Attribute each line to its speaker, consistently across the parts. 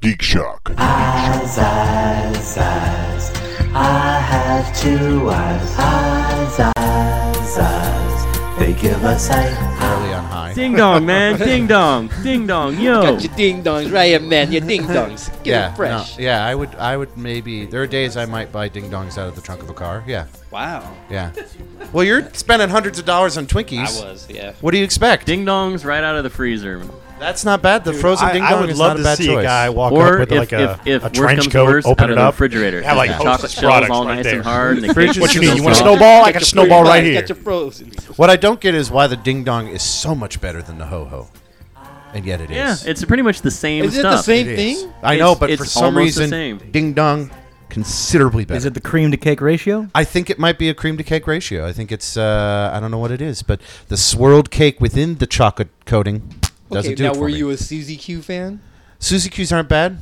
Speaker 1: Geek Shock.
Speaker 2: Ah,
Speaker 3: Eyes, eyes, eyes. I have two eyes. Eyes, eyes, eyes. They give us sight.
Speaker 2: Really on high.
Speaker 4: Ding dong, man. Ding dong. Ding dong. Yo.
Speaker 5: Got your ding dongs right here, man. Your ding dongs. Get
Speaker 2: yeah,
Speaker 5: it fresh.
Speaker 2: no, yeah. I would, I would maybe. There are days I might buy ding dongs out of the trunk of a car. Yeah,
Speaker 5: Wow.
Speaker 2: yeah. Well, you're spending hundreds of dollars on Twinkies.
Speaker 5: I was, yeah.
Speaker 2: What do you expect?
Speaker 4: Ding dongs right out of the freezer.
Speaker 2: That's not bad. The frozen
Speaker 6: I,
Speaker 2: ding
Speaker 6: I
Speaker 2: dong
Speaker 6: would
Speaker 2: is
Speaker 6: love
Speaker 2: not
Speaker 6: to
Speaker 2: a bad
Speaker 6: see
Speaker 2: choice.
Speaker 6: a guy walk
Speaker 4: or
Speaker 6: up with
Speaker 4: if,
Speaker 6: like a,
Speaker 4: if, if
Speaker 6: a
Speaker 4: worse
Speaker 6: trench
Speaker 4: comes
Speaker 6: coat,
Speaker 4: worse,
Speaker 6: open
Speaker 4: out
Speaker 6: it
Speaker 4: of
Speaker 6: up,
Speaker 4: the refrigerator.
Speaker 6: have like
Speaker 4: The chocolate
Speaker 6: Hostess
Speaker 4: shells
Speaker 6: products
Speaker 4: all
Speaker 6: right
Speaker 4: nice
Speaker 6: there.
Speaker 4: and hard. And the
Speaker 6: Fridge
Speaker 4: cake
Speaker 6: is
Speaker 4: is
Speaker 6: you need? You want a
Speaker 4: soft.
Speaker 6: snowball? Oh, I got a
Speaker 5: your
Speaker 6: snowball
Speaker 5: free-
Speaker 6: right
Speaker 5: I
Speaker 6: here.
Speaker 5: Got your frozen.
Speaker 2: What I don't get is why the ding dong is so much better than the ho ho, and yet it is.
Speaker 4: Yeah, it's pretty much the same
Speaker 5: Is it
Speaker 4: stuff.
Speaker 5: the same
Speaker 2: It is.
Speaker 5: thing?
Speaker 2: I know,
Speaker 4: It's-
Speaker 2: but
Speaker 4: it's
Speaker 2: for some
Speaker 4: almost the
Speaker 2: reason,
Speaker 4: same.
Speaker 2: ding dong considerably better.
Speaker 7: Is it the cream to cake ratio?
Speaker 2: I think it might be a cream to cake ratio. I think it's uh, I don't know what it is, but the swirled cake within the chocolate coating doesn't
Speaker 5: okay,
Speaker 2: do
Speaker 5: now
Speaker 2: it for
Speaker 5: were
Speaker 2: me.
Speaker 5: you a CZQ fan?
Speaker 2: Suzy Q's aren't bad,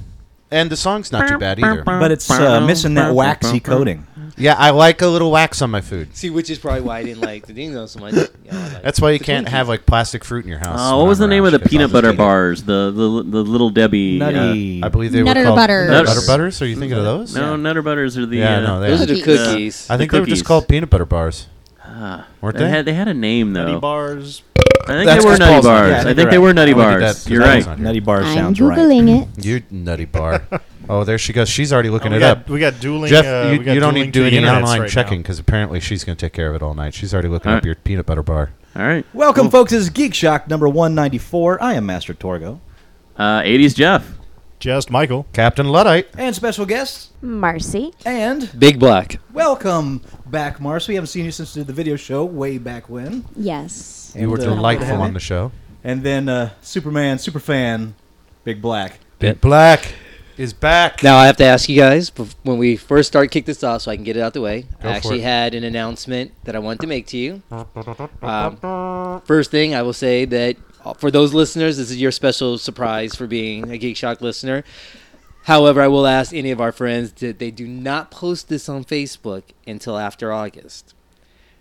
Speaker 2: and the song's not too bad either.
Speaker 7: But it's uh, missing that waxy coating.
Speaker 2: Yeah, I like a little wax on my food.
Speaker 5: See, which is probably why I didn't like the ding dongs so much. You know, I like-
Speaker 2: That's why you can't have like plastic fruit in your house.
Speaker 4: Uh,
Speaker 2: when
Speaker 4: what was the
Speaker 2: I'm
Speaker 4: name
Speaker 2: around,
Speaker 4: of the
Speaker 2: 'cause I'll
Speaker 4: peanut
Speaker 2: just
Speaker 4: butter
Speaker 2: eat it.
Speaker 4: bars? The the the little Debbie. uh,
Speaker 7: Nutty.
Speaker 2: I believe they
Speaker 8: Nutter
Speaker 2: were called
Speaker 8: butters.
Speaker 2: Nutter
Speaker 4: Nutters.
Speaker 2: butters. Are you thinking of those?
Speaker 4: no, Nutter Butters are the.
Speaker 2: Yeah,
Speaker 4: uh,
Speaker 2: no, they
Speaker 5: Those are
Speaker 2: are.
Speaker 5: the
Speaker 8: Cookies.
Speaker 5: cookies.
Speaker 2: I think they were just
Speaker 4: cookies.
Speaker 2: called peanut butter bars.
Speaker 4: Ah,
Speaker 2: Weren't
Speaker 4: They
Speaker 2: they?
Speaker 4: had, they had a name though.
Speaker 6: bars.
Speaker 4: I think
Speaker 2: That's
Speaker 4: they were
Speaker 2: 'cause
Speaker 4: nutty
Speaker 2: Paul's not
Speaker 4: bars.
Speaker 2: here.
Speaker 4: I
Speaker 2: Yeah,
Speaker 4: think
Speaker 2: you're
Speaker 4: they
Speaker 2: right.
Speaker 4: were nutty
Speaker 2: I would do
Speaker 4: bars.
Speaker 2: that.
Speaker 4: You're
Speaker 2: That was
Speaker 4: right.
Speaker 2: not here.
Speaker 7: Nutty bar
Speaker 8: I'm
Speaker 7: sounds right.
Speaker 8: googling it.
Speaker 2: You nutty bar. oh, there she goes. She's already
Speaker 4: Oh,
Speaker 2: looking
Speaker 6: we,
Speaker 2: it
Speaker 6: got,
Speaker 2: up.
Speaker 6: we got dueling.
Speaker 2: Jeff,
Speaker 6: uh,
Speaker 2: you,
Speaker 6: we got
Speaker 2: you don't
Speaker 6: dueling
Speaker 2: need to do
Speaker 6: two
Speaker 2: any
Speaker 6: internets
Speaker 2: online
Speaker 6: right
Speaker 2: checking
Speaker 6: now.
Speaker 2: because apparently she's going to take care of it all night. She's already looking
Speaker 4: All
Speaker 2: up
Speaker 4: right.
Speaker 2: your peanut butter bar.
Speaker 4: All right.
Speaker 7: Welcome, folks. This is Geek Shock number 194. I am Master Torgo.
Speaker 4: Uh, 80s Jeff.
Speaker 6: Just Michael.
Speaker 2: Captain Luddite.
Speaker 7: And special guests.
Speaker 8: Marcy.
Speaker 7: And
Speaker 5: Big Black.
Speaker 7: welcome back, Mars. We haven't seen you since the video show way back when.
Speaker 8: Yes.
Speaker 2: You were
Speaker 7: And, uh,
Speaker 2: delightful
Speaker 7: happy.
Speaker 2: on the show.
Speaker 7: And then uh, Superman, Superfan, Big Black.
Speaker 2: Big Black is back.
Speaker 5: Now I have to ask you guys bef- when we first start kick this off, so I can get it out the way.
Speaker 2: Go
Speaker 5: I
Speaker 2: for
Speaker 5: actually
Speaker 2: it.
Speaker 5: had an announcement that I wanted to make to you. Um, first thing, I will say that uh, for those listeners, this is your special surprise for being a Geek Shock listener. However, I will ask any of our friends that they do not post this on Facebook until after August.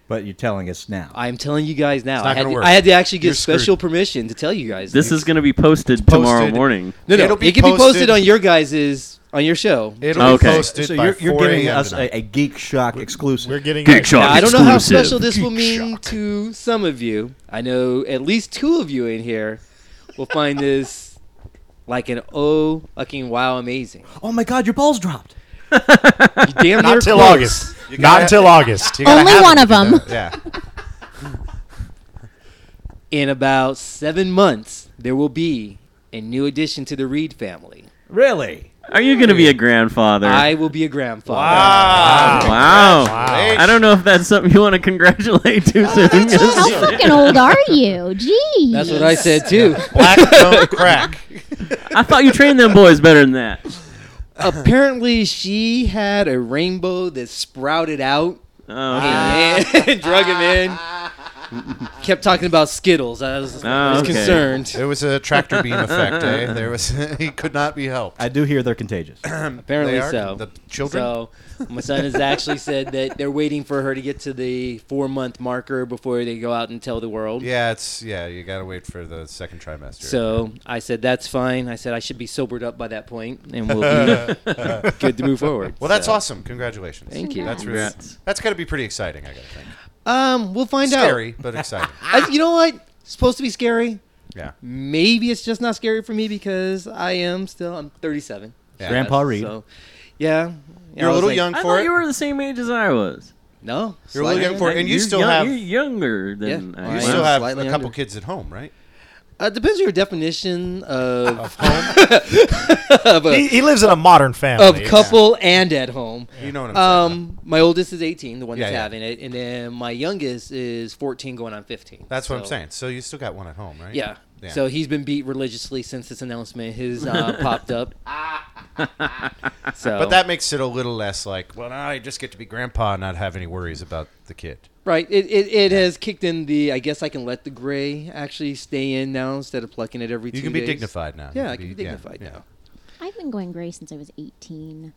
Speaker 7: But you're telling us now.
Speaker 5: I'm telling you guys now.
Speaker 2: not
Speaker 5: I, had
Speaker 2: gonna
Speaker 5: to,
Speaker 2: work.
Speaker 5: I had to actually get
Speaker 2: You're screwed.
Speaker 5: special permission to tell you guys.
Speaker 4: This is going to be posted, tomorrow
Speaker 2: posted.
Speaker 4: morning.
Speaker 5: no, no.
Speaker 2: It'll be
Speaker 5: it can be
Speaker 2: posted-
Speaker 5: posted on your guys's on your show.
Speaker 2: It'll
Speaker 4: Okay.
Speaker 2: be posted
Speaker 7: so
Speaker 2: by
Speaker 7: you're, you're
Speaker 2: 4
Speaker 7: giving
Speaker 2: a.m.
Speaker 7: us
Speaker 2: tonight.
Speaker 7: a, a Geek Shock exclusive.
Speaker 6: We're getting
Speaker 4: Geek Shock.
Speaker 5: Now, I don't know how
Speaker 4: Exclusive.
Speaker 5: special this will mean to some of you. I know at least two of you in here will find this like an oh fucking wow amazing.
Speaker 7: oh my God, your balls dropped.
Speaker 5: You damn near
Speaker 6: Not till
Speaker 5: close.
Speaker 6: August.
Speaker 2: You
Speaker 6: Not
Speaker 2: gotta-
Speaker 6: until August.
Speaker 2: you gotta
Speaker 8: Only
Speaker 2: have
Speaker 8: one
Speaker 2: it
Speaker 8: of
Speaker 2: to do
Speaker 8: 'em.
Speaker 2: that. Yeah.
Speaker 5: In about seven months, there will be a new addition to the Reed family.
Speaker 7: Really?
Speaker 4: Are you going to be a grandfather? Oh,
Speaker 5: I will be a grandfather.
Speaker 4: wow.
Speaker 2: Ah, Congratulations.
Speaker 4: I don't know if that's something you want to congratulate too soon.
Speaker 8: How fucking old are you? Gee.
Speaker 5: That's what I said too.
Speaker 2: Black don't crack.
Speaker 4: I thought you trained them boys better than that.
Speaker 5: Apparently, she had a rainbow that sprouted out
Speaker 4: Oh, okay.
Speaker 5: and drug him in. Kept talking about Skittles. I was, I was
Speaker 4: okay.
Speaker 5: concerned.
Speaker 2: There was a tractor beam effect, eh? There was he could not be helped.
Speaker 7: I do hear they're contagious.
Speaker 5: Apparently
Speaker 2: They are?
Speaker 5: so.
Speaker 2: The children?
Speaker 5: So my son has actually said that they're waiting for her to get to the four month marker before they go out and tell the world.
Speaker 2: Yeah, it's yeah, you gotta wait for the second trimester.
Speaker 5: So I said that's fine. I said I should be sobered up by that point, and we'll be good to move forward.
Speaker 2: well that's
Speaker 5: So,
Speaker 2: awesome. Congratulations.
Speaker 5: Thank you.
Speaker 2: That's really,
Speaker 4: Congrats.
Speaker 2: that's gotta be pretty exciting, I gotta think.
Speaker 5: Um, we'll find
Speaker 2: Scary, but exciting.
Speaker 5: out. I, you know what? It's supposed to be scary.
Speaker 2: Yeah.
Speaker 5: Maybe it's just not scary for me because I am still I'm 37.
Speaker 2: Yeah.
Speaker 7: Grandpa Reed.
Speaker 5: So, yeah.
Speaker 2: You're a
Speaker 5: I was
Speaker 2: little
Speaker 5: like,
Speaker 2: young
Speaker 4: I
Speaker 2: for
Speaker 4: thought
Speaker 2: it.
Speaker 4: you were the same age as I was.
Speaker 5: No,
Speaker 2: You're a little
Speaker 5: slightly
Speaker 2: young for it, and you
Speaker 4: You're
Speaker 2: still
Speaker 4: young-
Speaker 2: have
Speaker 4: You're
Speaker 2: you
Speaker 4: younger than
Speaker 5: Yeah.
Speaker 4: I
Speaker 5: You
Speaker 4: am.
Speaker 2: still have a
Speaker 5: Slightly
Speaker 2: couple
Speaker 5: under.
Speaker 2: kids at home, right?
Speaker 5: Uh, depends on your definition of of,
Speaker 6: He,
Speaker 5: a,
Speaker 6: he lives in a modern family.
Speaker 5: of couple and at home.
Speaker 2: You know what I'm saying.
Speaker 5: Um, my oldest is 18, the one
Speaker 2: Yeah,
Speaker 5: that's
Speaker 2: yeah.
Speaker 5: having it, and then my youngest is 14, going on 15.
Speaker 2: That's what I'm
Speaker 5: So,
Speaker 2: saying. So you still got one at home, right?
Speaker 5: Yeah.
Speaker 2: Yeah.
Speaker 5: So he's been beat religiously since this announcement has uh, popped up. so,
Speaker 2: But that makes it a little less like, well, now I just get to be grandpa and not have any worries about the kid.
Speaker 5: right, it, it, it has kicked in the. I guess I can let the gray actually stay in now instead of plucking it every.
Speaker 2: You
Speaker 5: two
Speaker 2: can be
Speaker 5: days.
Speaker 2: dignified now.
Speaker 5: Yeah,
Speaker 2: You
Speaker 5: I can be dignified now.
Speaker 8: I've been going gray since I was 18.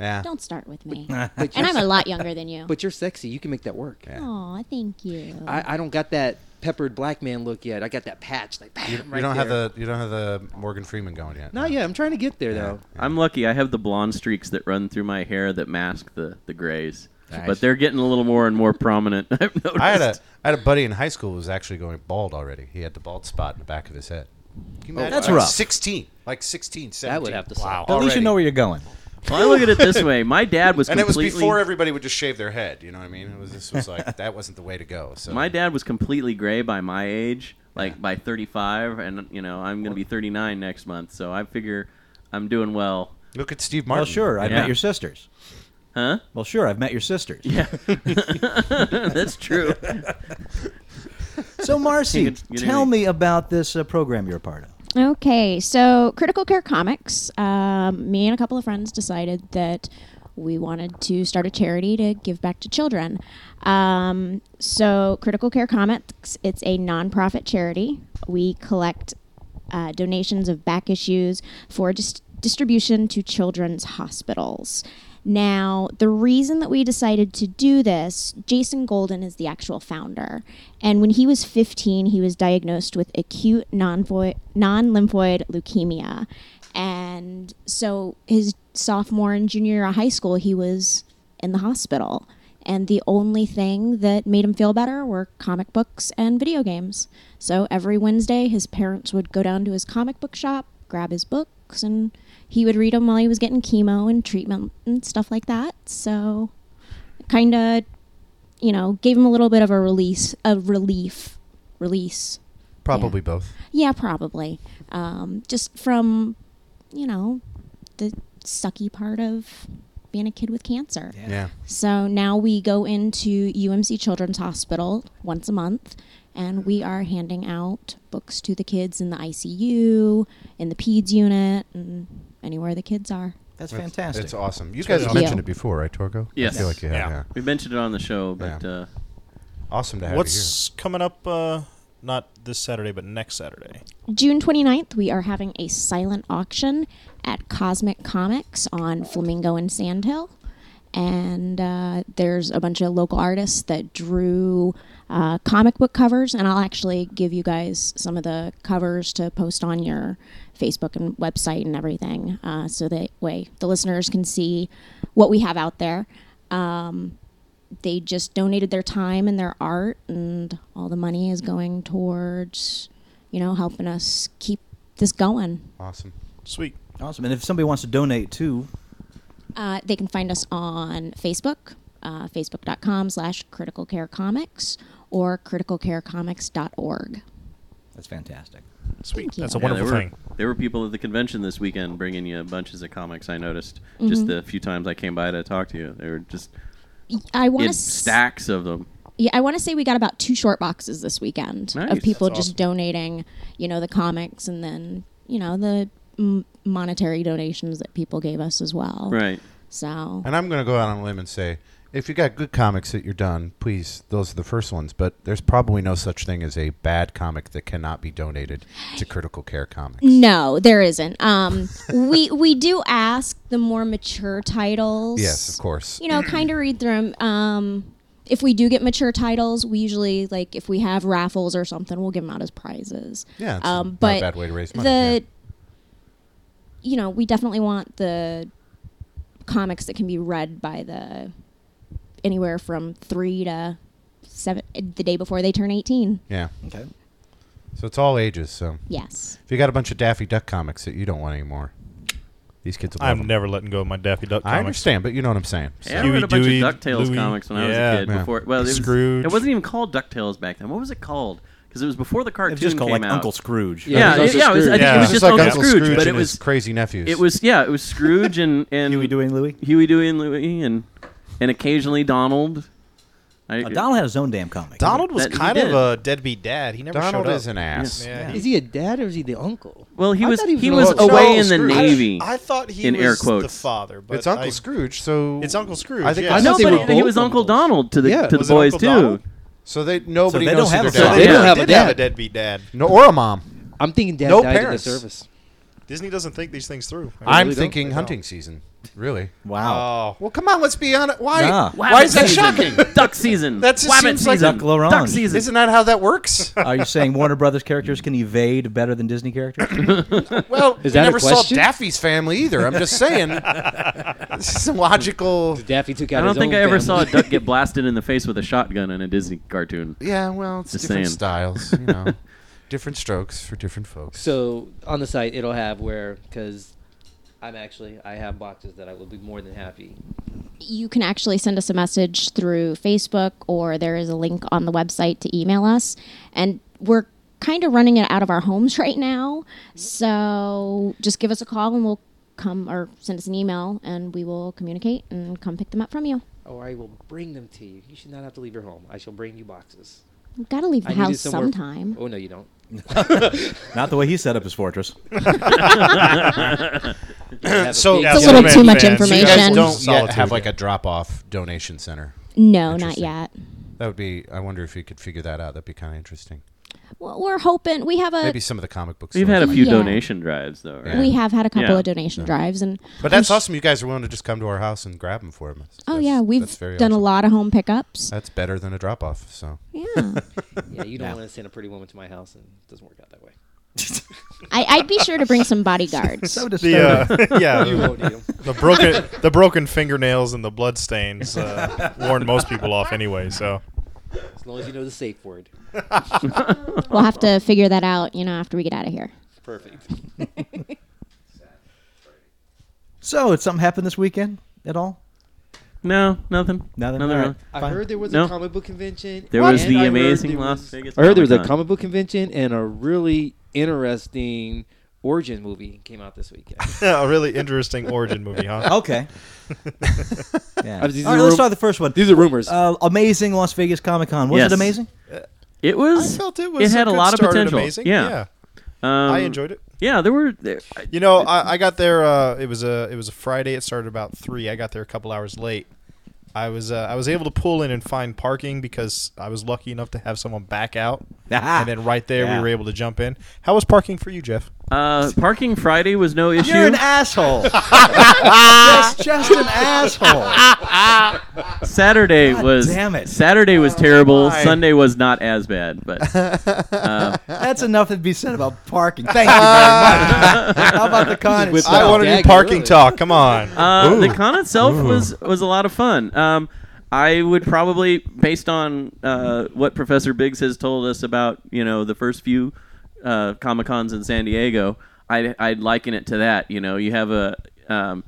Speaker 2: Yeah.
Speaker 8: Don't start with me.
Speaker 5: But
Speaker 8: and
Speaker 5: you're,
Speaker 8: I'm a lot younger than you.
Speaker 5: but you're sexy. You can make that work.
Speaker 2: Yeah.
Speaker 8: Aw, thank you.
Speaker 5: I, I don't got that peppered black man look yet. I got that patch. Like, bam,
Speaker 2: you don't have the you don't have the Morgan Freeman going yet.
Speaker 5: Not yet. I'm trying to get there though.
Speaker 4: I'm lucky. I have the blonde streaks that run through my hair that mask the the grays,
Speaker 5: Nice.
Speaker 4: but they're getting a little more and more prominent. I've noticed.
Speaker 2: I had a I had a buddy in high school who was actually going bald already. He had the bald spot in the back of his head. Can you imagine?
Speaker 7: That's
Speaker 2: like
Speaker 7: rough.
Speaker 2: Sixteen, like 16, 17.
Speaker 5: That would have to
Speaker 6: Wow.
Speaker 5: wow.
Speaker 7: At least you
Speaker 2: already.
Speaker 7: know where you're going.
Speaker 4: Well, I look at it this way. My dad was
Speaker 2: and it was
Speaker 4: completely
Speaker 2: before everybody would just shave their head. You know what I mean? It was this was like that wasn't the way to go. So
Speaker 4: my dad was completely gray by my age, like by 35, and you know I'm gonna be 39 next month, so I figure I'm doing well,
Speaker 2: look at Steve Martin.
Speaker 7: Well, sure. I've
Speaker 4: Yeah.
Speaker 7: met your sisters.
Speaker 4: huh?
Speaker 7: Well, sure. I've met your sisters.
Speaker 4: Yeah, that's true.
Speaker 7: So,
Speaker 4: You
Speaker 7: Marcy,
Speaker 4: could- you
Speaker 7: tell
Speaker 4: didn't-
Speaker 7: me about this uh, program you're a part of.
Speaker 8: Okay, so Critical Care Comics, um, me and a couple of friends decided that we wanted to start a charity to give back to children. Um, so, Critical Care Comics, it's a nonprofit charity. We collect uh, donations of back issues for dis- distribution to children's hospitals. Now, the reason that we decided to do this, Jason Golden is the actual founder. And when he was 15, he was diagnosed with acute non lymphoid leukemia. And so his sophomore and junior year of high school, he was in the hospital. And the only thing that made him feel better were comic books and video games. So every Wednesday, his parents would go down to his comic book shop, grab his books, and he would read them while he was getting chemo and treatment and stuff like that. So kind of, you know, gave him a little bit of a release, a relief, release.
Speaker 2: probably both.
Speaker 8: Yeah, probably. Um, just from, you know, the sucky part of being a kid with cancer.
Speaker 2: Yeah.
Speaker 8: So now we go into UMC Children's Hospital once a month, and we are handing out books to the kids in the ICU, in the PEDS unit, and anywhere the kids are.
Speaker 7: That's fantastic.
Speaker 2: It's awesome. You guys have
Speaker 8: Yeah.
Speaker 2: mentioned it before, right, Torgo?
Speaker 4: Yes.
Speaker 2: I feel like you have,
Speaker 6: Yeah.
Speaker 2: yeah.
Speaker 4: We mentioned it on the show, but uh,
Speaker 2: Awesome to have
Speaker 6: What's coming up? Uh, not this Saturday, but next Saturday.
Speaker 8: June 29th, we are having a silent auction at Cosmic Comics on Flamingo and Sandhill. And uh, there's a bunch of local artists that drew uh, comic book covers. And I'll actually give you guys some of the covers to post on your Facebook and website and everything. Uh, so that way the listeners can see what we have out there. Um, they just donated their time and their art, and all the money is going towards you know, helping us keep this going.
Speaker 2: here. Awesome.
Speaker 6: Sweet.
Speaker 7: awesome. And if somebody wants to donate too,
Speaker 8: Uh, they can find us on Facebook, uh, facebook.com slash critical care comics or criticalcarecomics.org.
Speaker 7: that's fantastic.
Speaker 6: Sweet.
Speaker 8: Thank you.
Speaker 6: That's a
Speaker 8: Yeah,
Speaker 6: wonderful
Speaker 4: there were,
Speaker 6: thing.
Speaker 4: There were people at the convention this weekend bringing you bunches of comics. I noticed just the few times I came by to talk to you, they were just
Speaker 8: I want
Speaker 4: in
Speaker 8: to
Speaker 4: stacks of them.
Speaker 8: Yeah, I want to say we got about two short boxes this weekend
Speaker 4: Nice.
Speaker 8: of people
Speaker 6: That's
Speaker 8: just donating, you know, the comics and then you know the m- monetary donations that people gave us as well.
Speaker 4: Right.
Speaker 8: So
Speaker 2: And I'm going to go out on a limb and say, if you got good comics that you're done, please, those are the first ones. But there's probably no such thing as a bad comic that cannot be donated to Critical Care Comics.
Speaker 8: No, there isn't. Um, we we do ask the more mature titles.
Speaker 2: Yes, of course.
Speaker 8: You know, kind of read through them. Um, if we do get mature titles, we usually like if we have raffles or something, we'll give them out as prizes.
Speaker 2: Yeah, it's
Speaker 8: um,
Speaker 2: not a
Speaker 8: but
Speaker 2: bad way to raise money,
Speaker 8: The, you know, we definitely want the comics that can be read by the anywhere from three to seven the day before they turn eighteen.
Speaker 2: Yeah.
Speaker 7: Okay.
Speaker 2: So it's all ages. So
Speaker 8: Yes.
Speaker 2: if you got a bunch of Daffy Duck comics that you don't want anymore, these kids will love
Speaker 6: I'm
Speaker 2: 'em.
Speaker 6: never letting go of my Daffy Duck
Speaker 2: I
Speaker 6: comics.
Speaker 2: understand, but you know what I'm saying. uh,
Speaker 4: Yeah, I
Speaker 6: Huey,
Speaker 4: read a bunch
Speaker 6: Dewey,
Speaker 4: of DuckTales
Speaker 6: Louie.
Speaker 4: comics when I was
Speaker 6: Yeah,
Speaker 4: a kid.
Speaker 2: yeah.
Speaker 4: Before, well, it was,
Speaker 6: Scrooge.
Speaker 4: It wasn't even called DuckTales back then. What was it called? Because it was before the
Speaker 7: It
Speaker 4: cartoon
Speaker 7: was just called
Speaker 4: came
Speaker 7: like
Speaker 4: out.
Speaker 7: Uncle Scrooge.
Speaker 4: Yeah, yeah,
Speaker 5: It was also
Speaker 4: yeah, it was, I think
Speaker 6: Scrooge.
Speaker 4: it was
Speaker 6: Yeah.
Speaker 4: just
Speaker 2: like
Speaker 4: Uncle
Speaker 2: Uncle
Speaker 4: Scrooge,
Speaker 2: Scrooge
Speaker 4: but it
Speaker 2: and his
Speaker 4: was
Speaker 2: crazy nephews.
Speaker 4: it was yeah, it was Scrooge and and
Speaker 7: Huey, Dewey, and Louie.
Speaker 4: Huey, Dewey, and Louie, and and occasionally Donald. I,
Speaker 7: Uh, Donald had his own damn comic.
Speaker 6: Donald was
Speaker 4: That he
Speaker 6: kind of
Speaker 4: did.
Speaker 6: a deadbeat dad. He never
Speaker 2: Donald
Speaker 6: showed up.
Speaker 2: is an ass.
Speaker 6: Yeah,
Speaker 5: Is he a dad or is he the uncle?
Speaker 4: Well, he
Speaker 5: I
Speaker 4: was
Speaker 5: thought
Speaker 4: he
Speaker 5: he
Speaker 4: was
Speaker 5: was an
Speaker 2: Uncle
Speaker 4: away in the
Speaker 2: Scrooge.
Speaker 4: navy.
Speaker 6: I thought he
Speaker 4: in
Speaker 6: was
Speaker 4: air
Speaker 6: the
Speaker 4: quotes.
Speaker 6: father, but
Speaker 2: It's Uncle
Speaker 6: I-
Speaker 2: Scrooge, so
Speaker 6: It's Uncle Scrooge,
Speaker 2: I think
Speaker 6: yeah.
Speaker 4: I
Speaker 2: that's-
Speaker 4: know,
Speaker 5: thought they
Speaker 4: but
Speaker 5: were
Speaker 4: he
Speaker 5: both
Speaker 4: was Uncle
Speaker 5: uncles.
Speaker 4: Donald to the
Speaker 5: Yeah,
Speaker 4: to the
Speaker 6: was it Uncle
Speaker 4: boys too.
Speaker 6: Donald?
Speaker 2: So they nobody
Speaker 7: So they
Speaker 2: knows
Speaker 7: don't
Speaker 2: who
Speaker 7: have
Speaker 2: their
Speaker 7: a
Speaker 2: dad.
Speaker 5: father. They
Speaker 6: They
Speaker 5: don't have a
Speaker 6: did have
Speaker 5: dad.
Speaker 6: a deadbeat dad.
Speaker 2: No, or a mom.
Speaker 5: I'm thinking dad
Speaker 2: No
Speaker 5: died in the
Speaker 2: parents.
Speaker 5: service.
Speaker 6: Disney doesn't think these things through. I
Speaker 2: I'm
Speaker 6: mean,
Speaker 2: thinking hunting season. Really?
Speaker 1: Wow.
Speaker 6: oh,
Speaker 2: Well, come on. Let's be honest. Why?
Speaker 1: Nah.
Speaker 2: Why is that
Speaker 4: season.
Speaker 2: shocking?
Speaker 4: Duck season.
Speaker 2: That just
Speaker 4: Wabbit
Speaker 2: seems like-
Speaker 4: season.
Speaker 1: Duck Laurent.
Speaker 4: Duck season.
Speaker 2: Isn't that how that works?
Speaker 1: Are you saying Warner Brothers characters can evade better than Disney characters?
Speaker 2: Well,
Speaker 5: Is that
Speaker 2: I
Speaker 5: a
Speaker 2: never saw
Speaker 5: question?
Speaker 2: Daffy's family either. I'm just saying. this is a logical.
Speaker 5: Daffy took out.
Speaker 4: I don't
Speaker 5: his
Speaker 4: think
Speaker 5: own
Speaker 4: I ever saw a
Speaker 5: family.
Speaker 4: duck get blasted in the face with a shotgun in a Disney cartoon.
Speaker 2: Yeah, well, it's
Speaker 4: Just
Speaker 2: different
Speaker 4: saying.
Speaker 2: styles, you know. different strokes for different folks.
Speaker 5: So on the site, it'll have where because I'm actually I have boxes that I will be more than happy.
Speaker 8: you can actually send us a message through Facebook or there is a link on the website to email us. And we're kind of running it out of our homes right now. So just give us a call and we'll come or send us an email and we will communicate and come pick them up from you.
Speaker 5: Or I will bring them to you. You should not have to leave your home. I shall bring you boxes.
Speaker 8: You've got to leave the
Speaker 5: I
Speaker 8: house
Speaker 5: somewhere-
Speaker 8: sometime.
Speaker 5: Oh no, you don't.
Speaker 1: Not the way he set up his fortress.
Speaker 5: You have
Speaker 2: So-
Speaker 5: a big-
Speaker 8: It's a
Speaker 6: yeah,
Speaker 8: little
Speaker 6: man
Speaker 8: too much
Speaker 6: fans.
Speaker 2: you guys
Speaker 8: information.
Speaker 2: don't yet
Speaker 6: Solitude,
Speaker 2: have like
Speaker 6: yeah.
Speaker 2: a drop off donation center.
Speaker 8: No, not
Speaker 2: Interesting.
Speaker 8: yet.
Speaker 2: That would be. I wonder if you could figure that out. That'd be kind of interesting.
Speaker 8: Well, we're hoping we have a
Speaker 2: Maybe some of the comic books.
Speaker 4: We've had a few
Speaker 8: Yeah.
Speaker 4: donation drives though, right?
Speaker 8: we have had a couple
Speaker 4: Yeah.
Speaker 8: of donation drives and
Speaker 2: but that's awesome. You guys are willing to just come to our house and grab them for us.
Speaker 8: Oh
Speaker 2: That's-
Speaker 8: yeah,
Speaker 2: that's
Speaker 8: we've
Speaker 2: very
Speaker 8: done a
Speaker 2: awesome.
Speaker 8: lot of home pickups.
Speaker 2: That's better than a drop off. So
Speaker 8: yeah.
Speaker 5: Yeah, you don't want to send a pretty woman to my house, and it doesn't work out that way.
Speaker 8: I, I'd be sure to bring some bodyguards.
Speaker 1: So
Speaker 6: the
Speaker 1: disturbing.
Speaker 6: uh, yeah,
Speaker 5: You
Speaker 6: the,
Speaker 5: won't need 'em.
Speaker 6: the broken the broken fingernails and the blood stains uh, warn most people off anyway. So
Speaker 5: as long as you know the safe word.
Speaker 8: We'll have to figure that out, you know, after we get out of here.
Speaker 5: Perfect.
Speaker 1: so, did something happen this weekend at all?
Speaker 4: No, nothing.
Speaker 1: Nothing?
Speaker 4: Nothing.
Speaker 1: All right.
Speaker 4: really.
Speaker 5: I
Speaker 1: Fine.
Speaker 5: heard there was
Speaker 4: No.
Speaker 5: a comic book convention.
Speaker 4: There was
Speaker 5: and
Speaker 4: the
Speaker 5: I heard
Speaker 4: amazing
Speaker 5: there
Speaker 4: Las
Speaker 5: was-
Speaker 4: Vegas.
Speaker 5: I heard there was a
Speaker 4: Comic-Con.
Speaker 5: comic book convention and a really interesting origin movie came out this weekend.
Speaker 6: a really interesting origin movie, huh?
Speaker 1: Okay. yeah.
Speaker 5: Uh, these
Speaker 1: All
Speaker 5: are
Speaker 1: right, let's
Speaker 5: rum-
Speaker 1: start the first one.
Speaker 5: These are rumors.
Speaker 1: Uh, amazing Las Vegas Comic Con. Was
Speaker 4: Yes.
Speaker 1: it amazing?
Speaker 4: It was. It had a,
Speaker 6: good
Speaker 4: lot of
Speaker 6: start and
Speaker 4: potential.
Speaker 6: Amazing.
Speaker 4: Yeah. Um,
Speaker 6: I enjoyed it.
Speaker 4: Yeah, there were. There, I-
Speaker 6: Mm. You know, I, I got there. Uh, it was a it was a Friday. It started about three. I got there a couple hours late. I was uh, I was able to pull in and find parking because I was lucky enough to have someone back out,
Speaker 1: Aha.
Speaker 6: and then right there
Speaker 1: Ah. Yeah.
Speaker 6: we were able to jump in. How was parking for you, Jeff?
Speaker 4: uh, parking Friday was no issue.
Speaker 1: You're an asshole. just, just an asshole.
Speaker 4: Saturday
Speaker 1: God
Speaker 4: was.
Speaker 1: damn it.
Speaker 4: Saturday was terrible.
Speaker 2: my.
Speaker 4: Sunday was not as bad, but uh,
Speaker 1: That's enough to be said about parking. Thank you very much. How about the con
Speaker 5: Whip
Speaker 1: itself?
Speaker 5: I wanna- wanted
Speaker 6: to
Speaker 5: Daggy,
Speaker 6: do parking
Speaker 5: really.
Speaker 6: talk. Come on.
Speaker 4: uh, the
Speaker 6: Ooh.
Speaker 4: con itself was was a lot of fun. Um, I would probably, based on uh, what Professor Biggs has told us about, you know, the first few uh, Comic Cons in San Diego, I'd, I'd liken it to that. You know, you have a um,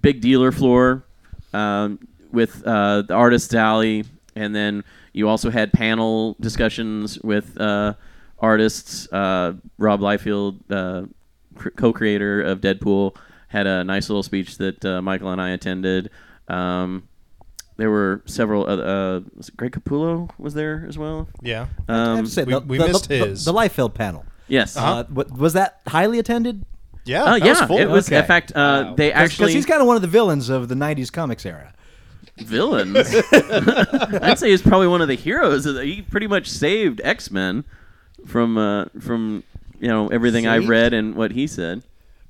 Speaker 4: big dealer floor um, with uh, the artist's alley, and then you also had panel discussions with uh, artists. Uh, Rob Liefeld, uh, cr- co-creator of Deadpool, had a nice little speech that uh, Michael and I attended. Um, there were several. oth- Uh, was it Greg Capullo was there as well.
Speaker 6: yeah.
Speaker 1: I
Speaker 4: Um,
Speaker 1: have to say,
Speaker 6: We-
Speaker 1: the,
Speaker 6: we
Speaker 1: the,
Speaker 6: missed
Speaker 1: the, the-
Speaker 6: his. Uh-huh.
Speaker 1: The Liefeld panel.
Speaker 4: yes.
Speaker 1: Uh, wa- was that highly attended?
Speaker 6: Yeah.
Speaker 4: Oh
Speaker 6: that was
Speaker 4: yeah,
Speaker 6: full.
Speaker 4: it was. In
Speaker 1: Okay.
Speaker 4: fact, uh, they
Speaker 1: Because
Speaker 4: actually
Speaker 1: he's kind of one of the villains of the 90s comics era.
Speaker 4: villains. I'd say he's probably one of the heroes. of the- He pretty much saved X Men from uh, from you know everything I've
Speaker 1: Saved?
Speaker 4: read and what he said.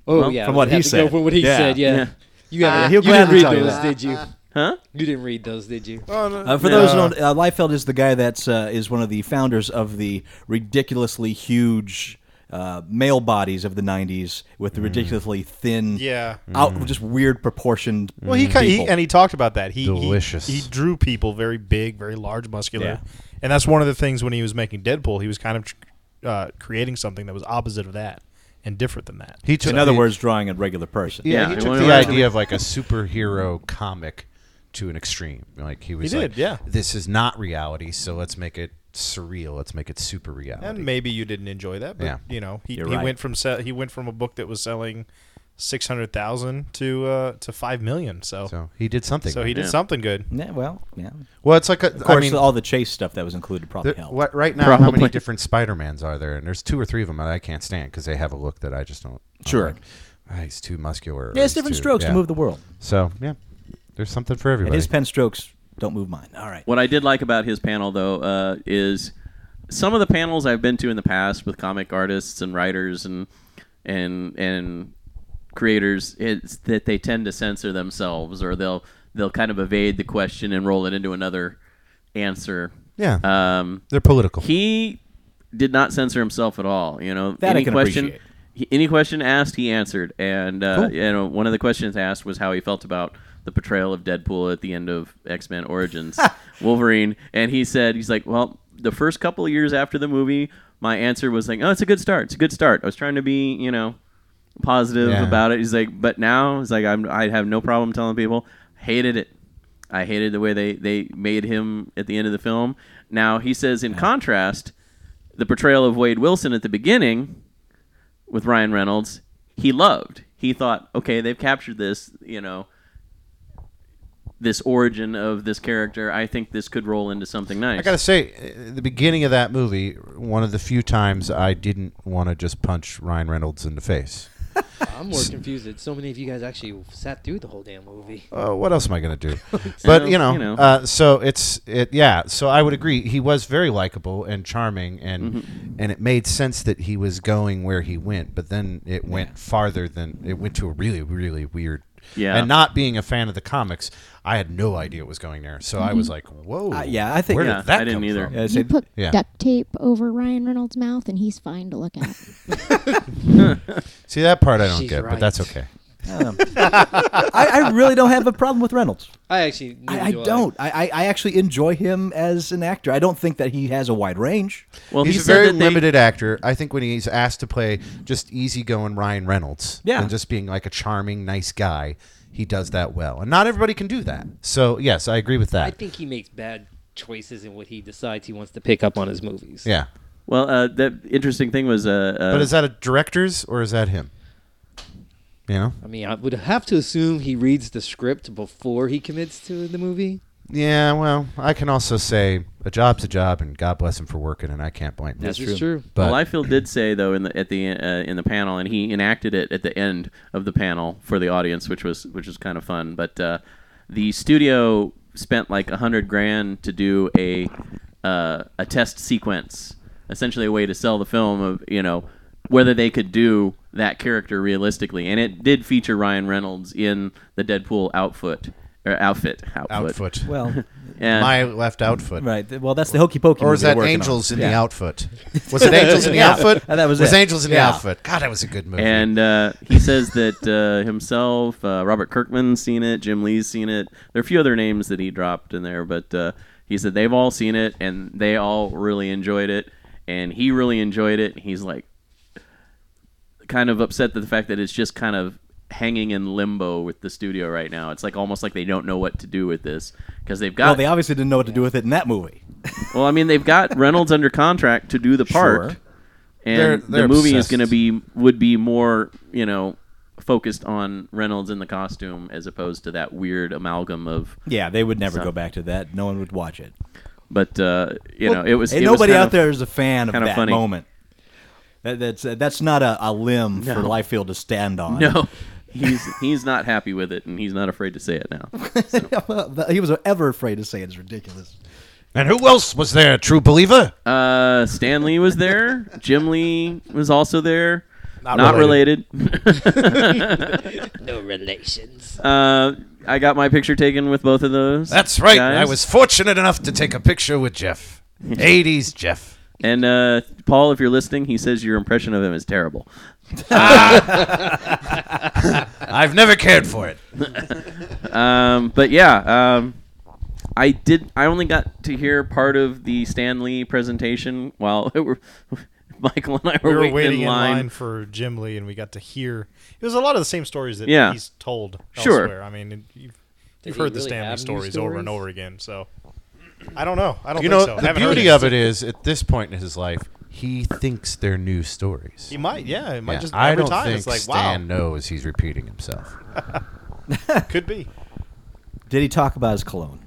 Speaker 5: oh
Speaker 4: well,
Speaker 5: yeah,
Speaker 1: from
Speaker 5: we
Speaker 1: what he
Speaker 5: have to go
Speaker 1: said.
Speaker 5: From what he
Speaker 1: Yeah.
Speaker 5: said, yeah.
Speaker 4: Yeah.
Speaker 5: You, haven't-
Speaker 1: Ah, he'll
Speaker 5: you didn't
Speaker 1: gladly
Speaker 5: read
Speaker 1: tell you
Speaker 5: those,
Speaker 1: that.
Speaker 5: did you?
Speaker 4: Huh?
Speaker 5: You didn't read those, did you?
Speaker 1: Uh, for those who
Speaker 6: Yeah.
Speaker 1: don't, uh, Liefeld is the guy that's uh, is one of the founders of the ridiculously huge uh, male bodies of the '90s, with the ridiculously thin,
Speaker 6: Yeah.
Speaker 1: out just weird proportioned.
Speaker 6: Well, he, kind he and he talked about that. He he-
Speaker 2: Delicious.
Speaker 6: He, drew people very big, very large, muscular,
Speaker 1: Yeah.
Speaker 6: and that's one of the things when he was making Deadpool, he was kind of tr- uh, creating something that was opposite of that and different than that.
Speaker 2: he took.
Speaker 1: in other
Speaker 2: he-
Speaker 1: words, drawing a regular person.
Speaker 4: Yeah,
Speaker 2: Yeah,
Speaker 4: it
Speaker 2: he took
Speaker 4: went
Speaker 2: the
Speaker 4: around.
Speaker 2: idea of like a superhero comic to an extreme. Like he was
Speaker 6: He
Speaker 2: like,
Speaker 6: did, yeah.
Speaker 2: this is not reality, so let's make it surreal. Let's make it super reality.
Speaker 6: And maybe you didn't enjoy that, but
Speaker 2: Yeah.
Speaker 6: you know, he, he
Speaker 1: You're right.
Speaker 6: went from se- he went from a book that was selling six hundred thousand to uh, to five million. So so,
Speaker 2: so he did something.
Speaker 6: he did
Speaker 4: Yeah.
Speaker 6: something good.
Speaker 1: Yeah, well, yeah.
Speaker 2: well, it's like a,
Speaker 1: Of course,
Speaker 2: I mean,
Speaker 1: all the chase stuff that was included probably
Speaker 2: there-
Speaker 1: helped.
Speaker 2: what, right now, how
Speaker 4: Probably.
Speaker 2: many different Spider Mans are there? And there's two or three of them that I can't stand because they have a look that I just don't. I'm
Speaker 1: Sure.
Speaker 2: like, "Ah, he's too muscular. or
Speaker 1: Yeah, it's
Speaker 2: he's
Speaker 1: different
Speaker 2: too-"
Speaker 1: strokes
Speaker 2: yeah.
Speaker 1: to move the world,
Speaker 2: So yeah, there's something for everybody.
Speaker 1: and his pen strokes don't move mine. All right.
Speaker 4: What I did like about his panel, though, uh, is some of the panels I've been to in the past with comic artists and writers and and and creators it's that they tend to censor themselves or they'll they'll kind of evade the question and roll it into another answer.
Speaker 2: Yeah.
Speaker 4: Um,
Speaker 2: They're political.
Speaker 4: he did not censor himself at all. You know,
Speaker 1: That I
Speaker 4: any
Speaker 1: can
Speaker 4: question,
Speaker 1: appreciate.
Speaker 4: he- any question asked, he answered, and uh,
Speaker 2: Cool.
Speaker 4: you know, one of the questions asked was how he felt about the portrayal of Deadpool at the end of X Men Origins Wolverine, and he said, he's like, well, the first couple of years after the movie, my answer was like, oh, it's a good start, it's a good start. I was trying to be, you know, positive
Speaker 2: Yeah.
Speaker 4: about it. He's like, but now he's like, I'm, I have no problem telling people, hated it. I hated the way they, they made him at the end of the film. Now he says, in contrast, the portrayal of Wade Wilson at the beginning with Ryan Reynolds, he loved. He thought, okay, they've captured this, you know, this origin of this character. I think this could roll into something nice.
Speaker 2: I gotta say, uh, the beginning of that movie, one of the few times I didn't want to just punch Ryan Reynolds in the face.
Speaker 5: I'm more confused that so many of you guys actually sat through the whole damn movie.
Speaker 2: Uh, what else am I gonna do? but you know,
Speaker 4: you know.
Speaker 2: Uh, so it's it, yeah. So I would agree. He was very likable and charming, and
Speaker 4: Mm-hmm.
Speaker 2: and it made sense that he was going where he went. But then it went farther than it went to a really really weird.
Speaker 4: Yeah.
Speaker 2: And not being a fan of the comics, I had no idea it was going there. So I
Speaker 4: Mm-hmm.
Speaker 2: was like, whoa.
Speaker 1: Uh, yeah, I think-
Speaker 2: where
Speaker 4: Yeah,
Speaker 2: did that
Speaker 4: I didn't
Speaker 2: come
Speaker 4: either.
Speaker 2: from?
Speaker 1: Yeah,
Speaker 8: You
Speaker 1: say-
Speaker 8: put
Speaker 2: yeah.
Speaker 8: duct tape over Ryan Reynolds' mouth, and he's fine to look at.
Speaker 2: See that part I don't
Speaker 5: She's
Speaker 2: get,
Speaker 5: right.
Speaker 2: but that's okay.
Speaker 1: I, I really don't have a problem with Reynolds.
Speaker 5: I actually neither
Speaker 1: I, I
Speaker 5: do
Speaker 1: don't. I, I, I actually enjoy him as an actor. I don't think that he has a wide range.
Speaker 4: well,
Speaker 2: he's
Speaker 4: he
Speaker 2: a
Speaker 4: said
Speaker 2: very
Speaker 4: that they-
Speaker 2: limited actor. I think when he's asked to play just easygoing Ryan Reynolds
Speaker 1: Yeah.
Speaker 2: and just being like a charming, nice guy, he does that well. And not everybody can do that. So, yes, I agree with
Speaker 5: I
Speaker 2: that.
Speaker 5: think he makes bad choices in what he decides he wants to pick up on his movies.
Speaker 2: yeah.
Speaker 4: Well, uh, the interesting thing was, uh, uh,
Speaker 2: But is that a director's or is that him? You know?
Speaker 5: I mean, I would have to assume he reads the script before he commits to the movie.
Speaker 2: Yeah, well, I can also say a job's a job and God bless him for working and I can't blame him.
Speaker 5: That's true. true.
Speaker 2: But
Speaker 4: well, I feel did say though in the at the uh, in the panel, and he enacted it at the end of the panel for the audience, which was which was kind of fun. But uh, the studio spent like a hundred grand to do a uh, a test sequence, essentially a way to sell the film of you know whether they could do that character realistically, and it did feature Ryan Reynolds in the Deadpool outfit or outfit outfit.
Speaker 2: outfoot.
Speaker 1: Well,
Speaker 4: And-
Speaker 2: My left outfoot.
Speaker 1: right. Well, that's the hokey pokey.
Speaker 2: Or is that Angels in the Outfoot? Was it Angels in the
Speaker 1: Yeah.
Speaker 2: Outfoot?
Speaker 1: Uh, that was it.
Speaker 2: Angels in
Speaker 1: Yeah.
Speaker 2: the Outfit. God, that was a good movie.
Speaker 4: And uh, he says that uh, himself, uh, Robert Kirkman's seen it, Jim Lee's seen it. There are a few other names that he dropped in there, but uh, he said they've all seen it and they all really enjoyed it. And he really enjoyed it. He's like kind of upset that the fact that it's just kind of hanging in limbo with the studio right now. It's like almost like they don't know what to do with this because they've got
Speaker 1: Well, they obviously didn't know what to do with it in that movie.
Speaker 4: well, I mean, they've got Reynolds under contract to do the part,
Speaker 1: Sure.
Speaker 4: and
Speaker 2: They're- they're
Speaker 4: the movie
Speaker 2: obsessed.
Speaker 4: is going to be would be more you know focused on Reynolds in the costume as opposed to that weird amalgam of.
Speaker 1: Yeah, they would never
Speaker 4: So-
Speaker 1: go back to that. No one would watch it.
Speaker 4: But uh, you know, it was
Speaker 1: Ain't
Speaker 4: it was
Speaker 1: nobody
Speaker 4: kind
Speaker 1: out
Speaker 4: of-
Speaker 1: there is a fan of
Speaker 4: kinda
Speaker 1: that
Speaker 4: funny.
Speaker 1: moment. That, that's uh, that's not a, a limb for Liefeld to stand on.
Speaker 4: No, he's he's not happy with it, and he's not afraid to say it now.
Speaker 1: he was ever afraid to say it is ridiculous.
Speaker 2: And who else was there, true believer?
Speaker 4: Uh, Stan Lee was there. Jim Lee was also there. Not,
Speaker 2: related.
Speaker 4: related.
Speaker 5: No relations.
Speaker 4: Uh, I got my picture taken with both of those.
Speaker 2: That's right.
Speaker 4: guys.
Speaker 2: I was fortunate enough to take a picture with Jeff. 80s Jeff.
Speaker 4: And uh, Paul, if you're listening, he says your impression of him is terrible.
Speaker 2: I've never cared for it.
Speaker 4: Um, but yeah, um, I did. I only got to hear part of the Stan Lee presentation while Michael and I were,
Speaker 6: We were
Speaker 4: waiting,
Speaker 6: waiting
Speaker 4: in line.
Speaker 6: for Jim Lee, and we got to hear. It was a lot of the same stories that
Speaker 4: Yeah.
Speaker 6: he's told
Speaker 4: Sure.
Speaker 6: elsewhere. I mean, it- you've, you've
Speaker 5: he
Speaker 6: heard the
Speaker 5: really
Speaker 6: Stanley
Speaker 5: have new
Speaker 6: stories, over and
Speaker 5: stories?
Speaker 6: over again. So I don't know. I don't
Speaker 2: You
Speaker 6: think
Speaker 2: know,
Speaker 6: so.
Speaker 2: the
Speaker 6: Haven't heard
Speaker 2: beauty of
Speaker 6: it.
Speaker 2: it is, at this point in his life, he thinks they're new stories.
Speaker 6: He might, yeah. It might
Speaker 2: Yeah,
Speaker 6: just every
Speaker 2: I don't
Speaker 6: time
Speaker 2: think
Speaker 6: it's like,
Speaker 2: Stan
Speaker 6: wow,
Speaker 2: knows he's repeating himself.
Speaker 6: could be.
Speaker 1: Did he talk about his cologne?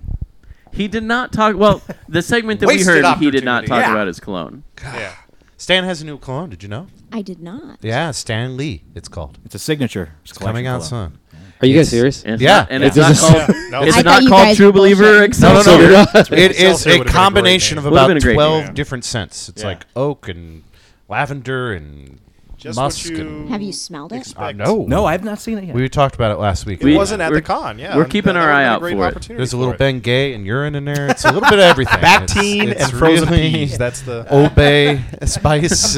Speaker 4: He did not talk. Well, the segment that we
Speaker 2: Wasted
Speaker 4: heard, he did not
Speaker 2: opportunity.
Speaker 4: talk
Speaker 2: Yeah.
Speaker 4: about his cologne.
Speaker 6: Yeah.
Speaker 2: Stan has a new cologne. Did you know?
Speaker 8: I did not.
Speaker 2: Yeah, Stan Lee. It's called.
Speaker 1: It's a signature.
Speaker 2: It's coming out
Speaker 1: collection
Speaker 2: soon.
Speaker 5: Are you guys serious?
Speaker 4: And it's
Speaker 2: Yeah.
Speaker 4: not, and
Speaker 2: It
Speaker 4: it's not
Speaker 5: doesn't-
Speaker 4: called.
Speaker 6: No,
Speaker 4: It's
Speaker 8: I thought
Speaker 4: not
Speaker 8: you
Speaker 4: called
Speaker 8: guys
Speaker 4: True Believer.
Speaker 8: bullshit.
Speaker 4: Excelsior.
Speaker 2: it is
Speaker 6: Excelsior
Speaker 2: a
Speaker 6: would've been a great
Speaker 2: combination
Speaker 6: name.
Speaker 2: of
Speaker 4: Would've
Speaker 2: about
Speaker 4: been a great
Speaker 2: 12
Speaker 6: name.
Speaker 2: different scents. It's
Speaker 6: Yeah.
Speaker 2: like oak and lavender and
Speaker 6: Just what
Speaker 2: Muskin.
Speaker 6: you
Speaker 8: Have you smelled it?
Speaker 2: I
Speaker 6: expect.
Speaker 2: know.
Speaker 1: No, I have not seen it yet.
Speaker 2: we talked about it last week.
Speaker 6: It
Speaker 4: We-
Speaker 6: wasn't at
Speaker 4: we're-
Speaker 6: the con. Yeah,
Speaker 4: we're
Speaker 6: and
Speaker 4: keeping
Speaker 6: that
Speaker 4: our
Speaker 6: would've
Speaker 4: eye
Speaker 6: been a
Speaker 4: out
Speaker 6: great
Speaker 4: for it.
Speaker 6: opportunity
Speaker 2: There's a
Speaker 6: for
Speaker 2: little
Speaker 6: it.
Speaker 2: Bengay and urine in there. It's a little bit of everything.
Speaker 6: Bactine and frozen peas. That's the.
Speaker 2: Oh. Obey spice.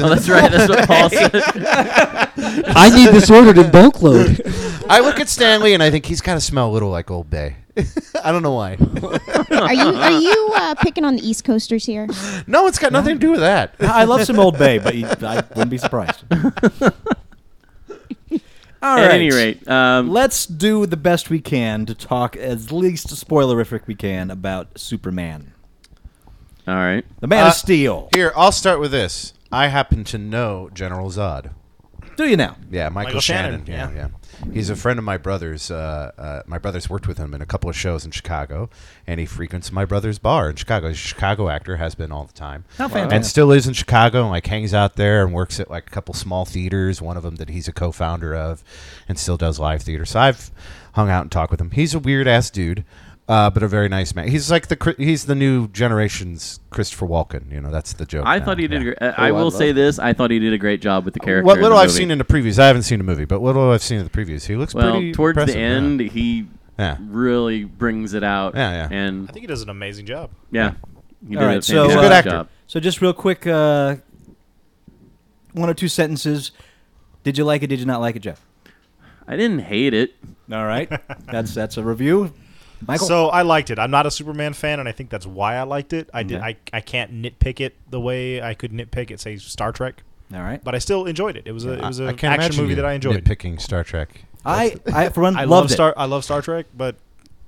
Speaker 4: Oh, that's right. That's what Paul said.
Speaker 5: I need this ordered in bulk load.
Speaker 2: I look at Stanley and I think he's got to smell a little like Old Bay. I don't know why.
Speaker 8: Are you are you uh, picking on the East Coasters here?
Speaker 2: no, it's got nothing to do with that.
Speaker 1: I love some Old Bay, but you, I wouldn't be surprised. All
Speaker 4: At
Speaker 1: right.
Speaker 4: any rate, um,
Speaker 1: let's do the best we can to talk as least spoilerific we can about Superman,
Speaker 4: all right.
Speaker 1: the Man
Speaker 2: Uh,
Speaker 1: of Steel.
Speaker 2: Here, I'll start with this. I happen to know General Zod.
Speaker 1: Do you now?
Speaker 2: Yeah, Michael,
Speaker 6: Michael
Speaker 2: Shannon.
Speaker 6: Shannon,
Speaker 2: Yeah, yeah. He's a friend of my brother's. Uh, uh, my brother's worked with him in a couple of shows in Chicago, and he frequents my brother's bar in Chicago. He's a Chicago actor, has been all the time.
Speaker 1: How
Speaker 2: and
Speaker 1: fantastic!
Speaker 2: still lives in Chicago and like hangs out there and works at like a couple small theaters, one of them that he's a co-founder of, and still does live theater. So I've hung out and talked with him. He's a weird ass dude, uh, but a very nice man. He's like the Chri- he's the new generation's Christopher Walken. You know, that's the joke.
Speaker 4: I
Speaker 2: now,
Speaker 4: thought he did.
Speaker 2: yeah.
Speaker 4: A, gr- uh, I
Speaker 9: Oh, I
Speaker 4: will
Speaker 9: love
Speaker 4: say
Speaker 9: it.
Speaker 4: this: I thought he did a great job with the character.
Speaker 2: What
Speaker 4: in
Speaker 2: little
Speaker 4: the
Speaker 2: I've
Speaker 4: movie.
Speaker 2: seen in the previews, I haven't seen the movie, but what little I've seen in the previews, he looks
Speaker 4: well,
Speaker 2: pretty.
Speaker 4: towards the
Speaker 2: impressive, yeah.
Speaker 4: end, he
Speaker 2: Yeah.
Speaker 4: really brings it out.
Speaker 2: Yeah, yeah.
Speaker 4: And
Speaker 6: I think he does an amazing job.
Speaker 4: yeah, he
Speaker 1: All
Speaker 4: did a
Speaker 1: right, so,
Speaker 4: fantastic
Speaker 2: He's a good actor.
Speaker 4: job.
Speaker 1: So just real quick, uh, one or two sentences. Did you like it? Did you not like it, Jeff?
Speaker 4: I didn't hate it.
Speaker 1: All right, that's that's a review. Michael,
Speaker 6: So I liked it. I'm not a Superman fan, and I think that's why I liked it. I did.
Speaker 1: Okay.
Speaker 6: I, I can't nitpick it the way I could nitpick it, say Star Trek,
Speaker 1: all right.
Speaker 6: but I still enjoyed it. It was a it was
Speaker 2: I- I
Speaker 6: an
Speaker 2: can't
Speaker 6: action
Speaker 2: imagine
Speaker 6: movie
Speaker 2: you
Speaker 6: that I enjoyed.
Speaker 2: Nitpicking Star Trek.
Speaker 1: I, I for one
Speaker 6: I
Speaker 1: loved
Speaker 6: love
Speaker 1: it.
Speaker 6: Star I love Star Trek, but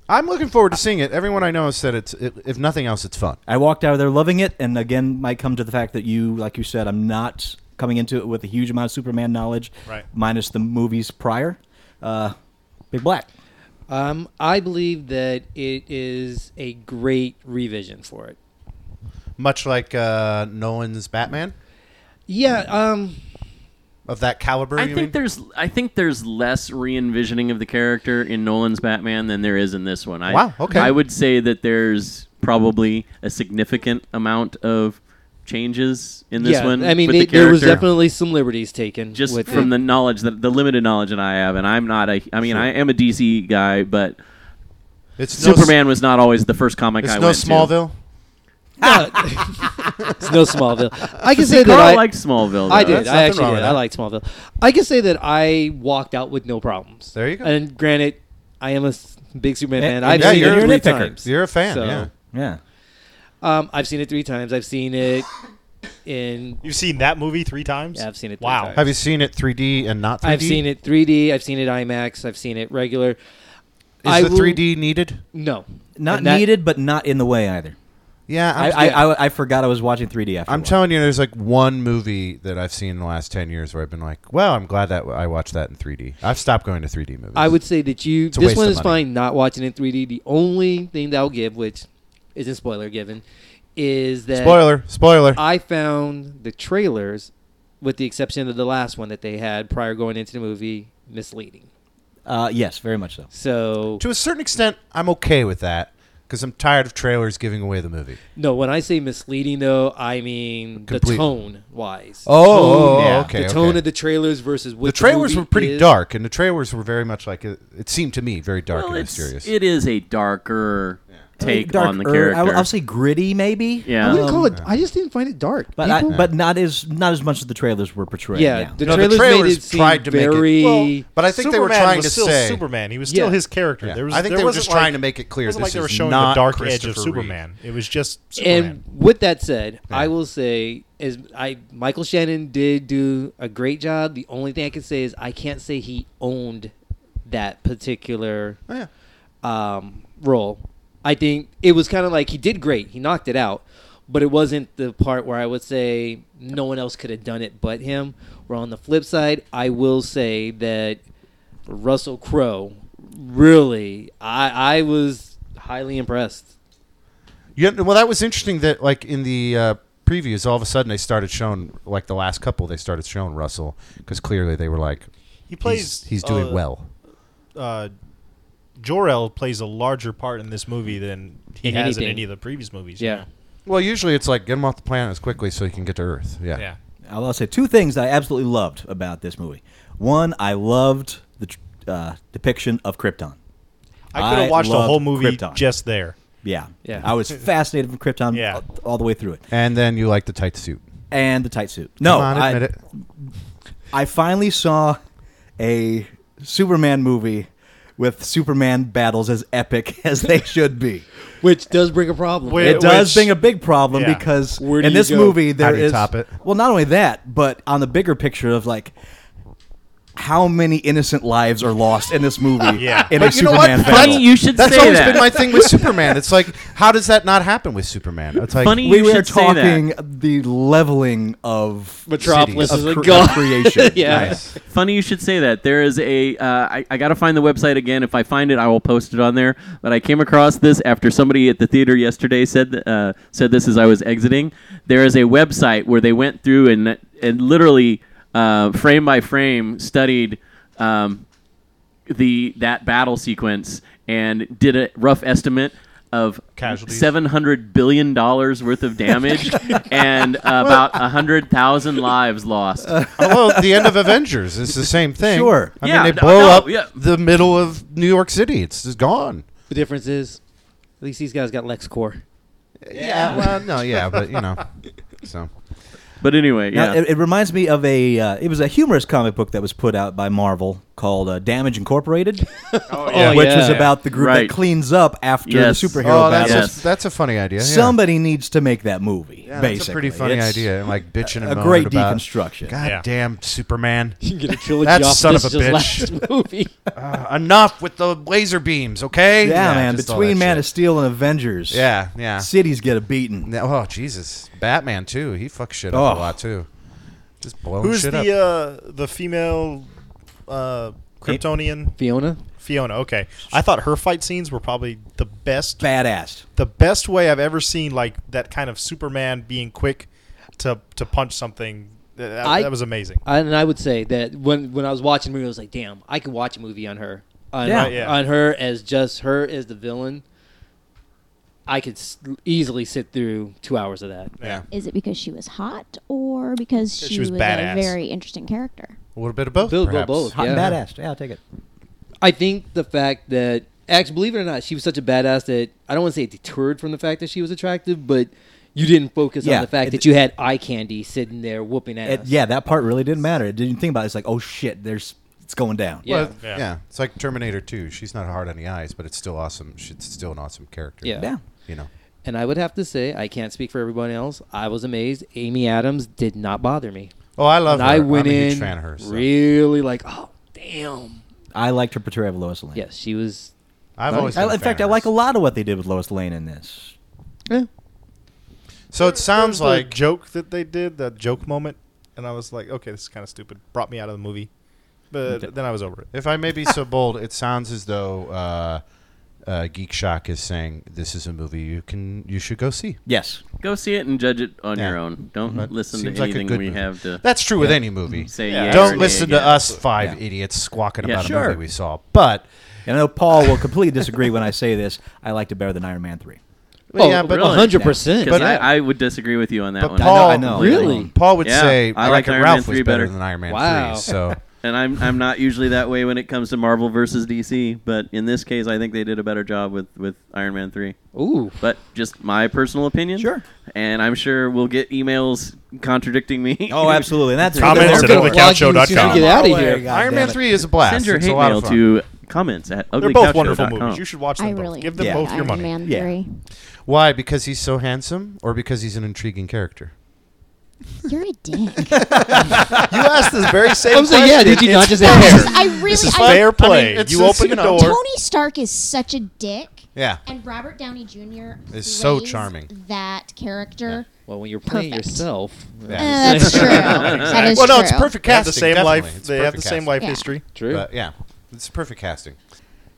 Speaker 2: I'm looking forward to seeing it. Everyone I know has said it's, it, if nothing else, it's fun.
Speaker 1: I walked out of there loving it, and again, might come to the fact that you, like you said, I'm not coming into it with a huge amount of Superman knowledge,
Speaker 6: Right.
Speaker 1: Minus the movies prior. Uh, Big Black.
Speaker 5: Um, I believe that it is a great revision for it.
Speaker 2: Much like uh, Nolan's Batman
Speaker 5: Yeah. Um,
Speaker 2: of that caliber.
Speaker 4: I
Speaker 2: you
Speaker 4: think
Speaker 2: mean?
Speaker 4: there's I think there's less re-envisioning of the character in Nolan's Batman than there is in this one. I,
Speaker 2: Wow, okay.
Speaker 4: I would say that there's probably a significant amount of changes in this
Speaker 5: yeah.
Speaker 4: one.
Speaker 5: I mean,
Speaker 4: with
Speaker 5: they,
Speaker 4: the
Speaker 5: there was
Speaker 4: character.
Speaker 5: definitely some liberties taken.
Speaker 4: just
Speaker 5: with
Speaker 4: from
Speaker 5: it.
Speaker 4: the knowledge that the limited knowledge that I have, and I'm not a. I mean, I am a DC guy, but
Speaker 2: it's no s-
Speaker 4: Superman was not always the first comic
Speaker 2: It's
Speaker 4: I
Speaker 2: no
Speaker 4: went to.
Speaker 2: Smallville.
Speaker 5: No, it's no Smallville. I can say that
Speaker 4: Carl
Speaker 5: I
Speaker 4: liked Smallville.
Speaker 5: I
Speaker 4: though.
Speaker 5: did.
Speaker 2: There's
Speaker 5: I
Speaker 2: nothing
Speaker 5: actually
Speaker 2: wrong
Speaker 5: did.
Speaker 2: with
Speaker 5: I
Speaker 2: that.
Speaker 5: liked Smallville. I can say that I walked out with no problems.
Speaker 2: There you go.
Speaker 5: And granted, I am a s- big Superman
Speaker 1: Yeah,
Speaker 5: fan.
Speaker 1: yeah,
Speaker 5: I've
Speaker 1: yeah,
Speaker 5: seen
Speaker 1: you're
Speaker 5: it
Speaker 1: a
Speaker 5: three
Speaker 1: nitpicker.
Speaker 5: times.
Speaker 2: You're a fan,
Speaker 5: So,
Speaker 2: yeah.
Speaker 1: Yeah.
Speaker 5: Um, I've seen it three times. I've seen it in.
Speaker 6: you've seen that movie three times.
Speaker 5: Yeah, I've seen it three
Speaker 6: wow,
Speaker 5: times.
Speaker 2: Have you seen it 3D and not 3D?
Speaker 5: I've seen it 3D. I've seen it IMAX. I've seen it regular.
Speaker 2: Is
Speaker 5: I
Speaker 2: the
Speaker 5: will-
Speaker 2: 3D needed?
Speaker 5: No,
Speaker 1: Not
Speaker 5: And that-
Speaker 1: needed, but not in the way either.
Speaker 2: Yeah,
Speaker 1: I,
Speaker 2: I'm,
Speaker 1: I, I, I forgot I was watching 3D after. a
Speaker 2: am
Speaker 1: while.
Speaker 2: telling you, there's like one movie that I've seen in the last 10 years where I've been like, well, I'm glad that I watched that in 3D. I've stopped going to 3D movies.
Speaker 5: I would say that you.
Speaker 2: a
Speaker 5: This
Speaker 2: waste
Speaker 5: one
Speaker 2: of
Speaker 5: is
Speaker 2: money.
Speaker 5: fine. Not watching in 3D. The only thing that I'll give, which isn't spoiler given, is that
Speaker 2: Spoiler, spoiler.
Speaker 5: I found the trailers, with the exception of the last one that they had prior going into the movie, misleading.
Speaker 1: Uh, yes, very much so.
Speaker 5: So
Speaker 2: to a certain extent, I'm okay with that because I'm tired of trailers giving away the movie.
Speaker 5: no, when I say misleading though, I mean
Speaker 2: Complete-
Speaker 5: the tone wise.
Speaker 2: Oh, oh, okay,
Speaker 5: The tone
Speaker 2: okay.
Speaker 5: of the trailers versus what
Speaker 2: the trailers
Speaker 5: movie
Speaker 2: were pretty
Speaker 5: is.
Speaker 2: dark, and the trailers were very much like it, it seemed to me very dark
Speaker 4: Well,
Speaker 2: and
Speaker 4: it's,
Speaker 2: mysterious.
Speaker 4: it is a darker take
Speaker 1: Darker,
Speaker 4: on the character.
Speaker 1: er, I'll, I'll say gritty, maybe. Um,
Speaker 5: I
Speaker 4: yeah,
Speaker 5: wouldn't call it. I just didn't find it dark.
Speaker 1: But I,
Speaker 5: People-
Speaker 1: but not as not as much as the trailers were portraying.
Speaker 5: yeah,
Speaker 1: now.
Speaker 5: the
Speaker 2: No, the
Speaker 5: trailers,
Speaker 2: trailers
Speaker 5: made it seem
Speaker 2: tried to make it-
Speaker 5: very.
Speaker 6: Well,
Speaker 2: but I think
Speaker 6: Superman
Speaker 2: they were trying
Speaker 6: was
Speaker 2: to
Speaker 6: still
Speaker 2: say.
Speaker 6: Superman. He was still
Speaker 5: Yeah.
Speaker 6: his character.
Speaker 2: Yeah.
Speaker 6: There was,
Speaker 2: I think
Speaker 6: there
Speaker 2: they were
Speaker 6: wasn't
Speaker 2: just
Speaker 6: like-
Speaker 2: trying to make it clear.
Speaker 6: It wasn't
Speaker 2: this
Speaker 6: like they
Speaker 2: is
Speaker 6: were showing the
Speaker 2: not
Speaker 6: dark edge of
Speaker 2: Christopher
Speaker 6: Superman. It was just Superman.
Speaker 5: And with that said, I will say is I Michael Shannon did do a great job. The only thing I can say is I can't say he owned that particular
Speaker 2: Reeve. Yeah.
Speaker 5: um, role. I think it was kind of like he did great. He knocked it out, but it wasn't the part where I would say no one else could have done it but him. Where on the flip side, I will say that Russell Crowe really, I I was highly impressed.
Speaker 2: Yeah, well, that was interesting. That like in the uh, previews, all of a sudden they started showing like the last couple. They started showing Russell because clearly they were like,
Speaker 6: he plays.
Speaker 2: he's, he's doing
Speaker 6: uh,
Speaker 2: well.
Speaker 6: Uh, Jor-El plays a larger part in this movie than he
Speaker 5: In
Speaker 6: has in
Speaker 5: anything.
Speaker 6: any of the previous movies. you
Speaker 5: Yeah.
Speaker 6: know?
Speaker 2: Well, usually it's like get him off the planet as quickly so he can get to Earth. Yeah.
Speaker 6: Yeah.
Speaker 1: I'll say two things that I absolutely loved about this movie. One, I loved the tr- uh, depiction of Krypton.
Speaker 6: I could have watched the
Speaker 1: loved
Speaker 6: whole movie
Speaker 1: Krypton.
Speaker 6: just there.
Speaker 1: yeah,
Speaker 5: Yeah.
Speaker 1: I was fascinated from Krypton
Speaker 6: Yeah.
Speaker 1: all, all the way through it,
Speaker 2: And then you like the tight suit.
Speaker 1: and the tight suit. No,
Speaker 2: Come on,
Speaker 1: I-
Speaker 2: admit it.
Speaker 1: I finally saw a Superman movie with Superman battles as epic as they should be.
Speaker 5: which does bring a problem.
Speaker 6: Wait.
Speaker 1: It does
Speaker 6: Which-
Speaker 1: bring a big problem
Speaker 6: yeah.
Speaker 1: because
Speaker 5: Where do
Speaker 1: in
Speaker 5: you
Speaker 1: this
Speaker 5: go?
Speaker 1: movie there
Speaker 2: do you
Speaker 1: is-
Speaker 2: top it?
Speaker 1: well not only that, but on the bigger picture of like how many innocent lives are lost in this movie
Speaker 6: Yeah.
Speaker 1: in a
Speaker 2: But you know what?
Speaker 1: Superman
Speaker 2: Funny
Speaker 1: battle?
Speaker 4: Funny you should
Speaker 2: That's
Speaker 4: say
Speaker 2: always
Speaker 4: that.
Speaker 2: been my thing with Superman. It's like, how does that not happen with Superman? It's like,
Speaker 4: Funny
Speaker 1: we
Speaker 4: you
Speaker 1: were
Speaker 4: should say that.
Speaker 1: talking the leveling of
Speaker 5: Metropolis
Speaker 1: cities,
Speaker 5: is
Speaker 1: of
Speaker 5: a
Speaker 1: cre-
Speaker 5: god.
Speaker 1: of creation.
Speaker 5: Yeah.
Speaker 2: Nice.
Speaker 4: Funny you should say that. There is a. Uh, I, I got to find the website again. If I find it, I will post it on there. But I came across this after somebody at the theater yesterday said th- uh, said this as I was exiting. There is a website where they went through and and literally uh, frame by frame studied um, the that battle sequence and did a rough estimate of
Speaker 6: Casualties.
Speaker 4: seven hundred billion dollars worth of damage and about hundred thousand lives lost.
Speaker 2: Although oh, the end of Avengers is the same thing.
Speaker 1: Sure.
Speaker 2: I
Speaker 4: Yeah,
Speaker 2: mean,
Speaker 4: no,
Speaker 2: they blow
Speaker 4: no,
Speaker 2: up
Speaker 4: yeah.
Speaker 2: the middle of New York City. It's just gone.
Speaker 5: The difference is, at least these guys got LexCorp.
Speaker 2: Yeah. Well, no, yeah, but you know, so
Speaker 4: But anyway,
Speaker 1: Now,
Speaker 4: yeah.
Speaker 1: it, it reminds me of a. Uh, it was a humorous comic book that was put out by Marvel called uh, Damage Incorporated,
Speaker 2: Oh,
Speaker 5: yeah.
Speaker 1: which
Speaker 5: yeah.
Speaker 1: was about the group
Speaker 4: Right.
Speaker 1: that cleans up after
Speaker 4: Yes.
Speaker 1: the superhero
Speaker 2: oh, that's
Speaker 1: battles.
Speaker 4: Yes.
Speaker 2: a, that's a funny idea. yeah.
Speaker 1: Somebody needs to make that movie.
Speaker 2: Yeah,
Speaker 1: basically,
Speaker 2: that's a pretty funny
Speaker 1: It's
Speaker 2: idea. and, Like bitching and
Speaker 1: A
Speaker 2: moaning
Speaker 1: great
Speaker 2: about,
Speaker 1: deconstruction.
Speaker 2: God
Speaker 6: Yeah.
Speaker 2: damn Superman!
Speaker 5: You can get a trilogy
Speaker 2: That
Speaker 5: off
Speaker 2: son
Speaker 5: this
Speaker 2: of a
Speaker 5: just
Speaker 2: bitch.
Speaker 5: last movie.
Speaker 2: Uh, enough with the laser beams, okay?
Speaker 1: Yeah, man.
Speaker 2: just all
Speaker 1: Between
Speaker 2: that
Speaker 1: Man of
Speaker 2: shit.
Speaker 1: Steel and Avengers,
Speaker 2: yeah, yeah.
Speaker 1: cities get a beating.
Speaker 2: Yeah, Oh Jesus, Batman too. He fucks shit up
Speaker 1: Oh.
Speaker 2: a lot too. Just blowing
Speaker 6: Who's
Speaker 2: shit
Speaker 6: the
Speaker 2: up.
Speaker 6: uh, the female uh, Kryptonian?
Speaker 5: Fiona.
Speaker 6: Fiona. Okay, I thought her fight scenes were probably the best,
Speaker 1: Badass.
Speaker 6: the best way I've ever seen like that kind of Superman being quick to to punch something. Th- That,
Speaker 5: I-
Speaker 6: that was amazing.
Speaker 5: I, and I would say that when when I was watching the movie, I was like, damn, I could watch a movie on her. On,
Speaker 1: Yeah.
Speaker 6: Yeah.
Speaker 5: on her as just her as the villain. I could s- easily sit through two hours of that.
Speaker 6: yeah.
Speaker 8: Is it because she was hot or because she,
Speaker 6: she was
Speaker 8: was
Speaker 6: badass.
Speaker 8: a very interesting character?
Speaker 2: A little bit of both.
Speaker 5: Bill- Bill
Speaker 2: perhaps.
Speaker 5: both.
Speaker 7: Hot
Speaker 5: Yeah.
Speaker 7: badass. Yeah, I'll take it.
Speaker 5: I think the fact that, actually, believe it or not, she was such a badass that I don't want to say it deterred from the fact that she was attractive, but you didn't focus
Speaker 1: Yeah,
Speaker 5: on the fact
Speaker 1: it-
Speaker 5: that you had eye candy sitting there whooping ass.
Speaker 1: It- yeah, that part really didn't matter. It didn't think about. It. It's like, oh shit, there's it's going down.
Speaker 5: Yeah.
Speaker 2: But,
Speaker 6: Yeah.
Speaker 2: yeah. It's like Terminator 2. She's not hard on the eyes, but it's still awesome. She's still an awesome character.
Speaker 5: Yeah.
Speaker 1: Yeah.
Speaker 2: You know.
Speaker 5: And I would have to say, I can't speak for everyone else. I was amazed. Amy Adams did not bother me.
Speaker 2: Oh, I love
Speaker 5: And
Speaker 2: her.
Speaker 5: I went
Speaker 2: I'm a
Speaker 5: in
Speaker 2: huge fan of hers.
Speaker 5: really like, oh, damn.
Speaker 1: I liked her portrayal of Lois Lane.
Speaker 5: Yes, she was.
Speaker 2: I've
Speaker 5: I-
Speaker 2: always
Speaker 1: I,
Speaker 2: been a
Speaker 1: in
Speaker 2: fan
Speaker 1: fact, I
Speaker 2: of
Speaker 1: like a
Speaker 2: hers.
Speaker 1: lot of what they did with Lois Lane in this.
Speaker 2: So it sounds
Speaker 6: There's like
Speaker 2: like
Speaker 6: joke that they did that joke moment, and I was like, okay, this is kind of stupid. Brought me out of the movie, but then I was over it.
Speaker 2: if I may be so bold, it sounds as though uh, uh, Geek Shock is saying this is a movie you can you should go see.
Speaker 1: Yes.
Speaker 4: Go see it and judge it on
Speaker 2: Yeah.
Speaker 4: your own. Don't
Speaker 2: But
Speaker 4: listen
Speaker 2: seems
Speaker 4: to
Speaker 2: like a
Speaker 4: anything
Speaker 2: good
Speaker 4: we
Speaker 2: movie.
Speaker 4: have to
Speaker 2: That's true with any movie.
Speaker 4: say.
Speaker 6: Yeah.
Speaker 4: yay or
Speaker 2: Don't
Speaker 4: nay
Speaker 2: listen to
Speaker 4: against.
Speaker 2: us five
Speaker 1: Yeah.
Speaker 2: idiots squawking
Speaker 4: Yeah,
Speaker 2: about
Speaker 1: sure.
Speaker 2: a movie we saw. But
Speaker 1: And I know Paul will completely disagree when I say this. I liked it better than Iron Man three.
Speaker 5: Oh,
Speaker 2: yeah,
Speaker 5: yeah,
Speaker 2: but-
Speaker 5: but
Speaker 4: Really?
Speaker 5: 100%.
Speaker 4: Because
Speaker 2: But-
Speaker 4: I, I would disagree with you on that
Speaker 2: but
Speaker 4: one.
Speaker 2: Paul,
Speaker 1: I know.
Speaker 5: Really?
Speaker 2: Paul would
Speaker 4: Yeah,
Speaker 2: say I,
Speaker 4: I liked
Speaker 2: reckon
Speaker 4: Iron Man
Speaker 2: Ralph
Speaker 4: 3
Speaker 2: was better
Speaker 4: better.
Speaker 2: than Iron Man
Speaker 5: Wow.
Speaker 2: three. So
Speaker 4: And I'm I'm not usually that way when it comes to Marvel versus DC, but in this case, I think they did a better job with with Iron Man three.
Speaker 5: Ooh.
Speaker 4: But just my personal opinion.
Speaker 1: Sure.
Speaker 4: And I'm sure we'll get emails contradicting me.
Speaker 1: Oh, absolutely. And that's
Speaker 6: Comments
Speaker 1: that's-
Speaker 6: at
Speaker 5: I'm gonna
Speaker 6: uglycouchshow.com.
Speaker 5: log you as soon as we Get out of here.
Speaker 7: God
Speaker 2: Iron
Speaker 7: damn
Speaker 2: Man
Speaker 7: it.
Speaker 2: three is a blast.
Speaker 4: Send your
Speaker 2: it's
Speaker 4: hate
Speaker 2: a lot
Speaker 4: mail
Speaker 2: of fun.
Speaker 4: to comments at
Speaker 6: They're both
Speaker 4: uglycouchshow.com.
Speaker 6: wonderful movies. You should watch them
Speaker 8: I
Speaker 6: both.
Speaker 8: really
Speaker 6: Give them
Speaker 1: Yeah.
Speaker 6: both
Speaker 8: Iron
Speaker 6: your money.
Speaker 8: Man
Speaker 1: Yeah.
Speaker 8: 3.
Speaker 2: Why? Because he's so handsome, or because he's an intriguing character?
Speaker 8: You're a dick.
Speaker 6: You asked this very same
Speaker 5: I'm saying, yeah, did you not just have hair?
Speaker 8: I really.
Speaker 6: This is
Speaker 8: I,
Speaker 6: fair play.
Speaker 2: it's
Speaker 6: you
Speaker 2: just,
Speaker 6: open
Speaker 2: you
Speaker 6: the
Speaker 2: know.
Speaker 6: door.
Speaker 8: Tony Stark is such a dick,
Speaker 2: Yeah.
Speaker 8: and Robert Downey Jr.
Speaker 2: Is so
Speaker 8: plays
Speaker 2: charming.
Speaker 8: That character.
Speaker 5: Well, when you're playing
Speaker 8: Perfect.
Speaker 5: yourself,
Speaker 2: Yeah.
Speaker 8: Uh, that's true. that is
Speaker 2: well, no,
Speaker 8: true.
Speaker 2: it's perfect
Speaker 6: They have
Speaker 2: casting.
Speaker 6: the same
Speaker 2: definitely.
Speaker 6: life.
Speaker 2: It's
Speaker 6: They have the
Speaker 2: perfect
Speaker 6: same
Speaker 2: casting.
Speaker 6: life
Speaker 8: Yeah.
Speaker 6: history.
Speaker 5: true.
Speaker 2: But, yeah, it's perfect casting.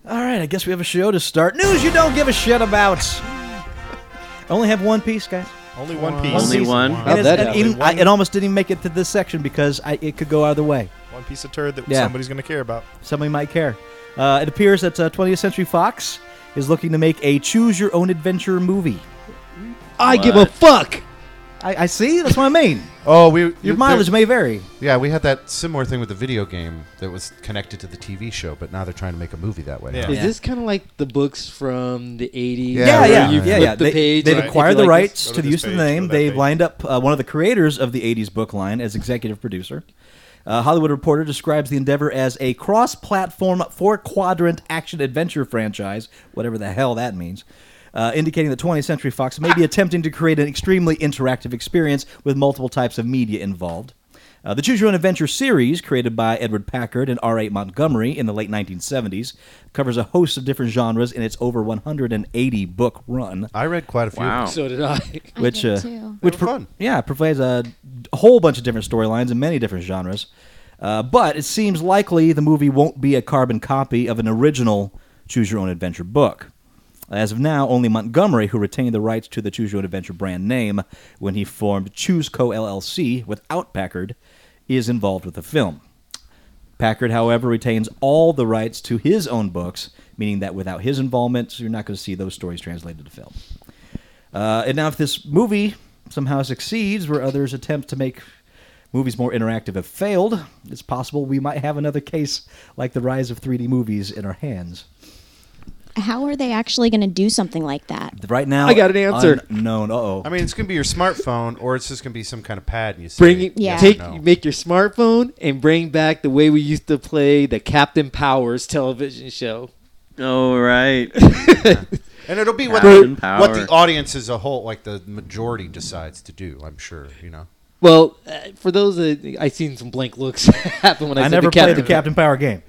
Speaker 1: All right, I guess we have a show to start. News you don't give a shit about. I only have one piece, guys.
Speaker 6: Only one piece.
Speaker 4: Only
Speaker 1: Season
Speaker 4: one.
Speaker 5: How'd
Speaker 1: And it's-
Speaker 5: that
Speaker 1: and
Speaker 5: happen?
Speaker 1: even- I- it almost didn't even make it to this section because I, it could go either way.
Speaker 6: One piece of turd that
Speaker 1: Yeah.
Speaker 6: somebody's going to care about.
Speaker 1: Somebody might care. Uh, it appears that uh, 20th Century Fox is looking to make a choose your own adventure movie.
Speaker 5: I give a fuck.
Speaker 1: I, I see. That's what I mean.
Speaker 2: Oh, we
Speaker 7: Your
Speaker 2: there-
Speaker 7: mileage may vary.
Speaker 2: Yeah, we had that similar thing with the video game that was connected to the TV show, but now they're trying to make a movie that way.
Speaker 6: Yeah.
Speaker 5: Is this kind of like the books from the 80s?
Speaker 2: Yeah,
Speaker 5: where
Speaker 2: yeah,
Speaker 5: you
Speaker 2: yeah,
Speaker 5: flip
Speaker 2: yeah.
Speaker 5: The
Speaker 1: they,
Speaker 5: page
Speaker 1: they've
Speaker 5: and if you
Speaker 1: acquired the
Speaker 5: like
Speaker 1: rights
Speaker 5: this-
Speaker 6: Go
Speaker 1: to
Speaker 6: to
Speaker 1: the
Speaker 6: this
Speaker 1: use of the
Speaker 6: page, go to
Speaker 1: name.
Speaker 6: that
Speaker 1: They've
Speaker 6: page.
Speaker 1: lined up uh, one of the creators of the 80s book line as executive producer. Uh, Hollywood Reporter describes the endeavor as a cross platform, four quadrant action adventure franchise, whatever the hell that means, uh, indicating that 20th Century Fox may be attempting to create an extremely interactive experience with multiple types of media involved. Uh, the Choose Your Own Adventure series, created by Edward Packard and R.A. Montgomery in the late 1970s, covers a host of different genres in its over 180 book run
Speaker 2: I read quite a few.
Speaker 4: Wow.
Speaker 5: So did I.
Speaker 8: I
Speaker 1: which
Speaker 8: did
Speaker 1: uh,
Speaker 8: too.
Speaker 1: which
Speaker 2: were
Speaker 1: pro-
Speaker 2: fun.
Speaker 1: yeah provides a d- whole bunch of different storylines and many different genres. Uh, but it seems likely the movie won't be a carbon copy of an original Choose Your Own Adventure book. As of now, only Montgomery, who retained the rights to the Choose Your Own Adventure brand name when he formed Choose Co. LLC without Packard, is involved with the film. Packard, however, retains all the rights to his own books, meaning that without his involvement, you're not going to see those stories translated to film. Uh, and now, if this movie somehow succeeds where others' attempts to make movies more interactive have failed, it's possible we might have another case like the rise of 3D movies in our hands.
Speaker 8: How are they actually going to do something like that?
Speaker 1: Right now,
Speaker 5: I got an answer.
Speaker 1: Unknown. Uh oh.
Speaker 2: I mean, it's gonna be your smartphone, or it's just gonna be some kind of pad. And you
Speaker 5: Bring
Speaker 2: say
Speaker 5: it,
Speaker 8: Yeah.
Speaker 2: yes or
Speaker 5: take
Speaker 2: no.
Speaker 5: make your smartphone and bring back the way we used to play the Captain Powers television show.
Speaker 4: All right.
Speaker 2: and it'll be what
Speaker 4: Captain
Speaker 2: the,
Speaker 4: Power.
Speaker 2: what the audience as a whole, like the majority, decides to do. I'm sure, you know.
Speaker 5: Well, uh, for those that I seen some blank looks happen when I,
Speaker 1: I
Speaker 5: said
Speaker 1: never
Speaker 5: the
Speaker 1: played
Speaker 5: Captain.
Speaker 1: the Captain Power game.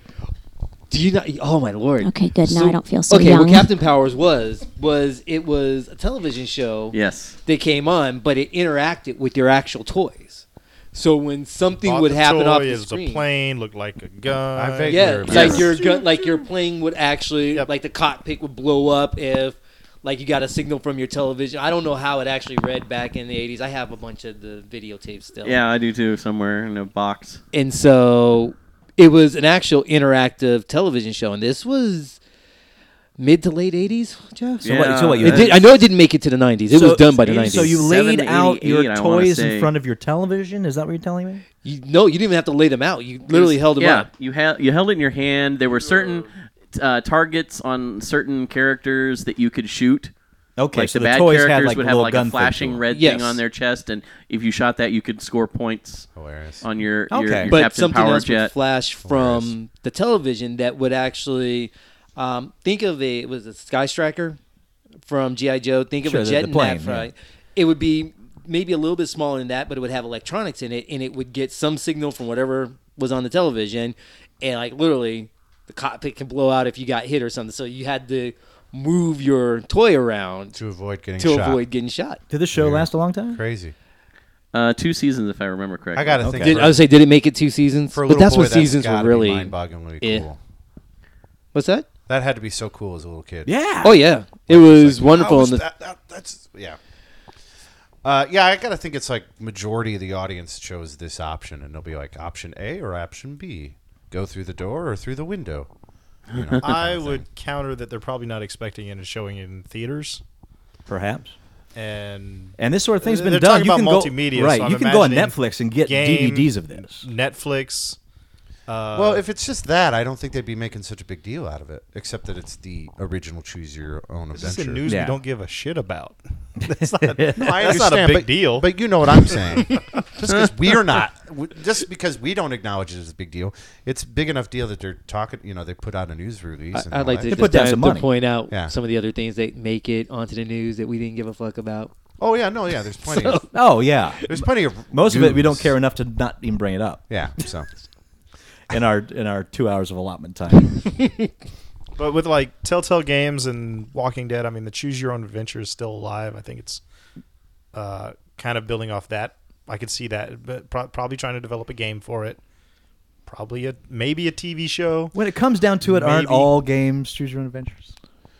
Speaker 5: Do you not? Oh my lord.
Speaker 8: Okay, good. Now I don't feel so
Speaker 5: okay,
Speaker 8: young.
Speaker 5: what Captain Powers was was it was a television show.
Speaker 4: Yes.
Speaker 5: that came on, but it interacted with your actual toys. So when something
Speaker 6: Bought
Speaker 5: would
Speaker 6: the
Speaker 5: happen
Speaker 6: toy,
Speaker 5: off
Speaker 6: it
Speaker 5: the
Speaker 6: was
Speaker 5: screen,
Speaker 6: a plane, looked like a gun.
Speaker 2: I vaguely
Speaker 5: yeah,
Speaker 2: remember.
Speaker 5: like
Speaker 4: Yes.
Speaker 5: your gun, like your plane would actually,
Speaker 6: Yep.
Speaker 5: like the cockpit would blow up if, like you got a signal from your television. I don't know how it actually read back in the '80s. I have a bunch of the videotapes still.
Speaker 4: Yeah, I do too. Somewhere in a box.
Speaker 5: and so it was an actual interactive television show, and this was mid to late '80s, Jeff.
Speaker 1: So what- so what, you-
Speaker 5: It did, I know it didn't make it to the '90s. It
Speaker 1: So-
Speaker 5: was done by the
Speaker 4: so
Speaker 5: '90s.
Speaker 1: So you laid out your
Speaker 4: 788, I wanna
Speaker 1: toys in
Speaker 4: say.
Speaker 1: front of your television? Is that what you're telling me?
Speaker 5: You- no, you didn't even have to lay them out. You literally
Speaker 4: It was-
Speaker 5: held them
Speaker 4: yeah,
Speaker 5: up.
Speaker 4: you held you held it in your hand. There were certain uh, targets on certain characters that you could shoot.
Speaker 1: Okay,
Speaker 4: like
Speaker 1: so
Speaker 4: the,
Speaker 1: the
Speaker 4: bad
Speaker 1: toys had,
Speaker 4: characters
Speaker 1: like,
Speaker 4: would
Speaker 1: a
Speaker 4: have
Speaker 1: little
Speaker 4: like
Speaker 1: gun
Speaker 4: a
Speaker 1: thing to
Speaker 4: flashing
Speaker 1: it.
Speaker 4: red
Speaker 5: Yes.
Speaker 4: thing on their chest, and if you shot that, you could score points
Speaker 2: Hilarious.
Speaker 4: on your, your,
Speaker 1: Okay.
Speaker 4: your
Speaker 5: but
Speaker 4: Captain
Speaker 5: something
Speaker 4: Power
Speaker 5: else
Speaker 4: jet.
Speaker 5: would flash from the television that would actually um, think of a it was a Sky Striker from GI Joe. Think of
Speaker 1: Sure,
Speaker 5: a
Speaker 1: the-
Speaker 5: jet
Speaker 1: the plane,
Speaker 5: and that,
Speaker 1: yeah.
Speaker 5: right? It would be maybe a little bit smaller than that, but it would have electronics in it, and it would get some signal from whatever was on the television, and like literally the cockpit can blow out if you got hit or something. So you had to move your toy around
Speaker 2: to avoid getting
Speaker 5: to
Speaker 2: shot.
Speaker 5: avoid getting shot.
Speaker 1: Did this show last a long time?
Speaker 2: Crazy.
Speaker 4: uh, two seasons, if I remember correctly.
Speaker 2: I gotta think.
Speaker 5: Did,
Speaker 2: for,
Speaker 5: I would say, did it make it two seasons?
Speaker 2: for a
Speaker 5: but
Speaker 2: little
Speaker 5: that's
Speaker 2: boy,
Speaker 5: when seasons were
Speaker 2: gotta be
Speaker 5: really. eh.
Speaker 2: mind-bogglingly
Speaker 5: Yeah.
Speaker 2: cool.
Speaker 5: What's that?
Speaker 2: That had to be so cool as a little kid.
Speaker 1: Yeah.
Speaker 5: Oh yeah, it was
Speaker 2: Like,
Speaker 5: wonderful.
Speaker 2: how
Speaker 5: and
Speaker 2: is
Speaker 5: the-
Speaker 2: that- that- that's yeah. Uh, yeah, I gotta think it's like majority of the audience chose this option, and they'll be like option A or option B. Go through the door or through the window. You know,
Speaker 6: I would counter that they're probably not expecting it and showing it in theaters.
Speaker 1: Perhaps.
Speaker 6: And
Speaker 1: And this sort of thing's
Speaker 6: They're
Speaker 1: been
Speaker 6: talking
Speaker 1: done. You
Speaker 6: about
Speaker 1: can go-
Speaker 6: multimedia, so
Speaker 1: right?
Speaker 6: I'm
Speaker 1: you can go on
Speaker 6: imagining
Speaker 1: Netflix and get
Speaker 6: game,
Speaker 1: DVDs of this.
Speaker 6: Netflix. Uh,
Speaker 2: well, if it's just that, I don't think they'd be making such a big deal out of it, except that it's the original choose your own
Speaker 6: this is
Speaker 2: adventure.
Speaker 6: the news
Speaker 1: Yeah.
Speaker 6: we don't give a shit about. That's not,
Speaker 2: I
Speaker 6: that's not a
Speaker 2: understand,
Speaker 6: big
Speaker 2: but-
Speaker 6: deal.
Speaker 2: But you know what I'm saying. just because we're not, w- just because we don't acknowledge it as a big deal, it's big enough deal that they're talking. You know, they put out a news release. and
Speaker 5: I, would
Speaker 2: all
Speaker 5: like to
Speaker 2: that.
Speaker 5: just
Speaker 1: put down
Speaker 5: dive-
Speaker 1: some
Speaker 5: to
Speaker 1: money.
Speaker 5: point out
Speaker 2: Yeah.
Speaker 5: some of the other things that make it onto the news that we didn't give a fuck about.
Speaker 2: Oh yeah, no, yeah. There's plenty. of,
Speaker 1: Oh yeah.
Speaker 2: there's plenty of
Speaker 1: Most of it we don't
Speaker 2: news.
Speaker 1: care enough to not even bring it up.
Speaker 2: Yeah. So
Speaker 1: in our in our two hours of allotment time.
Speaker 6: But with like Telltale Games and Walking Dead, I mean, the Choose Your Own Adventure is still alive. I think it's uh, kind of building off that. I could see that, but pro- probably trying to develop a game for it. Probably a maybe a TV show.
Speaker 1: when it comes down to it, aren't
Speaker 6: Maybe.
Speaker 1: all games choose your own adventures?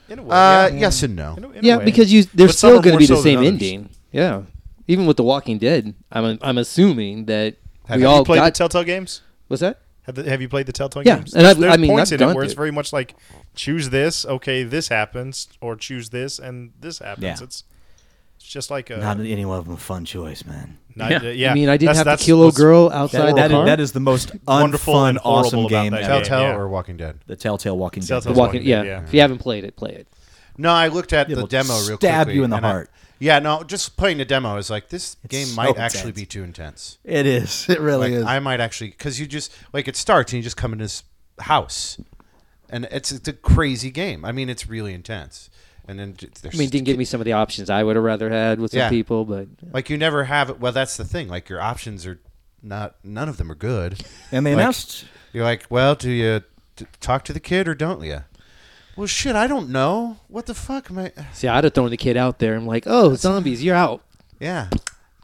Speaker 6: In a way,
Speaker 2: uh,
Speaker 6: yeah.
Speaker 2: yes and no.
Speaker 6: In a- in a
Speaker 5: Yeah,
Speaker 6: way.
Speaker 5: because you there's
Speaker 6: But some
Speaker 5: still
Speaker 6: are
Speaker 5: going to
Speaker 6: more
Speaker 5: be the
Speaker 6: so than
Speaker 5: same
Speaker 6: others.
Speaker 5: ending. Yeah, even with The Walking Dead, I'm I'm assuming that
Speaker 2: Have
Speaker 5: we
Speaker 2: you
Speaker 6: Have
Speaker 5: all
Speaker 6: you played
Speaker 5: got.
Speaker 6: the Telltale Games?
Speaker 5: what's that?
Speaker 6: Have, the, have you played the Telltale
Speaker 5: Yeah,
Speaker 6: Games?
Speaker 5: and I've- I mean,
Speaker 6: points
Speaker 5: I've
Speaker 6: in
Speaker 5: done
Speaker 6: it where it's
Speaker 5: it.
Speaker 6: very much like choose this, okay, this happens, or choose this and this happens.
Speaker 1: Yeah.
Speaker 6: It's it's It's just like a
Speaker 1: Not any one of them a fun choice, man.
Speaker 6: not-
Speaker 4: Yeah.
Speaker 6: uh, yeah.
Speaker 9: I mean, I didn't
Speaker 6: That's-
Speaker 9: have
Speaker 6: that's
Speaker 9: to kill a
Speaker 6: what's-
Speaker 9: girl outside
Speaker 1: That,
Speaker 9: the
Speaker 1: that, is,
Speaker 9: car.
Speaker 1: that is the most
Speaker 6: Wonderful
Speaker 1: unfun,
Speaker 6: and horrible
Speaker 1: awesome
Speaker 6: about
Speaker 1: game
Speaker 6: that
Speaker 1: ever.
Speaker 6: game.
Speaker 2: Telltale
Speaker 6: yeah.
Speaker 2: or Walking Dead?
Speaker 1: The Telltale Walking Dead.
Speaker 6: Telltale
Speaker 5: The walking,
Speaker 6: Walking
Speaker 5: yeah.
Speaker 6: Dead, yeah.
Speaker 5: If you haven't played it, play it.
Speaker 2: No, I looked at
Speaker 1: It'll
Speaker 2: the demo real quickly.
Speaker 1: stab you in the
Speaker 2: and I-
Speaker 1: heart.
Speaker 2: yeah, no, just playing the demo is like this game
Speaker 1: so
Speaker 2: might actually
Speaker 1: intense.
Speaker 2: be too intense.
Speaker 1: It is. It really
Speaker 2: Like
Speaker 1: is.
Speaker 2: I might actually because you just like it starts and you just come into this house, and it's it's a crazy game. I mean, it's really intense. And then j- there's
Speaker 5: I mean, it didn't give me some of the options I would have rather had with some
Speaker 2: Yeah.
Speaker 5: people, but
Speaker 2: like you never have it. Well, that's the thing. Like your options are not none of them are good.
Speaker 1: and they
Speaker 2: Like,
Speaker 1: announced
Speaker 2: You're like, well, do you t- talk to the kid or don't you? Well, shit, I don't know. What the fuck, am I?
Speaker 5: see, I'd have thrown the kid out there. I'm like, oh, zombies, you're out.
Speaker 2: Yeah,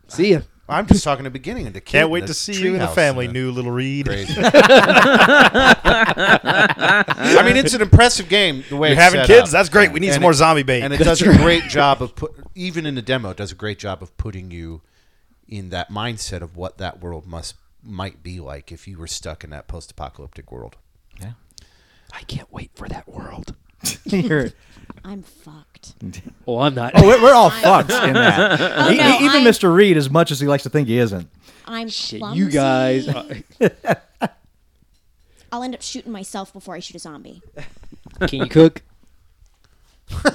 Speaker 5: See ya.
Speaker 2: I'm just talking the beginning of the kid.
Speaker 6: Can't
Speaker 2: in
Speaker 6: wait
Speaker 2: the
Speaker 6: to see you in the
Speaker 2: treehouse
Speaker 6: family,
Speaker 2: and the-
Speaker 6: new little Reed.
Speaker 2: Crazy. I mean, it's an impressive game. The way
Speaker 6: You're
Speaker 2: it's
Speaker 6: having
Speaker 2: set
Speaker 6: kids?
Speaker 2: up.
Speaker 6: That's great. We need
Speaker 2: And
Speaker 6: some more
Speaker 2: it-
Speaker 6: zombie bait.
Speaker 2: And it does a great job of put, even in the demo, it does a great job of putting you in that mindset of what that world must might be like if you were stuck in that post-apocalyptic world.
Speaker 5: I can't wait for that world.
Speaker 1: here.
Speaker 8: I'm fucked.
Speaker 5: Oh, I'm not.
Speaker 1: Oh, we're, we're all fucked in that. E-
Speaker 8: no,
Speaker 1: e- even
Speaker 8: I'm-
Speaker 1: Mr. Reed, as much as he likes to think he isn't.
Speaker 8: I'm
Speaker 5: Shit,
Speaker 8: clumsy.
Speaker 5: you guys.
Speaker 8: I'll end up shooting myself before I shoot a zombie.
Speaker 5: Can you cook?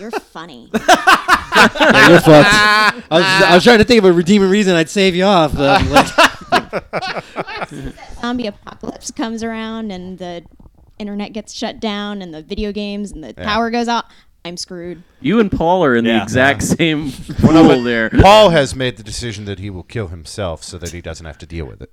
Speaker 8: You're funny.
Speaker 5: Yeah, you're fucked. I was, I was trying to think of a redeeming reason I'd save you off. But I'm like,
Speaker 8: zombie apocalypse comes around and the internet gets shut down and the video games and the power goes out, I'm screwed.
Speaker 4: You and Paul are in the
Speaker 1: Yeah.
Speaker 4: exact same pool there.
Speaker 2: Paul has made the decision that he will kill himself so that he doesn't have to deal with it.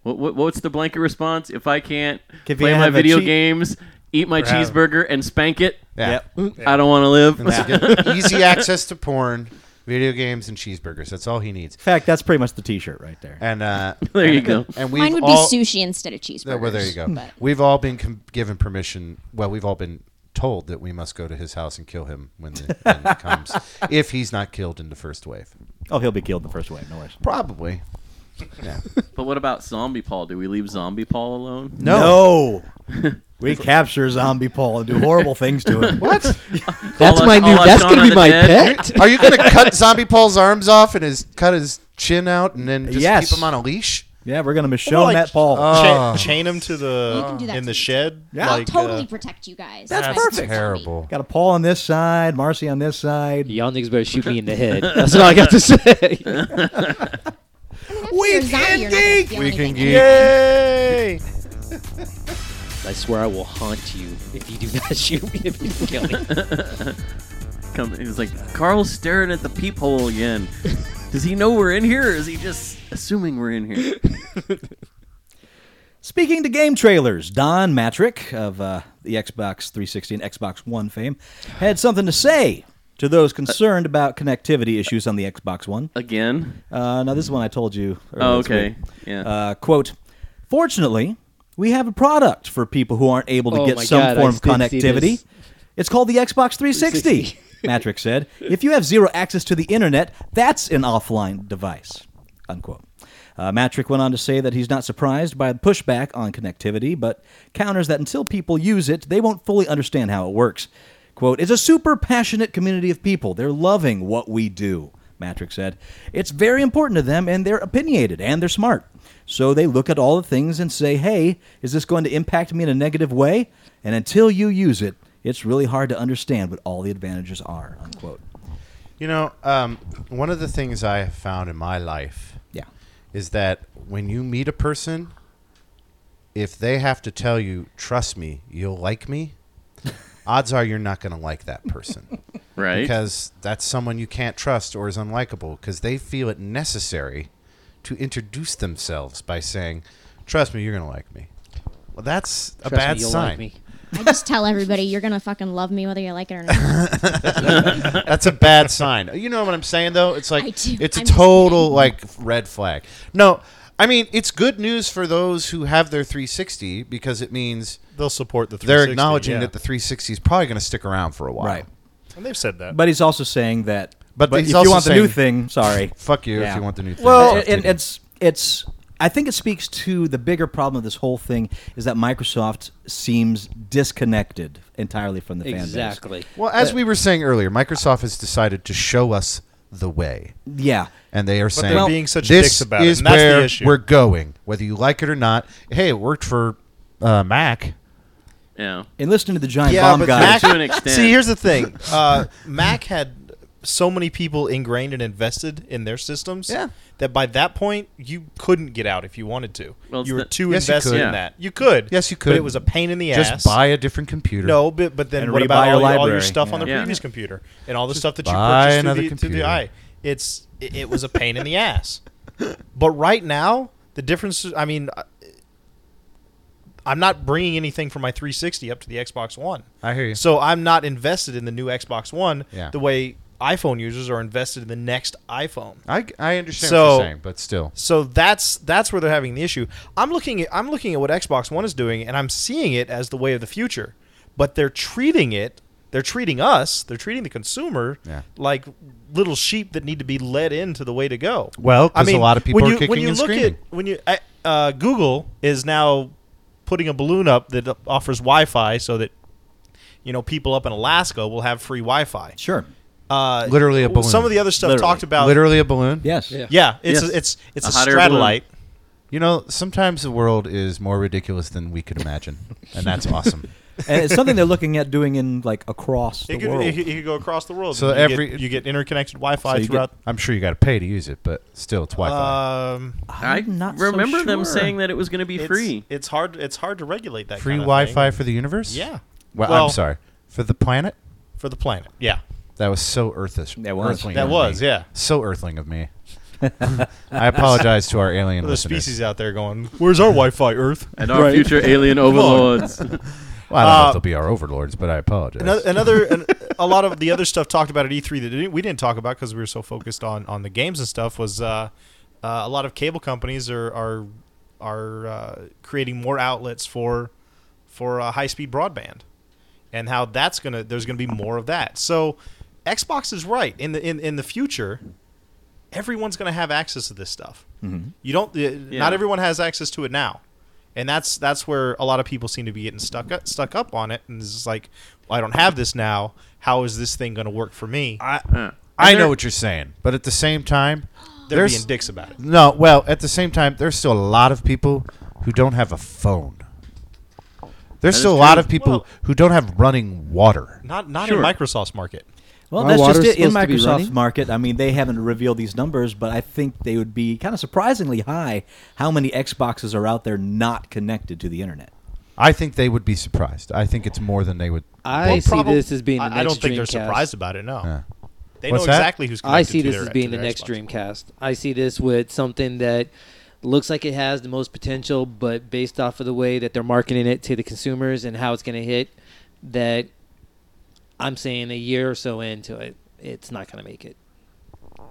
Speaker 4: what, what, what's the blanket response? If I can't
Speaker 1: If you
Speaker 4: play my
Speaker 1: have a
Speaker 4: video
Speaker 1: cheat-
Speaker 4: games, eat my
Speaker 6: have-
Speaker 4: cheeseburger, and spank it,
Speaker 2: Yeah.
Speaker 4: I don't want to live.
Speaker 2: And so get easy access to porn, video games, and cheeseburgers. That's all he needs.
Speaker 1: In fact, that's pretty much the T-shirt right there.
Speaker 2: And uh,
Speaker 4: There you
Speaker 2: and-
Speaker 4: go.
Speaker 2: And we
Speaker 8: Mine would
Speaker 2: all,
Speaker 8: be sushi instead of cheeseburgers.
Speaker 2: Yeah, well, there you go.
Speaker 8: but-
Speaker 2: We've all been com- given permission. Well, we've all been told that we must go to his house and kill him when the end comes, if he's not killed in the first wave.
Speaker 1: Oh, he'll be killed in the first wave. No worries.
Speaker 2: Probably. Yeah.
Speaker 4: But what about Zombie Paul? Do we leave Zombie Paul alone?
Speaker 1: No. we capture Zombie Paul and do horrible things to him.
Speaker 2: What?
Speaker 4: Call
Speaker 5: that's
Speaker 4: us-
Speaker 5: my
Speaker 4: call
Speaker 5: new.
Speaker 4: us
Speaker 5: That's
Speaker 4: Shaun
Speaker 5: gonna
Speaker 4: of
Speaker 5: be
Speaker 4: the
Speaker 5: my
Speaker 4: Dead.
Speaker 5: pet.
Speaker 2: Are you going to cut Zombie Paul's arms off and his cut his chin out and then just
Speaker 1: Yes.
Speaker 2: keep him on a leash?
Speaker 1: Yeah, we're gonna Michelle
Speaker 6: Well, like- uh,
Speaker 1: that Paul.
Speaker 2: Oh.
Speaker 6: Cha- chain him to
Speaker 8: You
Speaker 6: the
Speaker 8: can do that
Speaker 6: in the
Speaker 8: too.
Speaker 6: shed.
Speaker 1: Yeah.
Speaker 8: I'll
Speaker 6: like,
Speaker 8: totally
Speaker 6: uh,
Speaker 8: protect you guys.
Speaker 1: That's
Speaker 8: If I shoot a
Speaker 1: perfect.
Speaker 8: zombie.
Speaker 2: Terrible.
Speaker 1: Got a Paul on this side, Marcy on this side.
Speaker 5: Y'all niggas better shoot me in the head. That's all I got to say.
Speaker 8: I mean, after you're a zombie, you're not gonna feel anything.
Speaker 6: Yay!
Speaker 5: I swear I will haunt you if you do not shoot me. If you don't kill me.
Speaker 4: Come, he's like, Carl's staring at the peephole again. Does he know we're in here, or is he just assuming we're in here?
Speaker 1: Speaking to game trailers, Don Matrick of uh, the Xbox 360 and Xbox One fame had something to say to those concerned about connectivity issues on the Xbox One.
Speaker 4: Again?
Speaker 1: Uh, now, this is one I told you. earlier
Speaker 4: Oh,
Speaker 1: this
Speaker 4: okay.
Speaker 1: week.
Speaker 4: Yeah.
Speaker 1: Uh, quote, fortunately, we have a product for people who aren't able to
Speaker 5: Oh
Speaker 1: get
Speaker 5: my
Speaker 1: some
Speaker 5: God, I
Speaker 1: form of
Speaker 5: did see
Speaker 1: connectivity.
Speaker 5: this.
Speaker 1: It's called the Xbox 360, Matrick said. If you have zero access to the internet, that's an offline device, unquote. Uh, Matrick went on to say that he's not surprised by the pushback on connectivity, but counters that until people use it, they won't fully understand how it works. Quote, it's a super passionate community of people. They're loving what we do, Matrick said. It's very important to them, and they're opinionated and they're smart. So they look at all the things and say, hey, is this going to impact me in a negative way? And until you use it, it's really hard to understand what all the advantages are, unquote.
Speaker 2: You know, um, one of the things I have found in my life
Speaker 1: Yeah.
Speaker 2: is that when you meet a person, if they have to tell you, trust me, you'll like me, odds are you're not going to like that person.
Speaker 4: Right?
Speaker 2: Because that's someone you can't trust or is unlikable because they feel it necessary to introduce themselves by saying, trust me, you're going to like me. Well, that's a
Speaker 5: Trust
Speaker 2: bad
Speaker 5: me, you'll
Speaker 2: sign.
Speaker 5: like me.
Speaker 8: I just tell everybody you're gonna fucking love me whether you like it or not.
Speaker 2: That's a bad sign. You know what I'm saying, though? It's like
Speaker 8: I do.
Speaker 2: it's a
Speaker 8: I'm just
Speaker 2: total like red flag. No, I mean it's good news for those who have their 360 because it means
Speaker 6: They'll support the. 360,
Speaker 2: they're acknowledging
Speaker 6: yeah.
Speaker 2: that the 360 is probably going to stick around for a while.
Speaker 1: Right.
Speaker 6: and they've said that.
Speaker 1: But he's also saying that.
Speaker 2: But he's
Speaker 1: if
Speaker 2: also
Speaker 1: you want the new
Speaker 2: saying-
Speaker 1: thing, sorry.
Speaker 2: Fuck you
Speaker 1: Yeah.
Speaker 2: if you want the new thing.
Speaker 1: Well,
Speaker 2: It's up to
Speaker 1: and
Speaker 2: you.
Speaker 1: it's it's. I think it speaks to the bigger problem of this whole thing is that Microsoft seems disconnected entirely from the fan base.
Speaker 5: Exactly.
Speaker 2: well, as we were saying earlier, Microsoft has decided to show us the way.
Speaker 1: Yeah.
Speaker 2: And they are saying
Speaker 6: they're being such
Speaker 2: this
Speaker 6: dicks about it,
Speaker 2: is
Speaker 6: and that's the
Speaker 2: where
Speaker 6: issue."
Speaker 2: we're going, whether you like it or not. Hey, it worked for uh, Mac.
Speaker 4: Yeah.
Speaker 1: And listening to the giant
Speaker 6: Yeah,
Speaker 1: bomb
Speaker 6: but
Speaker 1: guy.
Speaker 6: Mac-
Speaker 4: to an extent.
Speaker 6: See, here's the thing. Uh, Mac had so many people ingrained and invested in their systems
Speaker 2: Yeah.
Speaker 6: that by that point you couldn't get out if you wanted to.
Speaker 4: Well, it's
Speaker 6: you were
Speaker 4: the-
Speaker 6: too
Speaker 2: Yes, you
Speaker 6: invested
Speaker 2: could.
Speaker 6: in
Speaker 4: Yeah.
Speaker 6: that. You could.
Speaker 2: Yes, you
Speaker 6: But
Speaker 2: could.
Speaker 6: it was a pain in the ass.
Speaker 2: Just buy a different computer.
Speaker 6: No, but, but then
Speaker 1: And
Speaker 6: what
Speaker 1: rebuy
Speaker 6: about
Speaker 1: your
Speaker 6: all, your- all your
Speaker 1: library.
Speaker 6: stuff on the
Speaker 4: Yeah.
Speaker 6: previous computer and all the stuff that you
Speaker 2: buy
Speaker 6: purchased
Speaker 2: another
Speaker 6: through the, through the
Speaker 2: computer.
Speaker 6: eye? It's it, it was a pain in the ass. But right now, the difference. I mean, I- I'm not bringing anything from my 360 up to the Xbox One.
Speaker 2: I hear you.
Speaker 6: So I'm not invested in the new Xbox One
Speaker 2: Yeah.
Speaker 6: the way iPhone users are invested in the next iPhone.
Speaker 2: I, I understand what
Speaker 6: So-
Speaker 2: you're saying, but still.
Speaker 6: So that's that's where they're having the issue. I'm looking at I'm looking at what Xbox One is doing, and I'm seeing it as the way of the future. But they're treating it, they're treating us, they're treating the consumer
Speaker 2: Yeah.
Speaker 6: like little sheep that need to be led into the way to go.
Speaker 2: Well,
Speaker 6: I
Speaker 2: 'cause a
Speaker 6: mean,
Speaker 2: lot of people
Speaker 6: when
Speaker 2: are
Speaker 6: you, when
Speaker 2: kicking
Speaker 6: you
Speaker 2: and
Speaker 6: look
Speaker 2: screaming.
Speaker 6: At, when you I- uh, Google is now putting a balloon up that offers Wi-Fi so that you know people up in Alaska will have free Wi-Fi.
Speaker 1: Sure.
Speaker 6: Uh,
Speaker 2: Literally a balloon.
Speaker 6: Some of the other stuff
Speaker 1: Literally.
Speaker 6: talked about.
Speaker 2: Literally a balloon.
Speaker 1: Yes.
Speaker 5: Yeah.
Speaker 6: Yeah, it's
Speaker 4: Yes.
Speaker 6: a, it's it's
Speaker 4: A
Speaker 6: a,
Speaker 4: hot air balloon.
Speaker 6: stratolite.
Speaker 2: You know, sometimes the world is more ridiculous than we could imagine, and that's awesome.
Speaker 1: and it's something they're looking at doing in like across the
Speaker 6: It could,
Speaker 1: world.
Speaker 6: it, could- it could go across the world.
Speaker 2: So
Speaker 6: you
Speaker 2: every-
Speaker 6: get, you get interconnected Wi-Fi
Speaker 1: So you
Speaker 6: throughout.
Speaker 2: I'm sure you got to pay to use it, but still, it's Wi-Fi.
Speaker 6: um,
Speaker 4: I
Speaker 1: I'm not so
Speaker 4: remember them
Speaker 1: sure.
Speaker 4: saying that it was going to be
Speaker 6: it's,
Speaker 4: Ah, free.
Speaker 6: It's hard. It's hard to regulate that
Speaker 2: Free
Speaker 6: kind of
Speaker 2: Wi-Fi
Speaker 6: thing.
Speaker 2: for the universe.
Speaker 6: Yeah.
Speaker 2: Well, I'm
Speaker 6: Well-
Speaker 2: sorry for the planet.
Speaker 6: for the planet. Yeah,
Speaker 2: That was so earthish.
Speaker 1: That was.
Speaker 2: earthling
Speaker 6: that
Speaker 2: of
Speaker 6: was
Speaker 2: me.
Speaker 6: yeah.
Speaker 2: So earthling of me. I apologize to our alien
Speaker 6: There's
Speaker 2: listeners.
Speaker 6: species out there going, "Where's our Wi-Fi, Earth?"
Speaker 4: And our future alien overlords.
Speaker 2: Well, I don't know
Speaker 6: Uh,
Speaker 2: if they'll be our overlords, but I apologize.
Speaker 6: Another, another an, a lot of the other stuff talked about at E3 that didn't, we didn't talk about because we were so focused on on the games and stuff was uh, uh, a lot of cable companies are are are uh, creating more outlets for for uh, high speed broadband and how that's gonna there's gonna be more of that. So Xbox is right in the in, in the future. Everyone's gonna have access to this stuff. You don't. Uh, Not everyone has access to it now, and that's that's where a lot of people seem to be getting stuck up, stuck up on it, and it's just like, well, I don't have this now. How is this thing gonna work for me?
Speaker 2: I,
Speaker 4: Huh.
Speaker 2: I
Speaker 4: And
Speaker 2: know
Speaker 4: they're-
Speaker 2: what you're saying, but at the same time,
Speaker 6: They're
Speaker 2: there's
Speaker 6: being dicks about it.
Speaker 2: no. Well, at the same time, there's still a lot of people who don't have a phone. There's
Speaker 4: is
Speaker 2: still a lot
Speaker 4: true.
Speaker 2: of people
Speaker 6: Well-
Speaker 2: who don't have running water.
Speaker 6: Not not
Speaker 4: Sure.
Speaker 6: in Microsoft's market.
Speaker 1: Well,
Speaker 7: My
Speaker 1: that's just
Speaker 7: water's
Speaker 1: it. In
Speaker 7: supposed to be
Speaker 1: Microsoft's
Speaker 7: running.
Speaker 1: market, I mean, they haven't revealed these numbers, but I think they would be kind of surprisingly high how many Xboxes are out there not connected to the internet.
Speaker 2: I think they would be surprised. I think it's more than they would.
Speaker 5: I
Speaker 6: Well,
Speaker 5: see
Speaker 6: prob-
Speaker 5: this as being the next
Speaker 6: I, I don't think they're
Speaker 5: Dreamcast.
Speaker 6: surprised about it. No,
Speaker 2: Yeah.
Speaker 6: they know
Speaker 2: What's that?
Speaker 6: exactly who's.
Speaker 5: I
Speaker 6: connected
Speaker 5: see
Speaker 6: to
Speaker 5: this
Speaker 6: their-
Speaker 5: as
Speaker 6: to
Speaker 5: being the
Speaker 6: their
Speaker 5: next
Speaker 6: Xbox.
Speaker 5: Dreamcast. I see this with something that looks like it has the most potential, but based off of the way that they're marketing it to the consumers and how it's going to hit, that I'm saying a year or so into it, it's not going to make it.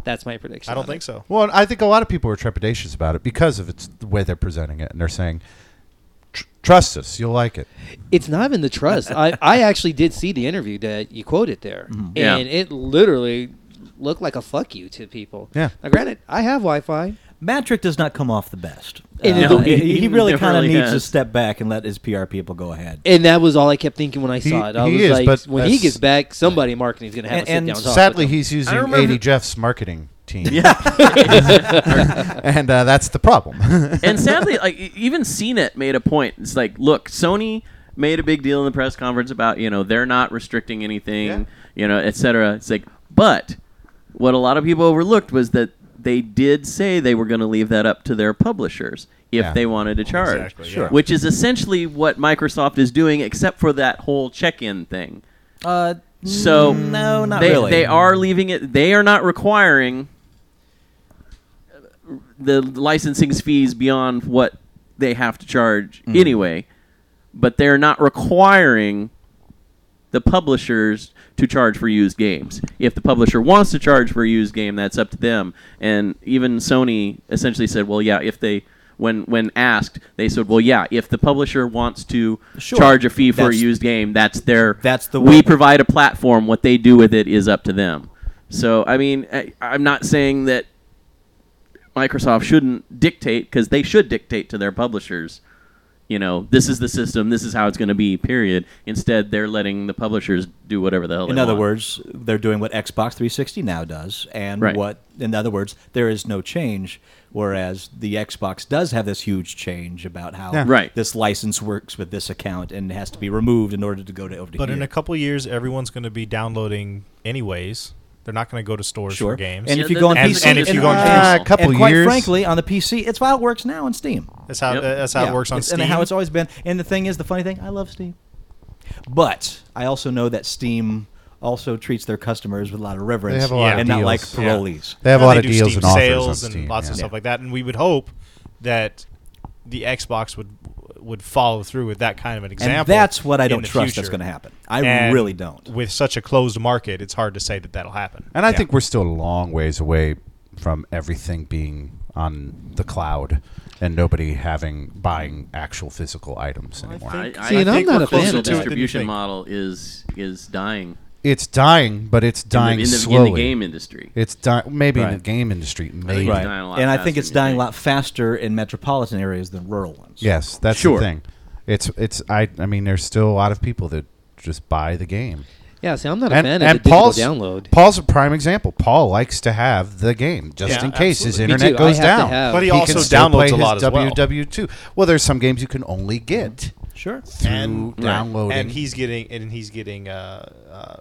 Speaker 5: That's my prediction.
Speaker 6: I don't
Speaker 5: on
Speaker 6: think
Speaker 5: it.
Speaker 6: so.
Speaker 2: Well, I think a lot of people are trepidatious about it because of it's the way they're presenting it, and they're saying, "Tr- "Trust us, you'll like it."
Speaker 5: It's not even the trust. I, I actually did see the interview that you quoted there,
Speaker 6: Mm-hmm.
Speaker 5: and
Speaker 4: Yeah.
Speaker 5: it literally looked like a fuck you to people.
Speaker 2: Yeah.
Speaker 5: Now, granted, I have Wi-Fi.
Speaker 1: Matrick does not come off the best.
Speaker 5: And
Speaker 1: Uh,
Speaker 5: it'll
Speaker 1: he,
Speaker 5: be-
Speaker 1: he
Speaker 4: he
Speaker 1: really
Speaker 4: never
Speaker 1: kind of
Speaker 4: really
Speaker 1: needs to
Speaker 4: has.
Speaker 1: step back and let his PR people go ahead.
Speaker 5: And that was all I kept thinking when I
Speaker 2: He-
Speaker 5: saw it. I
Speaker 2: he
Speaker 5: was
Speaker 2: is,
Speaker 5: like,
Speaker 2: but
Speaker 5: when he
Speaker 2: that's-
Speaker 5: gets back, somebody in marketing is going to have
Speaker 1: And-
Speaker 5: a sit
Speaker 1: and
Speaker 5: down. talk
Speaker 2: Sadly,
Speaker 5: with him.
Speaker 2: he's using
Speaker 4: remember-
Speaker 2: eighty Jeff's marketing team.
Speaker 4: Yeah.
Speaker 2: and uh, that's the problem.
Speaker 4: and sadly, like e- even CNET made a point. It's like, look, Sony made a big deal in the press conference about you know they're not restricting anything, you know, et cetera. It's like, but what a lot of people overlooked was that they did say they were going to leave that up to their publishers if
Speaker 2: Yeah.
Speaker 4: they wanted to charge,
Speaker 6: Exactly, Sure. yeah.
Speaker 4: which is essentially what Microsoft is doing, except for that whole check-in thing.
Speaker 1: Uh,
Speaker 4: So
Speaker 1: no, not
Speaker 4: they,
Speaker 1: really.
Speaker 4: They are leaving it. They are not requiring the licensing fees beyond what they have to charge
Speaker 1: Mm-hmm.
Speaker 4: anyway. But they're not requiring the publishers to charge for used games. If the publisher wants to charge for a used game, that's up to them. And even Sony essentially said, "Well, yeah, if they." When, when asked, they said, "Well, yeah. If the publisher wants to
Speaker 1: Sure.
Speaker 4: charge a fee for a
Speaker 1: That's-
Speaker 4: used game, that's their
Speaker 1: That's the
Speaker 4: we
Speaker 1: way-
Speaker 4: provide a platform. What they do with it is up to them. So I mean, I, I'm not saying that Microsoft shouldn't dictate because they should dictate to their publishers, you know, this is the system, this is how it's going to be, period. Instead, they're letting the publishers do whatever the hell
Speaker 1: In
Speaker 4: they
Speaker 1: other
Speaker 4: want.
Speaker 1: words, they're doing what Xbox 360 now does, and
Speaker 4: Right.
Speaker 1: what, in other words, there is no change. Whereas the Xbox does have this huge change about how
Speaker 2: Yeah.
Speaker 4: Right.
Speaker 1: this license works with this account and has to be removed in order to go to over to
Speaker 6: But
Speaker 1: here.
Speaker 6: in a couple years, everyone's going to be downloading anyways. They're not going to go to stores
Speaker 1: sure
Speaker 6: for games.
Speaker 1: And
Speaker 4: Yeah,
Speaker 1: if you
Speaker 4: that-
Speaker 1: go on
Speaker 6: and-
Speaker 1: PC,
Speaker 6: and if you go on
Speaker 2: Ah, a couple
Speaker 1: uh, and quite
Speaker 2: years.
Speaker 1: frankly, on the PC, it's how it works now on Steam.
Speaker 6: that's how
Speaker 4: Yep.
Speaker 6: that's how
Speaker 1: Yeah.
Speaker 6: it works on
Speaker 1: It's-
Speaker 6: Steam.
Speaker 1: And how it's always been. And the thing is, the funny thing, I love Steam. But I also know that Steam also treats their customers with a lot of reverence
Speaker 2: They have a lot
Speaker 6: of
Speaker 1: and not like
Speaker 2: deals.
Speaker 6: Yeah.
Speaker 1: parolees.
Speaker 2: They have a
Speaker 6: Yeah,
Speaker 2: lot
Speaker 6: they
Speaker 2: of
Speaker 6: do
Speaker 2: deals
Speaker 6: Steam
Speaker 2: and offers
Speaker 6: sales
Speaker 2: on Steam.
Speaker 6: and lots of
Speaker 2: yeah.
Speaker 6: stuff like that. And we would hope that the Xbox would would follow through with that kind of an example.
Speaker 1: And that's what I
Speaker 6: in
Speaker 1: don't
Speaker 6: the
Speaker 1: trust that's
Speaker 6: future.
Speaker 1: going to happen. I
Speaker 6: And
Speaker 1: really don't.
Speaker 6: With such a closed market, it's hard to say that that'll happen.
Speaker 2: And I
Speaker 6: Yeah.
Speaker 2: think we're still a long ways away from everything being on the cloud and nobody having buying actual physical items anymore.
Speaker 4: I, I,
Speaker 2: See, and I'm
Speaker 4: think
Speaker 2: not
Speaker 4: the
Speaker 2: a fan
Speaker 4: postal
Speaker 2: of that.
Speaker 4: distribution
Speaker 6: Didn't think.
Speaker 4: model is is dying,
Speaker 2: it's dying, but it's
Speaker 4: in the-
Speaker 2: dying
Speaker 4: in, the,
Speaker 2: slowly.
Speaker 4: in the game industry.
Speaker 2: It's di- maybe in the
Speaker 1: Right.
Speaker 2: game industry, maybe.
Speaker 4: Right.
Speaker 1: Right.
Speaker 4: It's dying a lot
Speaker 1: And I think
Speaker 4: faster
Speaker 1: it's
Speaker 4: than you
Speaker 1: dying a
Speaker 4: think.
Speaker 1: lot faster in metropolitan areas than rural ones.
Speaker 2: Yes, that's
Speaker 4: Sure.
Speaker 2: the thing. It's it's I I mean there's still a lot of people that just buy the game.
Speaker 5: Yeah, see, I'm not a
Speaker 2: And,
Speaker 5: fan
Speaker 2: and
Speaker 5: of the
Speaker 2: Paul's
Speaker 5: digital download.
Speaker 2: Paul's a prime example. Paul likes to have the game just
Speaker 6: Yeah,
Speaker 2: in case his
Speaker 6: absolutely.
Speaker 5: Me
Speaker 2: internet
Speaker 5: too, I
Speaker 2: goes
Speaker 5: have to
Speaker 2: down.
Speaker 5: have-
Speaker 6: But he,
Speaker 5: He
Speaker 6: also
Speaker 2: can still play
Speaker 6: downloads a
Speaker 2: his
Speaker 6: lot as well.
Speaker 2: WW2. Well, there's some games you can only get
Speaker 1: Sure.
Speaker 2: through
Speaker 6: And-
Speaker 2: downloading
Speaker 6: and he's getting and he's getting uh, uh,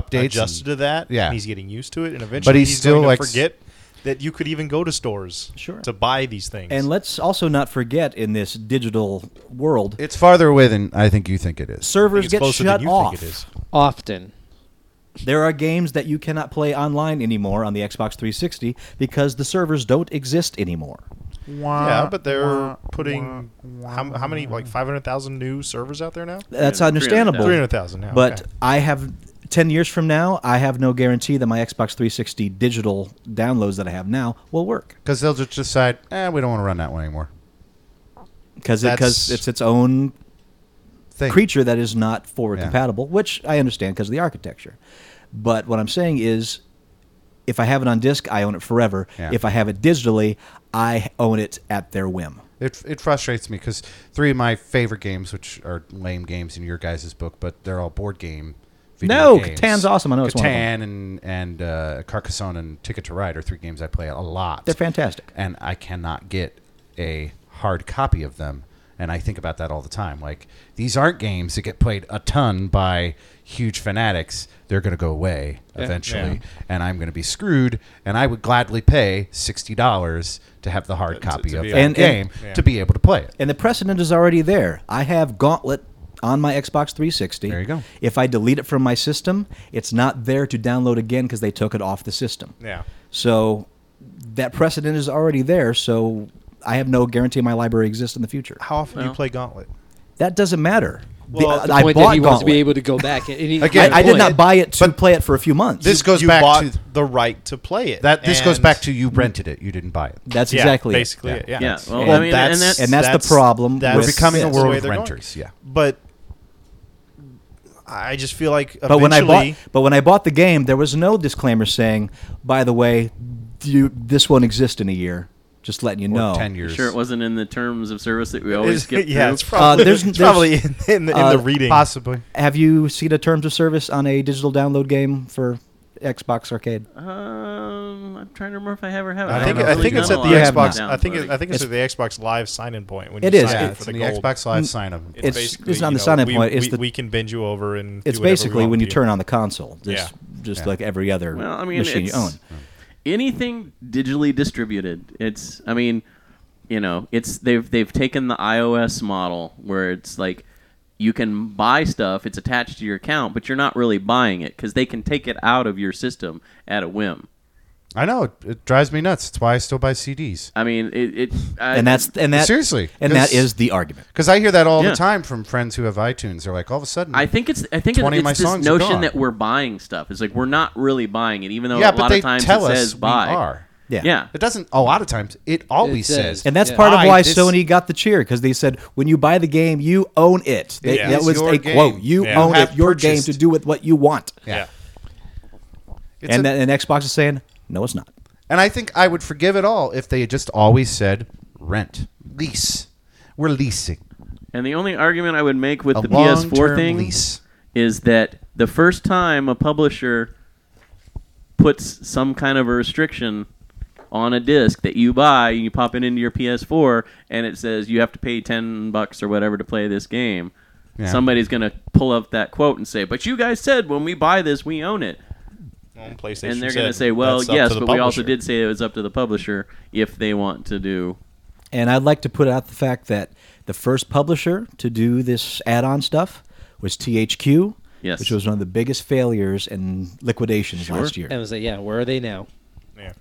Speaker 2: updates.
Speaker 6: adjusted to
Speaker 2: and-
Speaker 6: that.
Speaker 2: yeah.
Speaker 6: and he's getting used to it, and eventually,
Speaker 2: he's
Speaker 6: he's,
Speaker 2: still,
Speaker 6: going
Speaker 2: like,
Speaker 6: to
Speaker 2: s-
Speaker 6: forget that you could even go to stores
Speaker 1: Sure.
Speaker 6: to buy these things.
Speaker 1: And let's also not forget in this digital world,
Speaker 2: it's farther away than I think you think it is.
Speaker 1: servers
Speaker 6: It's
Speaker 1: get
Speaker 6: closer than
Speaker 1: shut
Speaker 6: you
Speaker 1: off.
Speaker 6: think it is.
Speaker 5: Often.
Speaker 1: There are games that you cannot play online anymore on the Xbox 360 because the servers don't exist anymore.
Speaker 6: Yeah, but they're putting how, how many like five hundred thousand new servers out there now?
Speaker 1: That's
Speaker 4: Yeah,
Speaker 1: understandable.
Speaker 6: Three hundred thousand now.
Speaker 1: But
Speaker 6: okay.
Speaker 1: I have 10 years from now, I have no guarantee that my Xbox 360 digital downloads that I have now will work
Speaker 2: Because they'll just decide, eh, we don't want to run that one anymore.
Speaker 1: because
Speaker 6: That's-
Speaker 1: it's its own
Speaker 2: Thing.
Speaker 1: creature that is not forward
Speaker 2: Yeah.
Speaker 1: compatible, which I understand because of the architecture. But what I'm saying is, if I have it on disc, I own it forever.
Speaker 2: Yeah.
Speaker 1: If I have it digitally, I own it at their whim.
Speaker 2: It, it frustrates me because three of my favorite games, which are lame games in your guys' book, but they're all board game. Video
Speaker 1: No,
Speaker 2: games.
Speaker 1: Catan's awesome. I know it's one of
Speaker 2: Catan and and uh, Carcassonne and Ticket to Ride are three games I play a lot.
Speaker 1: They're fantastic.
Speaker 2: and I cannot get a hard copy of them. And I think about that all the time. Like these aren't games that get played a ton by huge fanatics. They're going to go away eventually, and I'm going to be screwed. And I would gladly pay sixty dollars to have the hard copy
Speaker 6: to
Speaker 2: of
Speaker 6: be
Speaker 2: that
Speaker 1: able to-
Speaker 2: game
Speaker 6: Yeah.
Speaker 2: to be able to play it.
Speaker 1: And the precedent is already there. I have Gauntlet on my Xbox 360.
Speaker 2: There you go.
Speaker 1: If I delete it from my system, it's not there to download again because they took it off the system.
Speaker 6: yeah,
Speaker 1: So that precedent is already there. So I have no guarantee my library exists in the future.
Speaker 6: how often do
Speaker 4: Well.
Speaker 6: you play Gauntlet?
Speaker 1: That doesn't matter. The-
Speaker 6: Well,
Speaker 5: The
Speaker 1: I
Speaker 5: point
Speaker 1: bought
Speaker 5: that he wants to be
Speaker 1: Gauntlet.
Speaker 5: able to go back. At any
Speaker 2: Again,
Speaker 5: given
Speaker 1: I, I did
Speaker 5: point.
Speaker 1: not buy it to play it for a few months.
Speaker 2: This goes
Speaker 6: you
Speaker 2: back
Speaker 6: bought
Speaker 2: to-
Speaker 6: the right to play it.
Speaker 2: That this goes
Speaker 6: and-
Speaker 2: back to you rented it, you didn't buy it.
Speaker 1: That's
Speaker 6: yeah,
Speaker 1: exactly it.
Speaker 6: basically it, yeah.
Speaker 4: Yeah, well,
Speaker 1: I
Speaker 4: mean, and that's-
Speaker 1: and that's the problem
Speaker 2: We're
Speaker 1: with-
Speaker 2: becoming a
Speaker 1: That's
Speaker 6: the
Speaker 2: world
Speaker 6: way
Speaker 2: of
Speaker 6: they're going.
Speaker 2: renters. Yeah.
Speaker 6: But I just feel like
Speaker 1: But when I bought,
Speaker 6: eventually-
Speaker 1: but when I bought the game, there was no disclaimer saying, "By the way, do you, this won't exist in a year." Just letting you
Speaker 2: Or
Speaker 1: know.
Speaker 2: ten
Speaker 4: You
Speaker 2: years.
Speaker 4: sure it wasn't in the terms of service that we always
Speaker 6: It's-
Speaker 4: skip
Speaker 6: yeah,
Speaker 4: through?
Speaker 6: it's probably,
Speaker 1: Uh, there's-
Speaker 6: it's
Speaker 1: there's-
Speaker 6: probably in, in the, in
Speaker 1: uh,
Speaker 6: the reading.
Speaker 2: Possibly.
Speaker 1: Have you seen a terms of service on a digital download game for Xbox Arcade?
Speaker 2: Uh,
Speaker 4: Um, I'm trying to remember if I have or haven't.
Speaker 6: I think,
Speaker 4: haven't
Speaker 6: I
Speaker 4: really
Speaker 6: think it's
Speaker 4: done
Speaker 6: at
Speaker 4: a
Speaker 6: the
Speaker 1: You
Speaker 4: lot
Speaker 1: have
Speaker 4: of
Speaker 6: Xbox.
Speaker 4: downloading.
Speaker 6: I think it, I think it's at the Xbox Live sign-in point. When
Speaker 1: It
Speaker 6: you
Speaker 1: is.
Speaker 6: sign
Speaker 2: Yeah,
Speaker 6: up
Speaker 2: it's
Speaker 6: for the,
Speaker 2: in the
Speaker 6: gold.
Speaker 2: Xbox Live sign up.
Speaker 1: It's- it's not the
Speaker 6: you
Speaker 1: sign-in
Speaker 6: we-
Speaker 1: point, it's
Speaker 6: we,
Speaker 1: the-
Speaker 6: we can bend you over and.
Speaker 1: It's
Speaker 6: do whatever we
Speaker 1: basically
Speaker 6: want
Speaker 1: when
Speaker 6: with
Speaker 1: you turn on the console, just just
Speaker 2: Yeah.
Speaker 1: like every other
Speaker 4: Well, I mean,
Speaker 1: machine you
Speaker 4: it's-
Speaker 1: own.
Speaker 4: anything digitally distributed it's i mean you know it's they've they've taken the ios model where it's like you can buy stuff it's attached to your account but you're not really buying it because they can take it out of your system at a whim
Speaker 2: I know it, it drives me nuts. That's why I still buy CDs.
Speaker 4: i mean it, it I,
Speaker 1: And that's and that
Speaker 2: Seriously,
Speaker 1: and that
Speaker 2: 'cause-
Speaker 1: is the argument.
Speaker 2: Because I hear that all
Speaker 4: Yeah.
Speaker 2: the time from friends who have iTunes. They're like, all of a sudden,
Speaker 4: I think it's I think it's,
Speaker 2: 20 of
Speaker 4: it's
Speaker 2: my
Speaker 4: this
Speaker 2: songs are
Speaker 4: notion
Speaker 2: gone.
Speaker 4: that we're buying stuff. It's like we're not really buying it, even though
Speaker 2: yeah,
Speaker 4: a
Speaker 2: but
Speaker 4: lot
Speaker 2: they
Speaker 4: of times
Speaker 2: tell
Speaker 4: it
Speaker 2: us
Speaker 4: says
Speaker 2: we
Speaker 4: buy.
Speaker 2: are.
Speaker 1: Yeah.
Speaker 4: yeah,
Speaker 2: It doesn't. A lot of times, it always
Speaker 5: It
Speaker 2: says.
Speaker 5: says.
Speaker 1: And that's
Speaker 5: Yeah.
Speaker 1: part of
Speaker 2: Buy
Speaker 1: why
Speaker 2: this-
Speaker 1: Sony got the cheer because they said when you buy the game, you own it. They,
Speaker 2: It
Speaker 1: that
Speaker 2: is
Speaker 1: was
Speaker 2: your
Speaker 1: a
Speaker 2: game.
Speaker 1: quote. You
Speaker 6: Yeah.
Speaker 1: own
Speaker 2: You have
Speaker 1: it, your
Speaker 2: purchased.
Speaker 1: game to do with what you want.
Speaker 2: Yeah.
Speaker 6: Yeah.
Speaker 2: It's
Speaker 1: And
Speaker 2: a-
Speaker 1: then and Xbox is saying, no, it's not.
Speaker 2: And I think I would forgive it all if they had just always said rent, lease. We're leasing.
Speaker 4: And the only argument I would make with
Speaker 2: a
Speaker 4: the PS4
Speaker 2: long-term
Speaker 4: thing
Speaker 2: lease.
Speaker 4: is that the first time a publisher puts some kind of a restriction on a disc that you buy and you pop it into your PS4 and it says you have to pay 10 bucks or whatever to play this game.
Speaker 2: Yeah.
Speaker 4: Somebody's going to pull up that quote and say, "But you guys said when we buy this, we own it."
Speaker 6: on PlayStation.
Speaker 4: and they're
Speaker 6: going to
Speaker 4: say, "Well, yes, but we also did say it was up to the publisher if they want to do."
Speaker 1: And I'd like to put out the fact that the first publisher to do this add on stuff was THQ,
Speaker 4: Yes.
Speaker 1: which was one of the biggest failures and liquidations last year.
Speaker 5: And I was like, yeah, where are they now?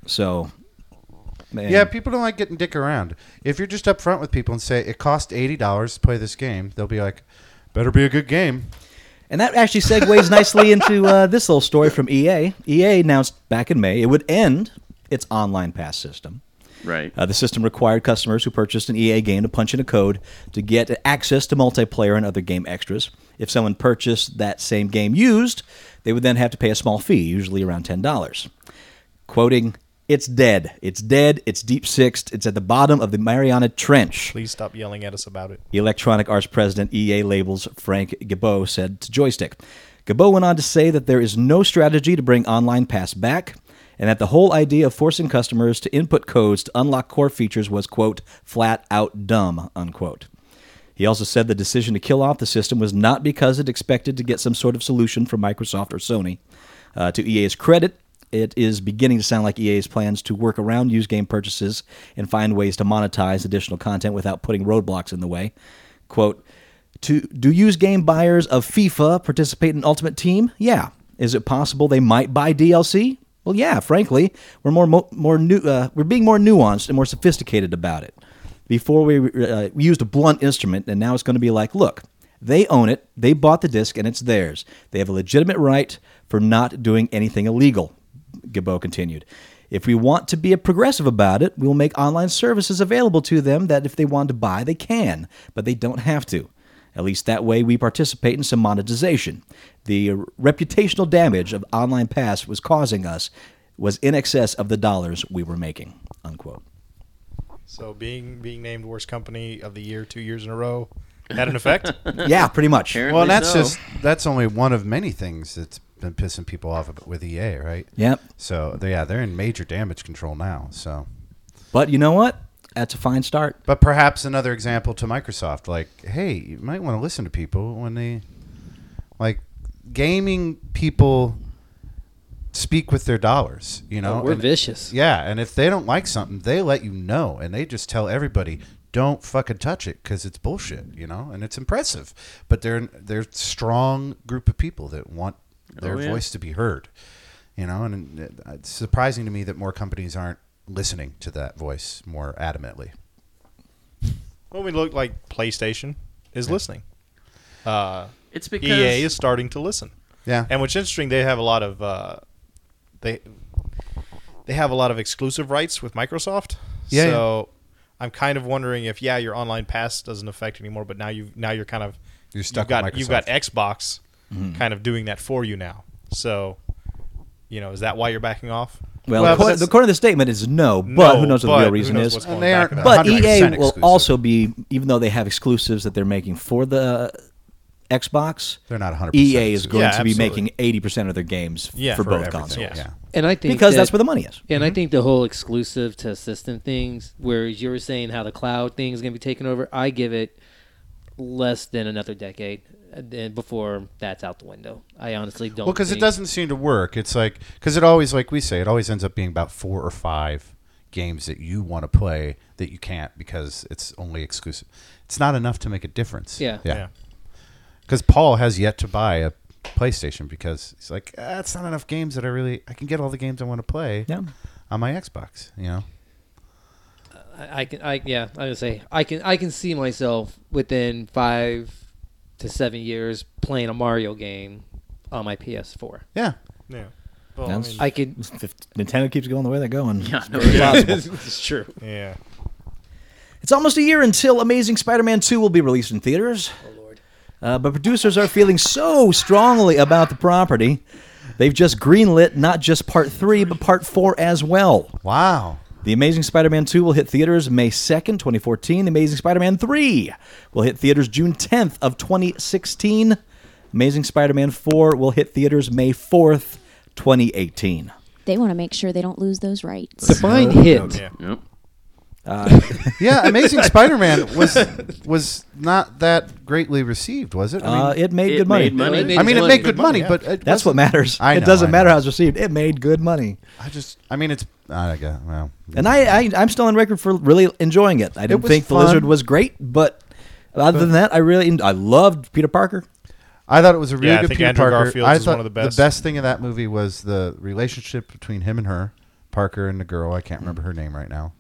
Speaker 1: So, man,
Speaker 2: Yeah, people don't like getting dick around. If you're just up front with people and say it cost eighty dollars to play this game, they'll be like, "Better be a good game."
Speaker 1: And that actually segues nicely into uh, this little story from EA. EA announced back in May it would end its online pass system.
Speaker 4: Right.
Speaker 1: Uh, the system required customers who purchased an EA game to punch in a code to get access to multiplayer and other game extras. If someone purchased that same game used, they would then have to pay a small fee, usually around $10. Quoting, it's dead. It's dead. It's deep sixed. It's at the bottom of the Mariana Trench.
Speaker 6: Please stop yelling at us about it.
Speaker 1: Electronic Arts president EA Labels Frank Gabot said to Joystick. Gabot went on to say that there is no strategy to bring Online Pass back, and that the whole idea of forcing customers to input codes to unlock core features was, quote, flat out dumb, unquote. He also said the decision to kill off the system was not because it expected to get some sort of solution from Microsoft or Sony. Uh, to EA's credit, it is beginning to sound like EA's plans to work around used game purchases and find ways to monetize additional content without putting roadblocks in the way. Quote, to, do used game buyers of FIFA participate in Ultimate Team? Yeah. Is it possible they might buy DLC? Well, yeah. Frankly, we're more mo- more new. Uh, we're being more nuanced and more sophisticated about it. Before we, uh, we used a blunt instrument, and now it's going to be like, look, they own it. They bought the disc, and it's theirs. They have a legitimate right for not doing anything illegal. Gabot continued. If we want to be progressive about it, we will make online services available to them that if they want to buy, they can, but they don't have to. At least that way, we participate in some monetization. The reputational damage of Online Pass was causing us was in excess of the dollars we were making. Unquote.
Speaker 6: So being being named worst company of the year two years in a row had an effect.
Speaker 1: Yeah, pretty much.
Speaker 4: Apparently
Speaker 2: Well, that's
Speaker 4: so.
Speaker 2: just that's only one of many things that's been pissing people off about- with EA, right?
Speaker 1: Yep.
Speaker 2: So they- yeah, they're in major damage control now. So,
Speaker 1: But you know what? That's a fine start.
Speaker 2: but perhaps another example to Microsoft, like, hey, you might want to listen to people when they, like, gaming people speak with their dollars. You know,
Speaker 5: Oh, we're
Speaker 2: And-
Speaker 5: vicious.
Speaker 2: Yeah, and if they don't like something, they let you know, and they just tell everybody, "Don't fucking touch it because it's bullshit," you know. And it's impressive, but they're they're a strong group of people that want their
Speaker 4: Oh, yeah.
Speaker 2: voice to be heard, you know. And it- it's surprising to me that more companies aren't listening to that voice more adamantly.
Speaker 6: when we look like PlayStation is listening,
Speaker 4: it's
Speaker 2: E
Speaker 4: because
Speaker 6: EA E is starting to listen.
Speaker 2: Yeah,
Speaker 6: And what's interesting, they have a lot of uh, they they have a lot of exclusive rights with Microsoft.
Speaker 2: Yeah,
Speaker 6: So I'm kind of wondering if yeah, your online pass doesn't affect anymore, but now you now you're kind of
Speaker 2: You're stuck
Speaker 6: have got
Speaker 2: with
Speaker 6: you've got
Speaker 2: Microsoft.
Speaker 6: Xbox
Speaker 1: Mm-hmm.
Speaker 6: kind of doing that for you now. So you know, is that why you're backing off?
Speaker 1: Well,
Speaker 6: but
Speaker 1: according,
Speaker 6: that's-
Speaker 1: according to the statement, is no, but
Speaker 6: No,
Speaker 1: who knows what
Speaker 6: but
Speaker 1: the real
Speaker 6: who
Speaker 1: reason
Speaker 6: knows
Speaker 1: is?
Speaker 6: what's going
Speaker 2: And they
Speaker 6: back
Speaker 2: aren't-
Speaker 6: in that.
Speaker 1: But
Speaker 2: 100%
Speaker 1: EA will
Speaker 2: exclusive.
Speaker 1: also be, even though they have exclusives that they're making for the Xbox,
Speaker 2: They're not 100%
Speaker 1: EA E is
Speaker 2: exclusive.
Speaker 1: going
Speaker 6: Yeah,
Speaker 1: to be
Speaker 6: absolutely.
Speaker 1: making eighty percent of their games
Speaker 6: Yeah,
Speaker 1: for,
Speaker 6: for
Speaker 1: both
Speaker 2: everything,
Speaker 1: consoles
Speaker 6: yeah.
Speaker 2: yeah.
Speaker 5: And I think
Speaker 1: because
Speaker 5: that-
Speaker 1: that's where the money is.
Speaker 5: And I think the whole exclusive to system things, where you were saying how the cloud thing is going to be taken over, I give it less than another decade uh, then before that's out the window. I honestly don't.
Speaker 2: Well, because it
Speaker 5: think-
Speaker 2: doesn't seem to work. It's like because it always, like we say, it always ends up being about four or five games that you want to play that you can't because it's only exclusive. It's not enough to make a difference.
Speaker 5: Yeah.
Speaker 2: yeah.
Speaker 6: Yeah.
Speaker 2: Because Paul has yet to buy a PlayStation because he's like, ah, it's not enough games that I really I can get all the games I want to play
Speaker 1: Yeah.
Speaker 2: on my Xbox. You know.
Speaker 5: I, I can. I yeah. I would say I can. I can see myself within five to seven years playing a Mario game on my PS4.
Speaker 2: Yeah.
Speaker 6: Yeah. Well, I
Speaker 1: That's-
Speaker 6: mean,
Speaker 5: I could.
Speaker 1: If Nintendo keeps going the way they're going.
Speaker 4: Yeah, no
Speaker 1: it's,
Speaker 4: kidding.
Speaker 1: possible.
Speaker 5: it's true.
Speaker 6: yeah.
Speaker 1: It's almost a year until Amazing Spider-Man Two will be released in theaters.
Speaker 5: Oh Lord.
Speaker 1: Uh, but producers are feeling so strongly about the property, they've just greenlit not just part three, but part four as well.
Speaker 2: Wow.
Speaker 1: The Amazing Spider Man 2 will hit theaters May 2nd, 2014. The Amazing Spider Man 3 will hit theaters June 10th of 2016. Amazing Spider Man 4 will hit theaters May 4th, 2018.
Speaker 8: They want to make sure they don't lose those rights.
Speaker 5: Define hit.
Speaker 6: Yeah.
Speaker 4: Yep.
Speaker 2: Yeah, Amazing Spider-Man was was not that greatly received, was it? I mean,
Speaker 1: Uh, it made
Speaker 4: It
Speaker 1: good money.
Speaker 4: made money.
Speaker 5: It made
Speaker 2: I mean, it
Speaker 5: money.
Speaker 2: made good money, but it
Speaker 1: That's what
Speaker 2: wasn't-
Speaker 1: matters.
Speaker 2: I
Speaker 1: it
Speaker 2: know,
Speaker 1: doesn't
Speaker 2: I
Speaker 1: matter
Speaker 2: know.
Speaker 1: how it's received. It made good money.
Speaker 2: I just, I mean, it's. I guess. Well,
Speaker 1: And I, I I'm still on record for really enjoying it. I didn't
Speaker 2: was
Speaker 1: think the
Speaker 2: fun.
Speaker 1: lizard was great, but other than that, I really I loved Peter Parker.
Speaker 2: I thought it was a really
Speaker 6: Yeah, I
Speaker 2: good
Speaker 6: think
Speaker 2: Peter
Speaker 6: Andrew
Speaker 2: Parker.
Speaker 6: Garfield's
Speaker 2: I
Speaker 6: is one
Speaker 2: thought
Speaker 6: of the best.
Speaker 2: The best thing in that movie was the relationship between him and her, Parker and the girl. I can't remember her name right now.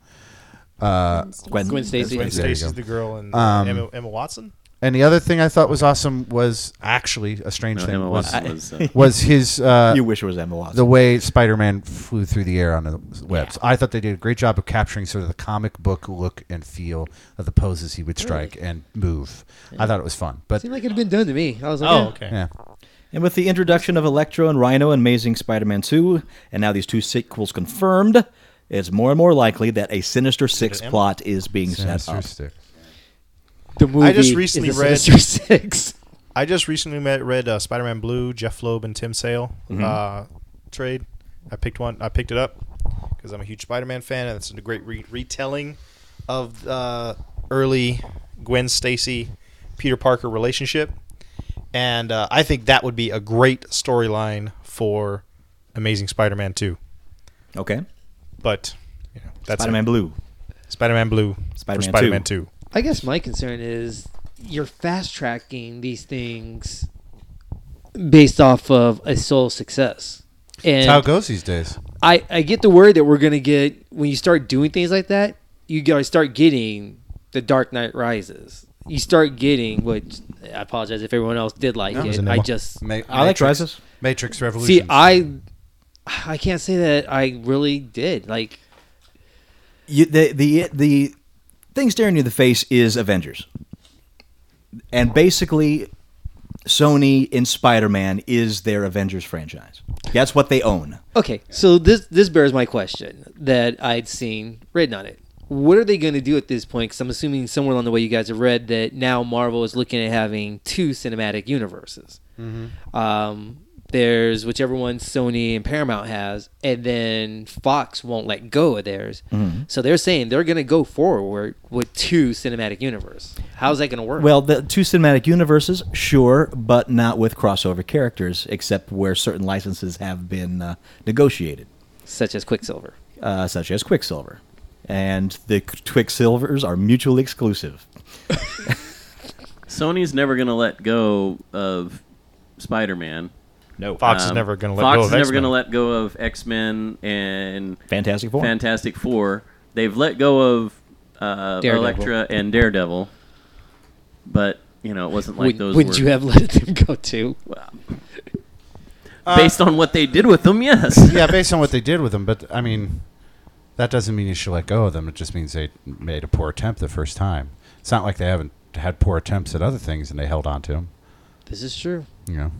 Speaker 1: Gwen,
Speaker 5: Gwen Stacy.
Speaker 6: Gwen
Speaker 2: There you
Speaker 6: Stacy's
Speaker 2: go.
Speaker 6: the girl and
Speaker 2: Um,
Speaker 6: Emma, Emma Watson.
Speaker 2: And the other thing I thought was awesome was actually a strange
Speaker 4: No,
Speaker 2: thing
Speaker 4: Emma
Speaker 2: was,
Speaker 4: Watson was. Uh,
Speaker 2: was his uh,
Speaker 1: You wish it was Emma Watson.
Speaker 2: the way Spider-Man flew through the air on the webs. I thought they did a great job of capturing sort of the comic book look and feel of the poses he would strike and move. I thought it was fun, but
Speaker 5: Seemed like it had been done to me. I was like, eh,
Speaker 6: Oh,
Speaker 5: yeah.
Speaker 6: okay.
Speaker 2: yeah,
Speaker 1: And with the introduction of Electro and Rhino and Amazing Spider-Man 2, and now these two sequels confirmed, it's more and more likely that a Sinister Six
Speaker 6: Emma?
Speaker 1: plot is being set
Speaker 2: Sinister
Speaker 1: up.
Speaker 2: Six.
Speaker 5: The movie.
Speaker 6: just recently
Speaker 5: is the
Speaker 6: read-
Speaker 5: Sinister Six.
Speaker 6: I just recently met, read uh, Spider Man Blue, Jeff Loeb, and Tim Sale uh, trade. I picked one. I picked it up because I'm a huge Spider Man fan, and it's a great re- retelling of uh, early Gwen Stacy, Peter Parker relationship. And uh, I think that would be a great storyline for Amazing Spider Man 2.
Speaker 1: Okay.
Speaker 6: But you know, that's
Speaker 1: Spider-Man Blue.
Speaker 6: Spider Man Blue
Speaker 1: Spider-Man
Speaker 6: for
Speaker 1: 2.
Speaker 6: Spider Man 2.
Speaker 5: I guess my concern is you're fast tracking these things based off of a sole success. And
Speaker 2: That's how it goes these days.
Speaker 5: I, I get the word that we're going to get when you start doing things like that, you guys start getting the Dark Knight Rises. You start getting, which I apologize if everyone else did like
Speaker 2: No, it was
Speaker 5: it.
Speaker 2: an
Speaker 5: I
Speaker 2: Emma.
Speaker 5: just
Speaker 2: Ma-
Speaker 1: I like
Speaker 2: Matrix-
Speaker 1: Rises.
Speaker 2: Matrix Revolution.
Speaker 5: see I I can't say that I really did like
Speaker 1: You, the, the, the thing staring you in the face is Avengers. And basically, Sony in Spider-Man is their Avengers franchise. That's what they own.
Speaker 5: Okay, so this this bears my question that I'd seen written on it. What are they going to do at this point? Because I'm assuming somewhere along the way you guys have read that now Marvel is looking at having two cinematic universes. Um, there's whichever one Sony and Paramount has, and then Fox won't let go of theirs. So they're saying they're going to go forward with two cinematic universe. How's that going to work?
Speaker 1: Well, the two cinematic universes, sure, but not with crossover characters, except where certain licenses have been uh, negotiated,
Speaker 5: such as Quicksilver.
Speaker 1: uh, such as Quicksilver. And the Quicksilvers are mutually exclusive.
Speaker 4: Sony's never gonna let go of Spider-Man.
Speaker 1: No.
Speaker 6: Fox is
Speaker 4: Um,
Speaker 6: never going to let
Speaker 4: Fox
Speaker 6: go of
Speaker 4: is never
Speaker 6: X-Men.
Speaker 4: going to let go of X Men and
Speaker 1: Fantastic Four.
Speaker 4: Fantastic Four. They've let go of uh,
Speaker 5: Daredevil.
Speaker 4: Elektra and Daredevil, but you know it wasn't like
Speaker 5: Would-
Speaker 4: those.
Speaker 5: wouldn't
Speaker 4: were-
Speaker 5: you have let them go too?
Speaker 4: based on what they did with them? Yes.
Speaker 2: yeah, based on what they did with them, but I mean, that doesn't mean you should let go of them. It just means they made a poor attempt the first time. It's not like they haven't had poor attempts at other things and they held on to them.
Speaker 5: This is true.
Speaker 2: You know,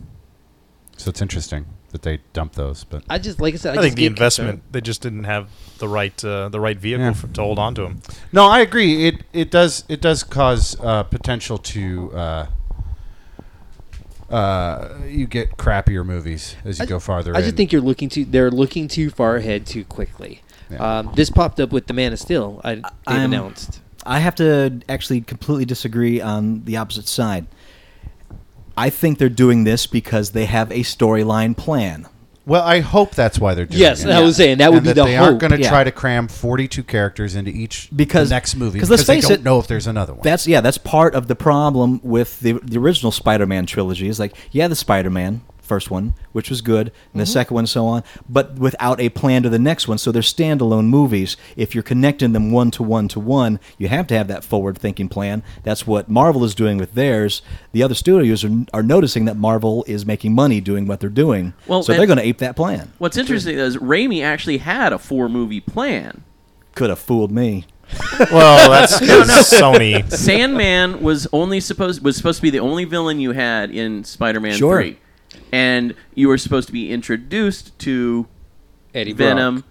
Speaker 2: so it's interesting that they dumped those. But
Speaker 5: I just like I said. I,
Speaker 6: I,
Speaker 5: just
Speaker 6: think the
Speaker 5: get
Speaker 6: investment
Speaker 5: concerned.
Speaker 6: they just didn't have the right uh, the right vehicle
Speaker 2: Yeah.
Speaker 6: for, to hold on to them.
Speaker 2: no, I agree. It it does it does cause uh, potential to. Uh, uh, you get crappier movies as you
Speaker 5: I-
Speaker 2: go farther.
Speaker 5: I just
Speaker 2: in.
Speaker 5: think you're looking too. They're looking too far ahead too quickly.
Speaker 2: Yeah.
Speaker 5: Um, this popped up with the Man of Steel. I, they've
Speaker 1: I'm-
Speaker 5: announced.
Speaker 1: I have to actually completely disagree on the opposite side. I think they're doing this because they have a storyline plan.
Speaker 2: Well, I hope that's why they're doing
Speaker 5: Yes,
Speaker 2: it.
Speaker 5: I was saying, that would
Speaker 2: And
Speaker 5: be
Speaker 2: that
Speaker 5: the
Speaker 2: they aren't
Speaker 5: hope,
Speaker 2: going to
Speaker 1: yeah.
Speaker 2: try to cram 42 characters into each
Speaker 1: Because-
Speaker 2: the next movie
Speaker 1: 'cause
Speaker 2: because
Speaker 1: let's
Speaker 2: they
Speaker 1: face
Speaker 2: don't
Speaker 1: it,
Speaker 2: know if there's another one.
Speaker 1: That's yeah, that's part of the problem with the the original Spider-Man trilogy. Is like yeah, the Spider-Man first one, which was good, and the
Speaker 4: Mm-hmm.
Speaker 1: second one, so on, but without a plan to the next one. So they're standalone movies. If you're connecting them one to one to one, you have to have that forward-thinking plan. That's what Marvel is doing with theirs. The other studios are, are noticing that Marvel is making money doing what they're doing,
Speaker 4: Well,
Speaker 1: so
Speaker 4: and-
Speaker 1: they're going to ape that plan.
Speaker 4: What's interesting is Raimi actually had a four movie plan.
Speaker 1: Could have fooled me.
Speaker 6: Well, that's Sony.
Speaker 4: Sandman was only supposed was supposed to be the only villain you had in Spider-Man
Speaker 1: Sure.
Speaker 4: three, and you were supposed to be introduced to
Speaker 5: Eddie Brock.
Speaker 4: Venom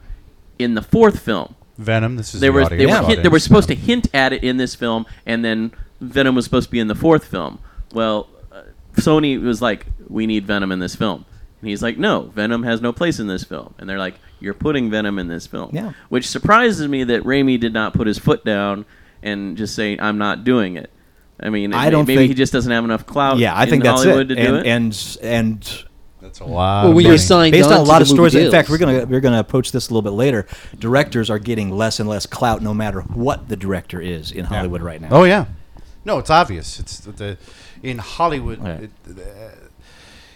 Speaker 4: in the fourth film.
Speaker 2: Venom. This is
Speaker 4: They
Speaker 2: the
Speaker 4: were they
Speaker 2: audience
Speaker 4: were, hint, they
Speaker 2: audience
Speaker 4: were supposed
Speaker 2: now.
Speaker 4: to hint at it in this film, and then Venom was supposed to be in the fourth film. Well, uh, Sony was like, "We need Venom in this film," and he's like, "No, Venom has no place in this film." And they're like, "You're putting Venom in this film,"
Speaker 1: Yeah.
Speaker 4: which surprises me that Raimi did not put his foot down and just say, "I'm not doing it." I mean,
Speaker 1: I
Speaker 4: may-
Speaker 1: don't
Speaker 4: maybe
Speaker 1: think-
Speaker 4: he just doesn't have enough clout.
Speaker 1: Yeah, I
Speaker 4: Oh, in
Speaker 1: think that's
Speaker 4: Hollywood
Speaker 1: it.
Speaker 4: to do
Speaker 1: And,
Speaker 4: it.
Speaker 1: and and
Speaker 2: That's a lot.
Speaker 5: Well,
Speaker 2: of
Speaker 5: when you're
Speaker 2: money.
Speaker 5: signed
Speaker 1: based on a
Speaker 5: to
Speaker 1: lot
Speaker 5: the
Speaker 1: of
Speaker 5: movie
Speaker 1: stories. In fact,
Speaker 5: deals.
Speaker 1: we're gonna we're gonna approach this a little bit later. Directors are getting less and less clout, no matter what the director is in Hollywood right now.
Speaker 2: Oh yeah, no, it's obvious. It's the, the in Hollywood.
Speaker 1: Right.
Speaker 2: it- the-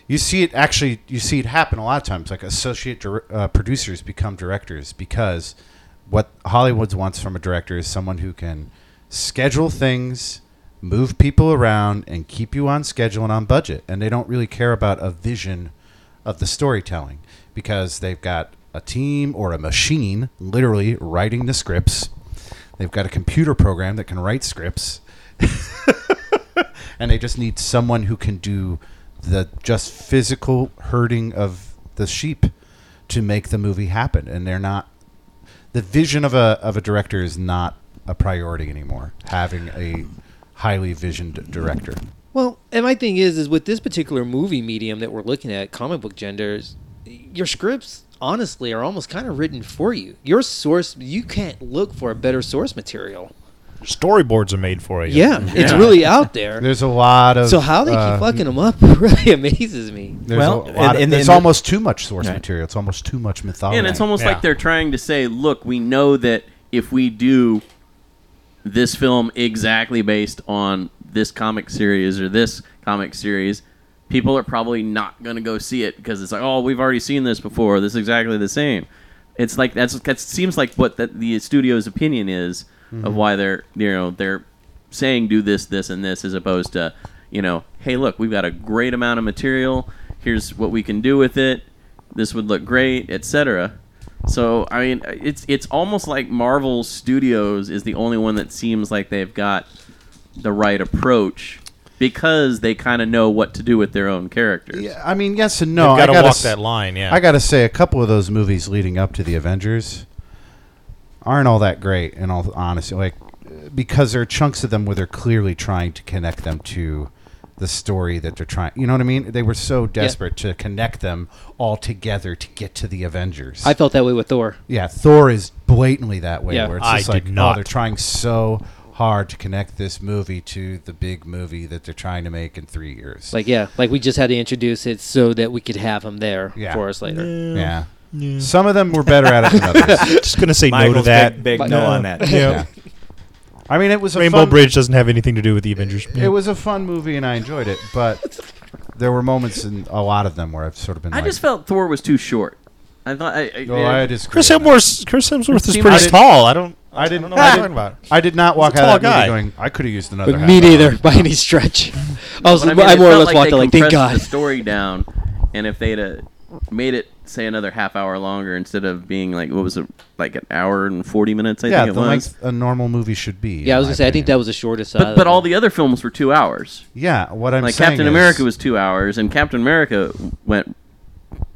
Speaker 2: you see it actually. You see it happen a lot of times. Like associate dir- uh, producers become directors because what Hollywood wants from a director is someone who can schedule things, move people around, and keep you on schedule and on budget. And they don't really care about a vision of the storytelling because they've got a team or a machine literally writing the scripts. They've got a computer program that can write scripts. and they just need someone who can do the just physical herding of the sheep to make the movie happen. And they're not the vision of a of a director is not a priority anymore. Having a highly visioned director.
Speaker 5: Well, and my thing is, is with this particular movie medium that we're looking at, comic book genders, your scripts honestly are almost kind of written for you. Your source, you can't look for a better source material.
Speaker 6: Storyboards are made for you.
Speaker 5: Yeah, it's really out there.
Speaker 2: There's a lot of
Speaker 5: So how they
Speaker 2: uh,
Speaker 5: keep fucking them up really amazes me.
Speaker 2: There's
Speaker 1: Well,
Speaker 2: a lot
Speaker 1: and-
Speaker 2: of-
Speaker 1: and-
Speaker 2: there's
Speaker 1: and-
Speaker 2: almost too much source
Speaker 1: Right.
Speaker 2: material. It's almost too much mythology.
Speaker 1: oh,
Speaker 4: and it's almost
Speaker 6: Yeah.
Speaker 4: like they're trying to say, look, we know that if we do this film exactly based on this comic series or this comic series, people are probably not going to go see it because it's like, oh, we've already seen this before. This is exactly the same. It's like that's that seems like what that the studio's opinion is of why they're you know they're saying do this this and this as opposed to you know hey look we've got a great amount of material here's what we can do with it this would look great etc so I mean, it's it's almost like Marvel Studios is the only one that seems like they've got the right approach because they kind of know what to do with their own characters.
Speaker 2: Yeah, I mean, yes and no.
Speaker 6: You've got
Speaker 2: I
Speaker 6: to
Speaker 2: gotta
Speaker 6: walk
Speaker 2: s-
Speaker 6: that line. Yeah.
Speaker 2: I got to say, a couple of those movies leading up to the Avengers aren't all that great, in all honesty. Like, uh, because there are chunks of them where they're clearly trying to connect them to the story that they're trying. You know what I mean? They were so desperate to connect them all together to get to the Avengers.
Speaker 5: I felt that way with Thor.
Speaker 2: yeah, Thor is blatantly that way.
Speaker 5: Yeah.
Speaker 2: where it's
Speaker 6: I
Speaker 2: just
Speaker 6: did
Speaker 2: like, oh,
Speaker 6: not.
Speaker 2: they're trying so hard to connect this movie to the big movie that they're trying to make in three years.
Speaker 5: Like yeah, like we just had to introduce it so that we could have him there
Speaker 2: Yeah.
Speaker 5: for us later.
Speaker 2: yeah. Some of them were better at it than others.
Speaker 6: just gonna say no to
Speaker 1: Michael's
Speaker 6: that.
Speaker 1: big, big no on that.
Speaker 6: Yeah.
Speaker 2: I mean, it was a
Speaker 6: Rainbow
Speaker 2: fun,
Speaker 6: Bridge doesn't have anything to do with the Avengers.
Speaker 2: It was a fun movie, and I enjoyed it. But there were moments in a lot of them where I've sort of been.
Speaker 4: I
Speaker 2: like,
Speaker 4: just felt Thor was too short. I thought I, I,
Speaker 2: Oh, I just.
Speaker 6: Chris Hemsworth. Chris Hemsworth is
Speaker 4: seemed-
Speaker 6: pretty
Speaker 4: I did-
Speaker 6: tall. I don't.
Speaker 2: I didn't.
Speaker 6: don't know
Speaker 2: I,
Speaker 6: what you're
Speaker 2: didn't
Speaker 6: talking about.
Speaker 2: I did not walk
Speaker 6: He's a
Speaker 2: out of
Speaker 6: tall guy.
Speaker 2: that movie going. I could have used another.
Speaker 5: But
Speaker 2: half
Speaker 5: me
Speaker 2: hour."
Speaker 5: neither, by any stretch. I was,
Speaker 4: but
Speaker 5: I,
Speaker 4: I, mean, it
Speaker 5: more or
Speaker 4: felt
Speaker 5: less
Speaker 4: like
Speaker 5: walked
Speaker 4: they
Speaker 5: out like, thank
Speaker 4: compressed
Speaker 5: God.
Speaker 4: the story down, and if they'd have made it say another half hour longer instead of being like what was it like an hour and forty minutes? I
Speaker 2: Yeah,
Speaker 4: think
Speaker 2: the
Speaker 4: it was.
Speaker 2: length a normal movie should be.
Speaker 5: Yeah, I
Speaker 2: in
Speaker 5: was
Speaker 2: my
Speaker 5: gonna say I think
Speaker 2: opinion.
Speaker 5: that was the shortest. out
Speaker 4: But
Speaker 5: of
Speaker 4: but all
Speaker 5: them.
Speaker 4: the other films were two hours.
Speaker 2: Yeah, what I'm
Speaker 4: like
Speaker 2: saying.
Speaker 4: Captain
Speaker 2: is-
Speaker 4: America was two hours, and Captain America went,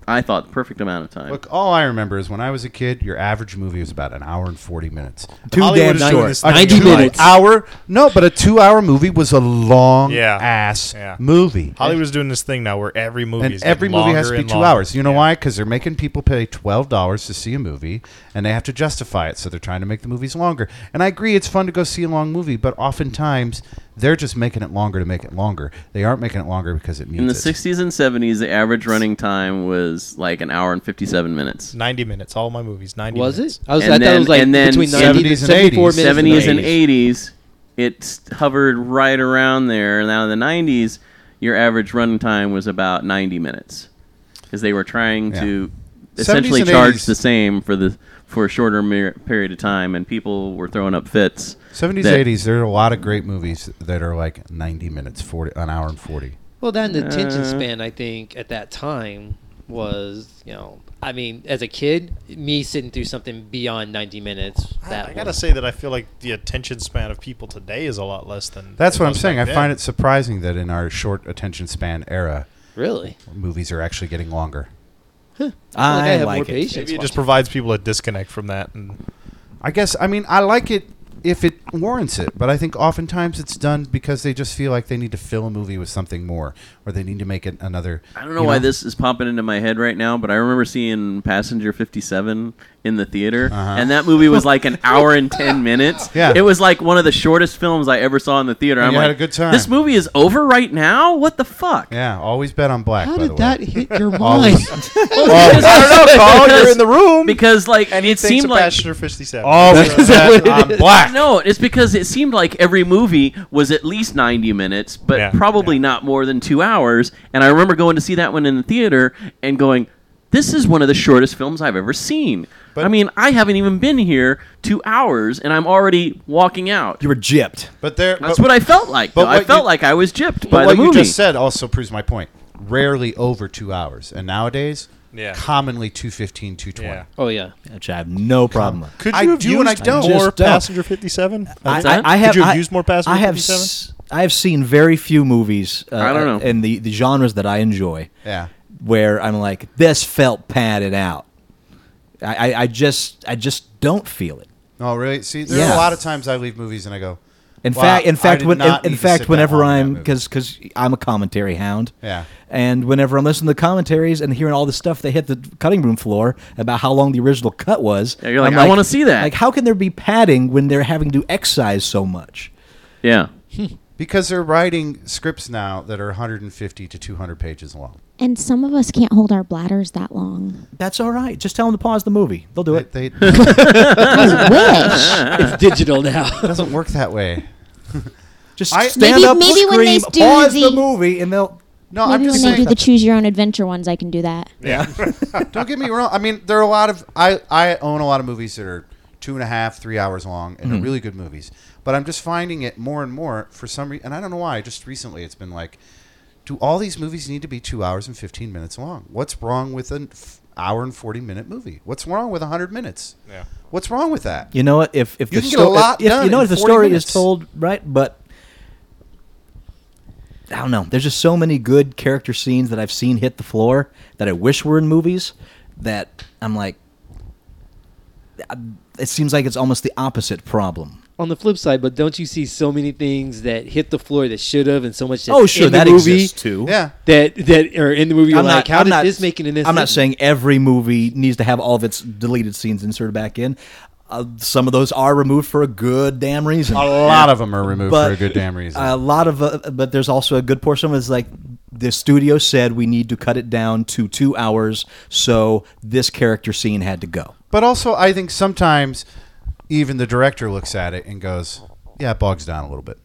Speaker 4: I thought, the perfect amount of time.
Speaker 2: Look, all I remember is when I was a kid, your average movie was about an hour and forty minutes.
Speaker 1: Too
Speaker 6: Hollywood is
Speaker 1: damn
Speaker 6: doing
Speaker 1: short.
Speaker 6: this
Speaker 2: A
Speaker 6: thing
Speaker 5: Ninety
Speaker 6: where,
Speaker 2: two
Speaker 6: like,
Speaker 5: minutes.
Speaker 2: Hour? No, but a two-hour movie was a long
Speaker 6: Yeah.
Speaker 2: ass
Speaker 6: Yeah.
Speaker 2: movie.
Speaker 6: Hollywood's doing this thing now where every movie
Speaker 2: and
Speaker 6: is getting
Speaker 2: every movie
Speaker 6: longer
Speaker 2: has to be
Speaker 6: and
Speaker 2: two
Speaker 6: longer.
Speaker 2: hours. You know why? Because they're making people pay twelve dollars to see a movie, and they have to justify it. So they're trying to make the movies longer. And I agree, it's fun to go see a long movie, but oftentimes they're just making it longer to make it longer. They aren't making it longer because it needs
Speaker 4: In the
Speaker 2: it.
Speaker 4: 60s and 70s, the average running time was like an hour and 57 minutes.
Speaker 6: 90 minutes. All my movies, 90
Speaker 5: was
Speaker 6: minutes.
Speaker 5: it? I was.
Speaker 4: And
Speaker 5: I thought it
Speaker 4: then-
Speaker 5: was like
Speaker 4: and then
Speaker 5: between 90 to
Speaker 2: 70s and
Speaker 5: 74
Speaker 2: 80s.
Speaker 5: minutes.
Speaker 4: 70s and
Speaker 5: 80s.
Speaker 4: 80s, it st- hovered right around there. Now, in the 90s, your average running time was about 90 minutes because they were trying
Speaker 2: Yeah.
Speaker 4: to
Speaker 2: 70s
Speaker 4: essentially
Speaker 2: and
Speaker 4: charge
Speaker 2: 80s.
Speaker 4: the same for the for a shorter mer- period of time, and people were throwing up fits.
Speaker 2: Seventies,
Speaker 4: that-
Speaker 2: eighties. There are a lot of great movies that are like ninety minutes, forty, an hour and forty.
Speaker 5: Well, that and the attention
Speaker 4: Uh,
Speaker 5: span, I think, at that time was, you know, I mean, as a kid, me sitting through something beyond 90 minutes. That
Speaker 6: I, I gotta
Speaker 5: was-
Speaker 6: say that I feel like the attention span of people today is a lot less than.
Speaker 2: That's what I'm
Speaker 6: was
Speaker 2: saying. I
Speaker 6: back
Speaker 2: find
Speaker 6: then.
Speaker 2: it surprising that in our short attention span era,
Speaker 5: Really?
Speaker 2: movies are actually getting longer.
Speaker 5: I, feel like I
Speaker 1: I
Speaker 5: have
Speaker 1: like
Speaker 5: more
Speaker 1: it.
Speaker 5: patience.
Speaker 6: Maybe it just
Speaker 5: watching.
Speaker 6: provides people a disconnect from that, and
Speaker 2: I guess I mean I like it if it warrants it, but I think oftentimes it's done because they just feel like they need to fill a movie with something more, or they need to make it another.
Speaker 4: I don't know
Speaker 2: you
Speaker 4: why this is popping into my head right now, but I remember seeing Passenger 57 in the theater, and that movie was like an hour and 10 minutes.
Speaker 2: Uh-huh. Yeah.
Speaker 4: It was like one of the shortest films I ever saw in the theater. I'm
Speaker 2: you
Speaker 4: like,
Speaker 2: had a good time.
Speaker 4: this movie is over right now? What the fuck?
Speaker 2: Yeah, always bet on black.
Speaker 5: How
Speaker 2: by
Speaker 5: did
Speaker 2: the way.
Speaker 5: that hit your mind?
Speaker 2: Oh,
Speaker 6: I don't know, Paul. Oh, You're in the room.
Speaker 4: Because, like, it seemed like.
Speaker 6: Passenger 57.
Speaker 2: Always
Speaker 5: Is that
Speaker 2: bet
Speaker 5: what it
Speaker 2: on black.
Speaker 4: No, it's because it seemed like every movie was at least 90 minutes, but
Speaker 6: Yeah,
Speaker 4: probably
Speaker 6: yeah.
Speaker 4: not more than two hours. And I remember going to see that one in the theater and going, this is one of the shortest films I've ever seen. I mean, I haven't even been here two hours, and I'm already walking out.
Speaker 1: You were gypped.
Speaker 2: But there,
Speaker 4: That's
Speaker 2: but,
Speaker 4: what I felt like.
Speaker 2: but
Speaker 4: Though. I
Speaker 2: what
Speaker 4: felt
Speaker 2: you-
Speaker 4: like I was gypped by
Speaker 2: But
Speaker 4: the
Speaker 2: what
Speaker 4: movie.
Speaker 2: you just said also proves my point. Rarely over two hours, and nowadays,
Speaker 6: Yeah.
Speaker 2: commonly 215, 220.
Speaker 6: Yeah.
Speaker 5: oh yeah.
Speaker 1: Which I have no problem with.
Speaker 6: Could
Speaker 2: I
Speaker 6: you have
Speaker 2: do and I
Speaker 6: used
Speaker 2: don't.
Speaker 1: I
Speaker 6: more
Speaker 1: just don't.
Speaker 6: Passenger 57?
Speaker 1: I,
Speaker 4: that?
Speaker 1: I, I have.
Speaker 6: Could you have
Speaker 1: I-
Speaker 6: used more Passenger
Speaker 1: I have.
Speaker 6: 57?
Speaker 1: s- I have seen very few movies. Uh,
Speaker 4: I don't know.
Speaker 1: In the, the genres that I enjoy,
Speaker 2: Yeah.
Speaker 1: where I'm like, this felt padded out. I, I, I just, I just don't feel it.
Speaker 2: Oh, really? See, there are
Speaker 1: Yeah.
Speaker 2: a lot of times I leave movies and I go.
Speaker 1: In
Speaker 2: "Wow,
Speaker 1: fact, in
Speaker 2: I
Speaker 1: fact,
Speaker 2: did
Speaker 1: when in,
Speaker 2: not
Speaker 1: in
Speaker 2: need to sit
Speaker 1: fact,
Speaker 2: that long
Speaker 1: whenever
Speaker 2: in that
Speaker 1: I'm
Speaker 2: movie."
Speaker 1: because because I'm a commentary hound.
Speaker 2: Yeah.
Speaker 1: And whenever I'm listening to the commentaries and hearing all the stuff they hit the cutting room floor about how long the original cut was,
Speaker 4: Yeah, you're
Speaker 1: I'm
Speaker 4: like, "I wanna see that."
Speaker 1: Like, how can there be padding when they're having to excise so much?
Speaker 4: yeah.
Speaker 2: because they're writing scripts now that are 150 to 200 pages long.
Speaker 8: And some of us can't hold our bladders that long.
Speaker 1: That's all right. Just tell them to pause the movie. They'll do
Speaker 2: But
Speaker 1: it.
Speaker 2: they
Speaker 8: Wish.
Speaker 5: It's digital now.
Speaker 2: doesn't work that way.
Speaker 1: Just
Speaker 2: I-
Speaker 1: stand
Speaker 8: Maybe-
Speaker 1: up,
Speaker 8: maybe
Speaker 1: scream,
Speaker 8: when they do
Speaker 1: pause the
Speaker 8: the-
Speaker 1: movie, and they'll.
Speaker 2: No, I'm
Speaker 8: Maybe
Speaker 2: just
Speaker 8: when they do
Speaker 2: saying.
Speaker 8: the choose your own adventure ones, I can do that.
Speaker 2: don't get me wrong. I mean, there are a lot of I I own a lot of movies that are two and a half, three hours long, and
Speaker 5: Mm-hmm.
Speaker 2: are really good movies. But I'm just finding it more and more for some reason, and I don't know why. Just recently, it's been like, do all these movies need to be two hours and fifteen minutes long? What's wrong with an f- hour and forty minute movie? What's wrong with hundred minutes?
Speaker 6: Yeah.
Speaker 2: What's wrong with that?
Speaker 1: You know what? If if the
Speaker 2: You can get a
Speaker 1: sto- if-
Speaker 2: lot
Speaker 1: if,
Speaker 2: done
Speaker 1: you know
Speaker 2: in
Speaker 1: if the
Speaker 2: 40
Speaker 1: story
Speaker 2: minutes.
Speaker 1: is told right, but I don't know. There's just so many good character scenes that I've seen hit the floor that I wish were in movies. That I'm like, I- it seems like it's almost the opposite problem.
Speaker 5: On the flip side, but don't you see so many things that hit the floor that should have, and so much that's
Speaker 1: oh, sure,
Speaker 5: in the
Speaker 1: that
Speaker 5: movie
Speaker 1: exists too.
Speaker 2: Yeah.
Speaker 5: that that are in the movie. You're
Speaker 1: I'm
Speaker 5: like,
Speaker 1: not-
Speaker 5: how
Speaker 1: I'm
Speaker 5: did
Speaker 1: not-
Speaker 5: this make it in this?
Speaker 1: I'm not
Speaker 5: didn't?"
Speaker 1: saying every movie needs to have all of its deleted scenes inserted back in. Uh, some of those are removed for a good damn reason.
Speaker 2: A lot of them are removed
Speaker 1: But
Speaker 2: for a good damn reason.
Speaker 1: A lot of, uh, but there's also a good portion of it's like the studio said we need to cut it down to two hours, so this character scene had to go.
Speaker 2: But also, I think sometimes even the director looks at it and goes, "Yeah, it bogs down a little bit."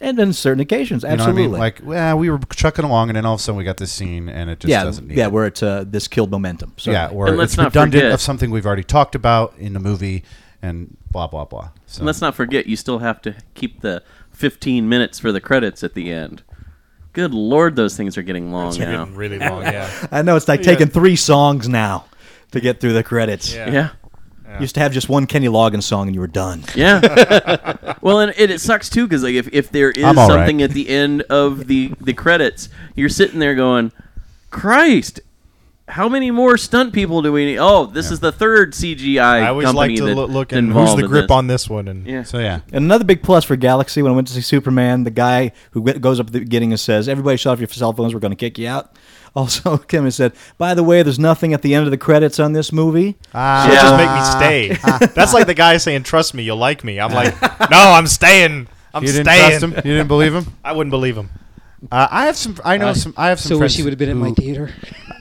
Speaker 1: And on certain occasions,
Speaker 2: You know
Speaker 1: absolutely.
Speaker 2: what I mean? Like, well, we were chucking along, and then all of a sudden we got this scene, and it just
Speaker 1: yeah,
Speaker 2: doesn't need
Speaker 1: yeah,
Speaker 2: it.
Speaker 1: where it's uh, this killed momentum. So
Speaker 2: yeah, or
Speaker 4: And let's
Speaker 2: it's
Speaker 4: not
Speaker 2: redundant
Speaker 4: forget-
Speaker 2: of something we've already talked about in the movie, and blah blah blah. So
Speaker 4: And let's not forget, you still have to keep the 15 minutes for the credits at the end. Good lord, those things are getting long
Speaker 6: They're
Speaker 4: now.
Speaker 6: getting really long, yeah.
Speaker 1: I know it's like taking three songs now to get through the credits.
Speaker 4: yeah.
Speaker 1: You used to have just one Kenny Loggins song and you were done.
Speaker 4: Yeah. well, and it, it sucks too because like if, if there is
Speaker 2: I'm all right.
Speaker 4: something at the end of the the credits, you're sitting there going, "Christ, how many more stunt people do we need?" Oh, this is the third CGI.
Speaker 6: I always like
Speaker 4: company
Speaker 6: to
Speaker 4: that-
Speaker 6: loo- look
Speaker 4: that's
Speaker 6: and who's
Speaker 4: involved
Speaker 6: the
Speaker 4: in
Speaker 6: grip
Speaker 4: this.
Speaker 6: on this one. And
Speaker 4: Yeah.
Speaker 2: So yeah,
Speaker 1: And another big plus for Galaxy when I went to see Superman, the guy who went, goes up at the beginning and says, "Everybody, shut off your cell phones. We're going to kick you out." Also, Kim has said, "By the way, there's nothing at the end of the credits on this movie."
Speaker 6: So just make me stay. That's like the guy saying, "Trust me, you'll like me." I'm like, "No, I'm staying. I'm
Speaker 2: you didn't
Speaker 6: staying."
Speaker 2: trust him. You didn't believe him.
Speaker 6: I wouldn't believe him.
Speaker 2: Uh, I have some. I know some. I have some.
Speaker 5: So wish
Speaker 2: friends
Speaker 5: he would have been at my
Speaker 2: who-
Speaker 5: theater.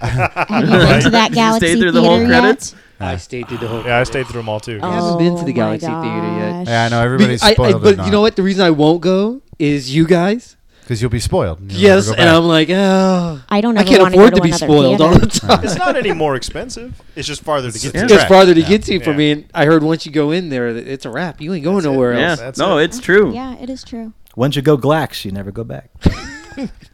Speaker 8: Have you been to
Speaker 4: Did
Speaker 8: that
Speaker 4: you
Speaker 8: Galaxy
Speaker 4: stay through
Speaker 8: Theater
Speaker 4: the whole
Speaker 8: yet?
Speaker 4: credits?
Speaker 5: I stayed through the whole.
Speaker 6: Yeah, I stayed through them all too.
Speaker 8: Oh,
Speaker 5: haven't been to the
Speaker 8: my
Speaker 5: Galaxy Theater yet.
Speaker 8: gosh.
Speaker 2: Yeah, I know
Speaker 5: Be-
Speaker 2: everybody's
Speaker 5: I, I,
Speaker 2: spoiled,
Speaker 5: but you know what? The reason I won't go is you guys.
Speaker 2: Because you'll be spoiled. and you'll
Speaker 5: Yes,
Speaker 2: never go
Speaker 5: and
Speaker 2: back.
Speaker 5: I'm like, oh,
Speaker 8: I don't
Speaker 5: I
Speaker 8: ever
Speaker 5: can't
Speaker 8: wanna
Speaker 5: afford to
Speaker 8: go to
Speaker 5: be
Speaker 8: another
Speaker 5: spoiled all
Speaker 8: theater.
Speaker 5: the time.
Speaker 6: It's not any more expensive. It's just farther to get
Speaker 4: Yeah.
Speaker 6: to.
Speaker 5: It's
Speaker 6: the track.
Speaker 4: Correct.
Speaker 5: farther to get to for
Speaker 6: Yeah.
Speaker 5: me. And I heard once you go in there, that it's a wrap. You ain't going nowhere
Speaker 4: Yeah,
Speaker 5: else.
Speaker 6: That's
Speaker 4: no,
Speaker 6: it.
Speaker 4: it's true.
Speaker 8: Yeah, it is true.
Speaker 1: Once you go Glax, you never go back.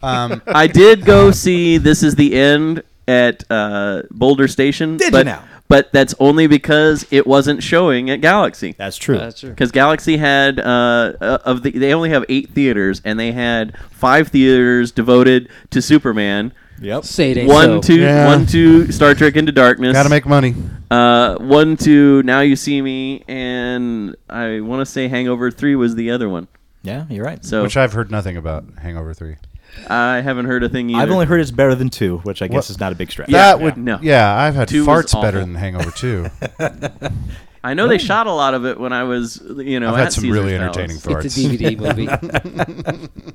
Speaker 2: um,
Speaker 4: I did go see This Is the End at uh, Boulder Station.
Speaker 1: Did you
Speaker 4: but,
Speaker 1: now?
Speaker 4: But that's only because it wasn't showing at Galaxy.
Speaker 1: That's true.
Speaker 5: That's true.
Speaker 4: because Galaxy had uh, uh, of the they only have eight theaters and they had five theaters devoted to Superman.
Speaker 1: Yep.
Speaker 5: Say it ain't so.
Speaker 4: One two,
Speaker 2: Yeah.
Speaker 4: one two. Star Trek Into Darkness.
Speaker 2: Got to make money.
Speaker 4: Uh, one two. Now you see me, and I want to say Hangover three was the other one.
Speaker 1: Yeah, you're right.
Speaker 4: So
Speaker 2: Which I've heard nothing about Hangover 3.
Speaker 4: I haven't heard a thing either.
Speaker 1: I've only heard it's better than two, which I guess is not a big stretch.
Speaker 4: Yeah,
Speaker 2: that would
Speaker 4: no.
Speaker 2: Yeah, I've had
Speaker 4: Two was
Speaker 2: farts better
Speaker 4: awful.
Speaker 2: than Hangover 2.
Speaker 4: I know they shot a lot of it when I was, you know,
Speaker 2: I've
Speaker 4: at
Speaker 2: had some
Speaker 4: Caesar's
Speaker 2: really
Speaker 4: Palace.
Speaker 2: entertaining farts.
Speaker 5: It's a DVD movie.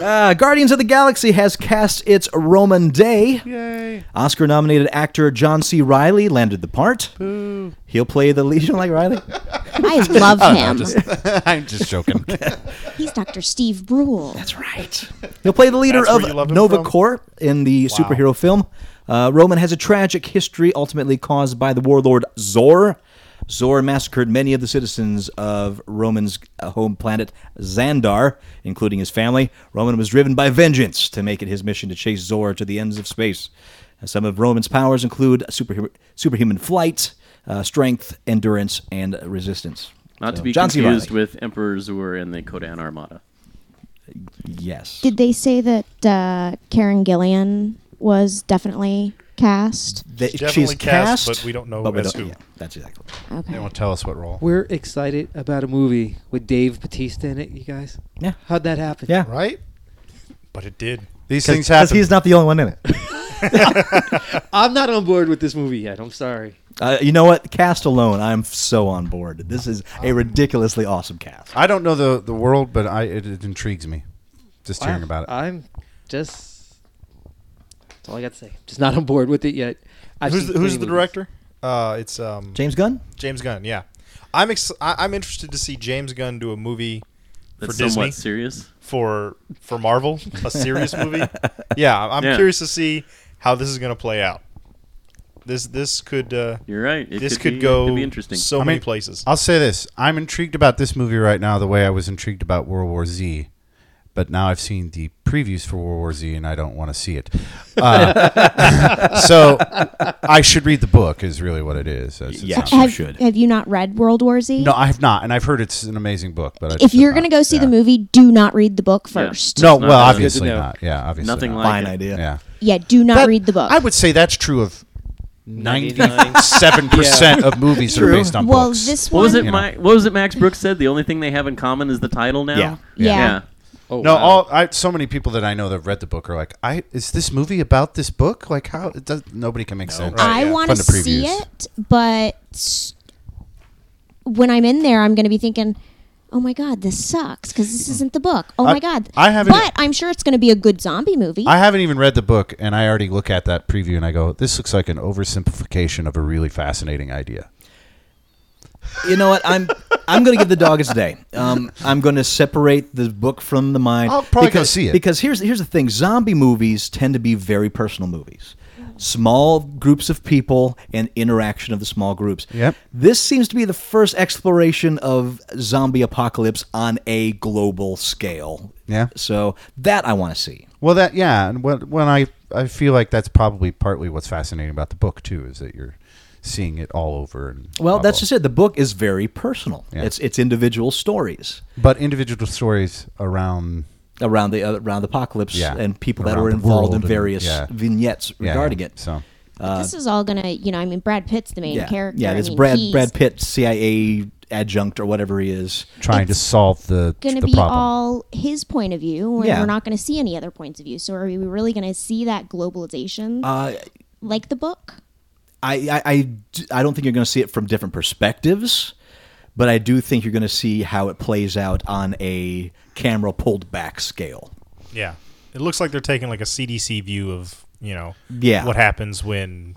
Speaker 1: Uh, Guardians of the Galaxy has cast its Roman Day.
Speaker 2: Yay.
Speaker 1: Oscar nominated actor John C. Riley landed the part. He'll play the lead. You don't like Riley?
Speaker 8: I love him.
Speaker 2: I'm just joking.
Speaker 8: He's Dr. Steve Brule.
Speaker 1: That's right. He'll play the leader
Speaker 6: That's where you love
Speaker 1: of
Speaker 6: him
Speaker 1: Nova
Speaker 6: from?
Speaker 1: Corps in the superhero film. Uh, Roman has a tragic history, ultimately caused by the warlord Zor. Zor massacred many of the citizens of Roman's uh, home planet, Xandar, including his family. Roman was driven by vengeance to make it his mission to chase Zor to the ends of space. And Some of Roman's powers include superhu- superhuman flight, uh, strength, endurance, and resistance.
Speaker 4: Not
Speaker 1: So,
Speaker 4: to be
Speaker 1: John C.
Speaker 4: confused
Speaker 1: Reilly.
Speaker 4: with Emperor Zur and the Kodan Armada.
Speaker 1: Yes.
Speaker 8: Did they say that uh, Karen Gillian was definitely cast?
Speaker 1: That she's
Speaker 6: Definitely cast,
Speaker 1: cast,
Speaker 6: but we don't know
Speaker 1: but we
Speaker 6: as
Speaker 1: don't-
Speaker 6: who.
Speaker 1: yeah, that's exactly.
Speaker 2: they
Speaker 8: Okay.
Speaker 2: won't tell us what role.
Speaker 5: We're excited about a movie with Dave Batista in it, you guys.
Speaker 1: Yeah.
Speaker 5: How'd that happen?
Speaker 1: Yeah.
Speaker 2: Right?
Speaker 6: But it did.
Speaker 2: These things happen.
Speaker 1: he's not the only one in it.
Speaker 5: I'm not on board with this movie yet. I'm sorry.
Speaker 1: Uh, you know what? Cast alone, I'm f- so on board. This is a ridiculously awesome cast.
Speaker 2: I don't know the, the world, but I it, it intrigues me just hearing about it.
Speaker 5: I'm just. That's all I got to say. Just not on board with it yet. I've
Speaker 6: who's
Speaker 5: seen
Speaker 6: the, who's
Speaker 5: plenty
Speaker 6: the
Speaker 5: of
Speaker 6: director? Uh, it's um,
Speaker 1: James Gunn?
Speaker 6: James Gunn. Yeah, I'm ex- I- I'm interested to see James Gunn do a movie for
Speaker 4: That's
Speaker 6: Disney
Speaker 4: somewhat serious.
Speaker 6: for for Marvel, a serious movie. Yeah, I'm
Speaker 4: Yeah.
Speaker 6: curious to see how this is going to play out. This this could uh,
Speaker 4: You're right. It
Speaker 6: this could,
Speaker 4: could, be,
Speaker 6: go
Speaker 4: It could be interesting.
Speaker 6: so
Speaker 2: I
Speaker 6: many
Speaker 2: mean,
Speaker 6: places.
Speaker 2: I'll say this: I'm intrigued about this movie right now, the way I was intrigued about World War Z, but now I've seen the previews for World War Z, and I don't want to see it. Uh, so I should read the book, is really what it is. as it
Speaker 1: Yeah.
Speaker 2: sounds.
Speaker 1: Sure
Speaker 8: have,
Speaker 1: should.
Speaker 8: have you not read World War Z?
Speaker 2: No, I have not, and I've heard it's an amazing book. But I
Speaker 8: if
Speaker 2: just have
Speaker 8: you're
Speaker 2: not.
Speaker 8: going to go see
Speaker 2: Yeah.
Speaker 8: the movie, do not read the book
Speaker 4: Yeah.
Speaker 8: first.
Speaker 2: no,
Speaker 4: It's not
Speaker 2: well,
Speaker 4: bad.
Speaker 2: obviously
Speaker 5: Good to know.
Speaker 2: not. Yeah, obviously
Speaker 4: Nothing
Speaker 2: not.
Speaker 4: like
Speaker 1: Fine
Speaker 4: it.
Speaker 1: idea.
Speaker 2: yeah.
Speaker 8: Yeah, do not
Speaker 2: That-
Speaker 8: read the book.
Speaker 2: I would say that's true of. 97% of movies that are based on
Speaker 8: well,
Speaker 2: books.
Speaker 8: this
Speaker 4: What
Speaker 8: one.
Speaker 4: was it?
Speaker 2: know.
Speaker 4: My, what was it? Max Brooks said the only thing they have in common is the title now.
Speaker 1: Yeah.
Speaker 8: Yeah.
Speaker 5: Oh,
Speaker 2: No,
Speaker 5: wow.
Speaker 2: all I, so many people that I know that have read the book are like, "I is this movie about this book? Like, how it does nobody can make sense."
Speaker 8: I want to
Speaker 2: From the
Speaker 8: see
Speaker 2: previews.
Speaker 8: it, but when I'm in there, I'm going to be thinking, "Oh my god, this sucks because this isn't the book." Oh
Speaker 2: I-
Speaker 8: my god,
Speaker 2: I haven't-
Speaker 8: But I'm sure it's going to be a good zombie movie.
Speaker 2: I haven't even read the book, and I already look at that preview and I go, "This looks like an oversimplification of a really fascinating idea."
Speaker 1: You know what? I'm I'm going to give the dog its day. Um, I'm going to separate the book from the mind.
Speaker 2: I'll probably go
Speaker 1: because,
Speaker 2: see it.
Speaker 1: Because here's here's the thing: zombie movies tend to be very personal movies. Small groups of people and interaction of the small groups.
Speaker 2: Yep.
Speaker 1: This seems to be the first exploration of zombie apocalypse on a global scale.
Speaker 2: Yeah.
Speaker 1: So that I want to see.
Speaker 2: Well, that yeah, and when, when I I feel like that's probably partly what's fascinating about the book too is that you're seeing it all over. And
Speaker 1: Well,
Speaker 2: blah,
Speaker 1: that's
Speaker 2: blah.
Speaker 1: just it. The book is very personal. It's it's individual stories
Speaker 2: but individual stories around.
Speaker 1: around the uh, around the apocalypse
Speaker 2: Yeah.
Speaker 1: and people that
Speaker 2: Around
Speaker 1: were
Speaker 2: the
Speaker 1: involved
Speaker 2: world
Speaker 1: in
Speaker 2: and-
Speaker 1: various
Speaker 2: yeah.
Speaker 1: vignettes
Speaker 2: yeah,
Speaker 1: regarding it.
Speaker 2: So
Speaker 8: this is all going to, you know, I mean, Brad Pitt's the main
Speaker 1: Uh, yeah,
Speaker 8: character.
Speaker 1: yeah.
Speaker 8: I
Speaker 1: It's
Speaker 8: mean,
Speaker 1: Brad
Speaker 8: he's
Speaker 1: Brad Pitt, CIA adjunct or whatever he is.
Speaker 2: trying to solve the
Speaker 8: Going to
Speaker 2: the
Speaker 8: be
Speaker 2: problem.
Speaker 8: all his point of view, and
Speaker 1: Yeah.
Speaker 8: we're not going to see any other points of view. So, are we really going to see that globalization
Speaker 1: Uh,
Speaker 8: like the book?
Speaker 1: I, I, I d- I don't think you're going to see it from different perspectives, but I do think you're going to see how it plays out on a camera pulled back scale.
Speaker 6: yeah, it looks like they're taking like a CDC view of you know
Speaker 1: Yeah.
Speaker 6: what happens when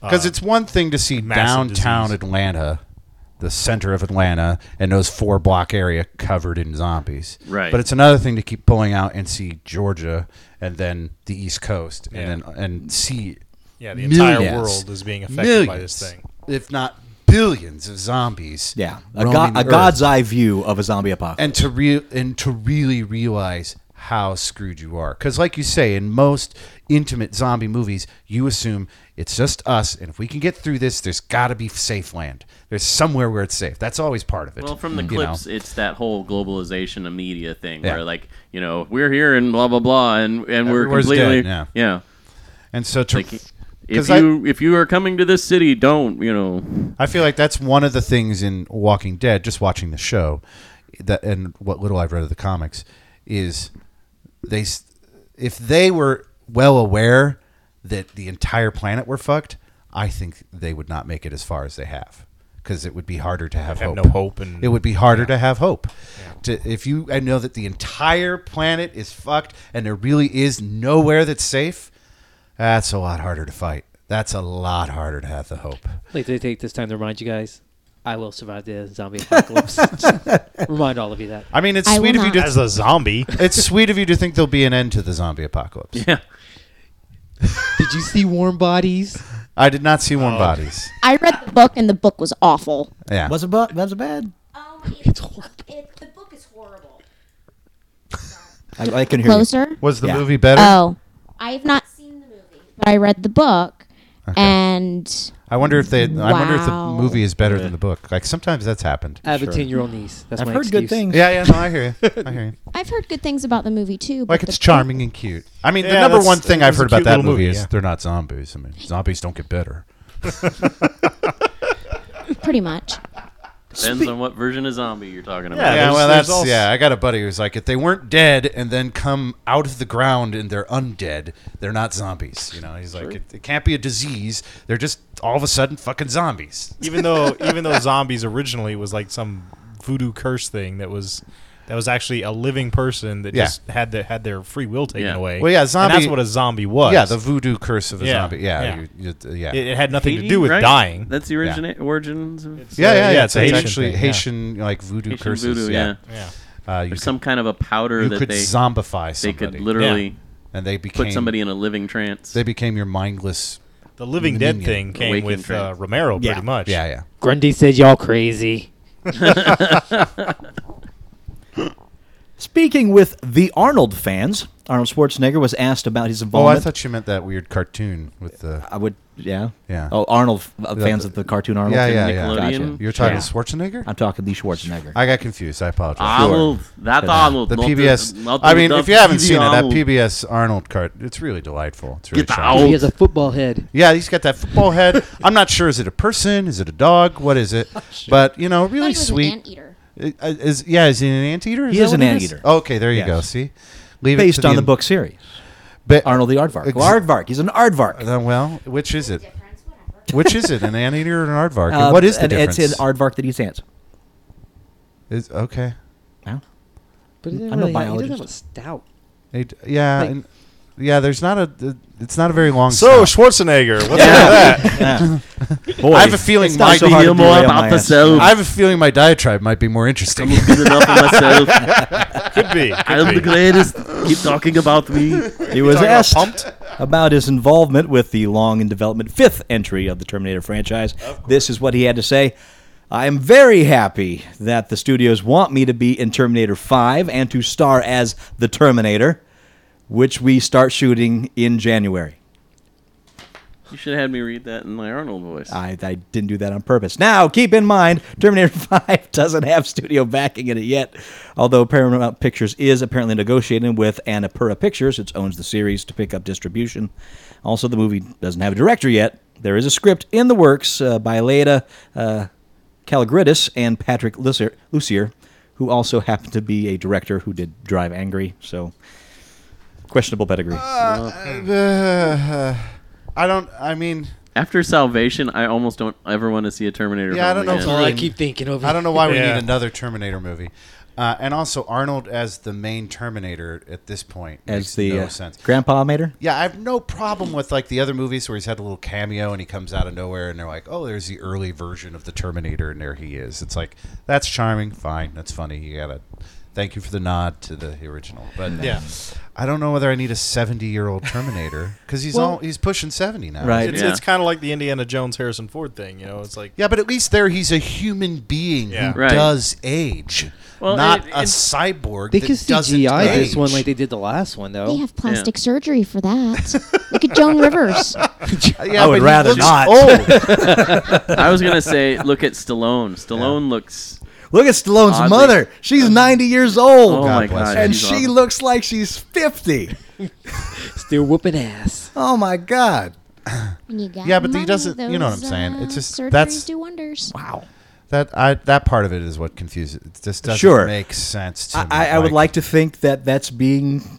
Speaker 2: Because it's one thing to see
Speaker 6: Uh, massive
Speaker 2: downtown
Speaker 6: disease.
Speaker 2: Atlanta, the center of Atlanta, and those four block area covered in zombies.
Speaker 4: Right.
Speaker 2: But it's another thing to keep pulling out and see Georgia and then the East Coast and then and see
Speaker 6: yeah the entire
Speaker 2: millions,
Speaker 6: world is being affected by this
Speaker 2: millions,
Speaker 6: thing.
Speaker 2: if not billions of zombies.
Speaker 1: Yeah, a,
Speaker 2: roaming
Speaker 1: go-
Speaker 2: the
Speaker 1: a
Speaker 2: earth.
Speaker 1: god's eye view of a zombie apocalypse.
Speaker 2: and to re- and to really realize how screwed you are. Because, like you say, in most intimate zombie movies, you assume it's just us, and if we can get through this, there's got to be safe land. There's somewhere where it's safe. That's always part of it.
Speaker 4: Well, from the
Speaker 2: you
Speaker 4: clips,
Speaker 2: know?
Speaker 4: it's that whole globalization of media thing
Speaker 2: Yeah.
Speaker 4: where, like, you know, we're here and blah blah blah, and and we're
Speaker 2: Everywhere's
Speaker 4: completely
Speaker 2: dead, yeah.
Speaker 4: yeah.
Speaker 2: and so to,
Speaker 4: Like, if
Speaker 2: 'cause I-
Speaker 4: you if you are coming to this city, don't you know?
Speaker 2: I feel like that's one of the things in Walking Dead. Just watching the show, that and what little I've read of the comics is they, s- if they were well aware that the entire planet were fucked, I think they would not make it as far as they have because it would be harder to have,
Speaker 6: Have
Speaker 2: hope.
Speaker 6: no hope and-
Speaker 2: it would be harder to have hope. To, if you, I know that the entire planet is fucked and there really is nowhere that's safe. That's a lot harder to fight. That's a lot harder to have the hope.
Speaker 5: Like they take this time to remind you guys, I will survive the zombie apocalypse. remind all of you that.
Speaker 2: I mean, it's
Speaker 8: I
Speaker 2: sweet
Speaker 8: will
Speaker 2: of you
Speaker 8: not.
Speaker 2: to
Speaker 6: As a zombie,
Speaker 2: it's sweet of you to think there'll be an end to the zombie apocalypse.
Speaker 4: Yeah.
Speaker 5: Did you see Warm Bodies?
Speaker 2: I did not see warm
Speaker 6: Oh.
Speaker 2: bodies.
Speaker 8: I read the book and the book was awful.
Speaker 2: Yeah.
Speaker 7: Was it bu- was it bad?
Speaker 8: it's horrible. the book is horrible.
Speaker 1: I, I can hear you.
Speaker 8: Closer.
Speaker 2: Was the
Speaker 1: Yeah.
Speaker 2: movie better?
Speaker 8: Oh, I have not seen the movie, but I read the book, and
Speaker 2: I wonder if they. I wonder if the
Speaker 8: Wow.
Speaker 2: movie is better than the book. Like sometimes that's happened.
Speaker 5: I have a ten-year-old niece. That's
Speaker 7: I've
Speaker 5: my
Speaker 7: heard good
Speaker 5: excuse.
Speaker 7: things.
Speaker 2: Yeah, yeah, no, I hear you. I hear you.
Speaker 8: I've heard good things about the movie too.
Speaker 2: Like
Speaker 8: but
Speaker 2: it's
Speaker 8: the book-
Speaker 2: charming and cute. I mean, the
Speaker 6: Yeah,
Speaker 2: number
Speaker 6: that's-
Speaker 2: one thing
Speaker 6: it
Speaker 2: I've
Speaker 6: was a
Speaker 2: heard about
Speaker 6: cute
Speaker 2: that
Speaker 6: little
Speaker 2: movie
Speaker 6: movie,
Speaker 2: is
Speaker 6: yeah.
Speaker 2: they're not zombies. I mean, zombies don't get better.
Speaker 8: pretty much.
Speaker 4: Depends on what version of zombie you're talking about.
Speaker 6: Yeah,
Speaker 2: Yeah,
Speaker 6: there's-
Speaker 2: well,
Speaker 6: there's
Speaker 2: that's
Speaker 6: also-
Speaker 2: yeah. I got a buddy who's like, if they weren't dead and then come out of the ground and they're undead, they're not zombies. You know, he's like, it, it can't be a disease. They're just all of a sudden fucking zombies.
Speaker 6: even though even though zombies originally was like some voodoo curse thing that was that was actually a living person that
Speaker 2: Yeah.
Speaker 6: just had the, had their free will taken
Speaker 4: Yeah.
Speaker 6: away.
Speaker 2: Well, yeah,
Speaker 6: And
Speaker 2: zombie-
Speaker 6: that's what a zombie was.
Speaker 2: Yeah, the voodoo curse of a
Speaker 6: Yeah,
Speaker 2: zombie. Yeah,
Speaker 6: yeah.
Speaker 2: you- you- uh, yeah.
Speaker 6: it, it had nothing to
Speaker 4: Haiti,
Speaker 6: do with
Speaker 4: right?
Speaker 6: dying.
Speaker 4: That's the origin origins of
Speaker 2: yeah, yeah,
Speaker 6: uh,
Speaker 2: yeah.
Speaker 6: yeah, it's
Speaker 2: It's,
Speaker 6: a Haitian
Speaker 2: actually
Speaker 6: thing, yeah.
Speaker 2: Haitian like voodoo
Speaker 4: Haitian
Speaker 2: curses.
Speaker 4: voodoo,
Speaker 2: yeah,
Speaker 6: yeah.
Speaker 2: Uh, you
Speaker 4: There's
Speaker 2: could,
Speaker 4: some kind of a powder
Speaker 2: you
Speaker 4: that
Speaker 2: could
Speaker 4: they
Speaker 2: zombify
Speaker 4: they
Speaker 2: somebody.
Speaker 4: could literally
Speaker 6: Yeah.
Speaker 2: and they became
Speaker 4: put somebody in a living trance.
Speaker 2: They became your mindless.
Speaker 6: The Living Dead
Speaker 2: Minion.
Speaker 6: thing came
Speaker 4: Awakened
Speaker 6: with uh,
Speaker 4: trance.
Speaker 6: Romero
Speaker 1: Yeah.
Speaker 6: pretty much.
Speaker 2: Yeah, yeah.
Speaker 5: Grundy said y'all crazy.
Speaker 1: Speaking with the Arnold fans, Arnold Schwarzenegger was asked about his
Speaker 2: Oh, I
Speaker 1: involvement.
Speaker 2: thought you meant that weird cartoon with the.
Speaker 4: Uh,
Speaker 1: I would, yeah,
Speaker 2: Yeah.
Speaker 1: Oh, Arnold f- uh,
Speaker 2: The-
Speaker 1: fans of the cartoon Arnold.
Speaker 2: yeah,
Speaker 1: thing?
Speaker 2: yeah, yeah.
Speaker 4: Nickelodeon.
Speaker 2: You're talking
Speaker 1: Yeah.
Speaker 2: Schwarzenegger.
Speaker 1: I'm talking the Schwarzenegger.
Speaker 2: I got confused. I apologize.
Speaker 4: Arnold, that's Arnold.
Speaker 2: The
Speaker 4: not
Speaker 2: PBS.
Speaker 4: not
Speaker 2: I mean,
Speaker 4: not
Speaker 2: if you haven't
Speaker 4: the
Speaker 2: seen it, that
Speaker 4: Arnold.
Speaker 2: PBS Arnold cart, it's really delightful. It's really
Speaker 4: Get
Speaker 2: charming.
Speaker 5: He
Speaker 4: out.
Speaker 5: has a football head.
Speaker 2: Yeah, he's got that football head. I'm not sure. Is it a person? Is it a dog? What is it? But you know,
Speaker 8: I thought
Speaker 2: really
Speaker 8: he was
Speaker 2: sweet.
Speaker 8: An anteater.
Speaker 2: Uh, is yeah, is he an anteater?
Speaker 1: He
Speaker 2: that
Speaker 1: is
Speaker 2: what
Speaker 1: an
Speaker 2: it
Speaker 1: anteater.
Speaker 2: Oh, okay, there you
Speaker 1: Yes.
Speaker 2: go. See, leave it
Speaker 1: Based
Speaker 2: to
Speaker 1: on the
Speaker 2: in-
Speaker 1: book series,
Speaker 2: But-
Speaker 1: Arnold the Aardvark.
Speaker 2: Ex-
Speaker 1: well, Aardvark. He's an Aardvark.
Speaker 2: Uh, well, which is it? Which is it? An anteater or an aardvark? And
Speaker 1: Uh,
Speaker 2: what is the
Speaker 1: and
Speaker 2: difference?
Speaker 1: It's an Aardvark that eats ants.
Speaker 2: Is- okay.
Speaker 1: Wow.
Speaker 5: But he doesn't
Speaker 1: I'm a
Speaker 5: really have- He doesn't have a
Speaker 1: biologist.
Speaker 5: stout.
Speaker 2: They d- yeah,
Speaker 5: Like-
Speaker 2: and- yeah. There's not a. th- It's not a very long.
Speaker 6: So
Speaker 2: snout.
Speaker 6: Schwarzenegger, what's up?
Speaker 1: Boy,
Speaker 2: I have a feeling
Speaker 1: it's not
Speaker 2: my
Speaker 1: so hard to
Speaker 4: Feel more
Speaker 1: derail
Speaker 4: about
Speaker 1: my ass.
Speaker 4: myself.
Speaker 2: I have a feeling my diatribe might be more interesting.
Speaker 4: I'm good enough for myself.
Speaker 6: Could be. Could
Speaker 4: I'm
Speaker 6: be.
Speaker 4: the greatest. Keep talking about me.
Speaker 1: He
Speaker 6: talking
Speaker 1: was
Speaker 6: about
Speaker 1: asked
Speaker 6: Pumped?
Speaker 1: about his involvement with the long in development fifth entry of the Terminator franchise. This is what he had to say. I am very happy that the studios want me to be in Terminator 5 and to star as the Terminator, which we start shooting in January.
Speaker 4: You should have had me read that in my Arnold voice.
Speaker 1: I, I didn't do that on purpose. Now, keep in mind, Terminator 5 doesn't have studio backing in it yet, although Paramount Pictures is apparently negotiating with Annapurna Pictures, which owns the series, to pick up distribution. Also, the movie doesn't have a director yet. There is a script in the works uh, by Leda uh, Caligridis and Patrick Lucier, Lucier, who also happened to be a director who did Drive Angry, so questionable pedigree.
Speaker 2: Ah. Uh, I don't. I mean,
Speaker 4: After Salvation, I almost don't ever want to see a Terminator.
Speaker 2: Yeah, I don't
Speaker 4: film
Speaker 2: know
Speaker 4: again.
Speaker 2: if
Speaker 5: All I
Speaker 2: Green.
Speaker 5: keep thinking over.
Speaker 2: I don't know why we
Speaker 6: Yeah.
Speaker 2: need another Terminator movie. Uh, and also Arnold as the main Terminator at this point
Speaker 1: As
Speaker 2: makes
Speaker 1: the
Speaker 2: no
Speaker 1: uh,
Speaker 2: sense.
Speaker 1: grandpa mater?
Speaker 2: Yeah, I have no problem with like the other movies where he's had a little cameo and he comes out of nowhere and they're like, "Oh, there's the early version of the Terminator and there he is." It's like that's charming, fine, that's funny. You got a Thank you for the nod to the original. But
Speaker 6: Yeah.
Speaker 2: I don't know whether I need a 70 year old Terminator because he's all, he's pushing 70 now.
Speaker 1: Right.
Speaker 6: It's,
Speaker 4: Yeah.
Speaker 6: it's kind of like the Indiana Jones Harrison Ford thing, you know. It's like
Speaker 2: Yeah, but at least there he's a human being
Speaker 6: Yeah.
Speaker 2: who
Speaker 4: Right.
Speaker 2: does age,
Speaker 4: Well,
Speaker 2: not
Speaker 4: it-
Speaker 2: a
Speaker 4: it-
Speaker 2: cyborg.
Speaker 5: They
Speaker 2: that
Speaker 5: can
Speaker 2: doesn't
Speaker 5: CGI this
Speaker 2: age.
Speaker 5: one like they did the last one though.
Speaker 8: They have plastic surgery for that. Look at Joan Rivers.
Speaker 2: Yeah,
Speaker 1: I would
Speaker 2: but he
Speaker 1: rather
Speaker 2: looks
Speaker 1: not.
Speaker 2: Old.
Speaker 4: I was gonna say, look at Stallone. Stallone looks.
Speaker 1: Look at Stallone's
Speaker 4: Oddly-
Speaker 1: mother. She's 90 years old.
Speaker 4: Oh, my
Speaker 2: bless
Speaker 4: god,
Speaker 2: her.
Speaker 1: and
Speaker 4: she's
Speaker 1: she
Speaker 4: awful.
Speaker 1: looks like she's 50.
Speaker 5: Still whooping ass.
Speaker 1: Oh my god.
Speaker 2: Yeah, but he doesn't- you know what I'm saying. It's just-
Speaker 8: uh, surgeries
Speaker 2: that's-
Speaker 8: do wonders.
Speaker 1: Wow.
Speaker 2: that I, that part of it is what confuses. It just doesn't
Speaker 1: Sure.
Speaker 2: make sense to
Speaker 1: I,
Speaker 2: me.
Speaker 1: I, I would like to think that that's being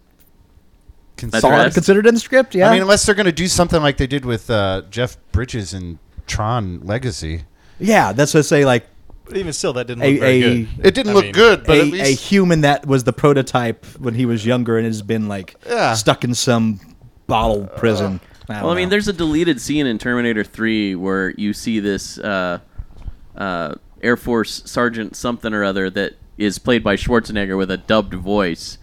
Speaker 2: consider-
Speaker 4: That's
Speaker 1: thought-
Speaker 4: right.
Speaker 1: considered in the script. Yeah.
Speaker 2: I mean, unless they're going to do something like they did with uh, Jeff Bridges in Tron Legacy.
Speaker 1: yeah, that's what I say. Like
Speaker 6: but even still, that didn't
Speaker 1: A-
Speaker 6: look very
Speaker 1: a-
Speaker 6: good.
Speaker 2: It didn't
Speaker 6: I
Speaker 2: look
Speaker 6: mean,
Speaker 2: good, but
Speaker 1: a,
Speaker 2: at
Speaker 1: a
Speaker 2: least
Speaker 1: human that was the prototype when he was younger and has been like
Speaker 2: Yeah.
Speaker 1: stuck in some bottle
Speaker 6: Uh,
Speaker 1: prison. Uh, don't
Speaker 4: Well, I mean,
Speaker 1: know.
Speaker 4: there's a deleted scene in Terminator 3 where you see this uh, uh, Air Force Sergeant something or other that is played by Schwarzenegger with a dubbed voice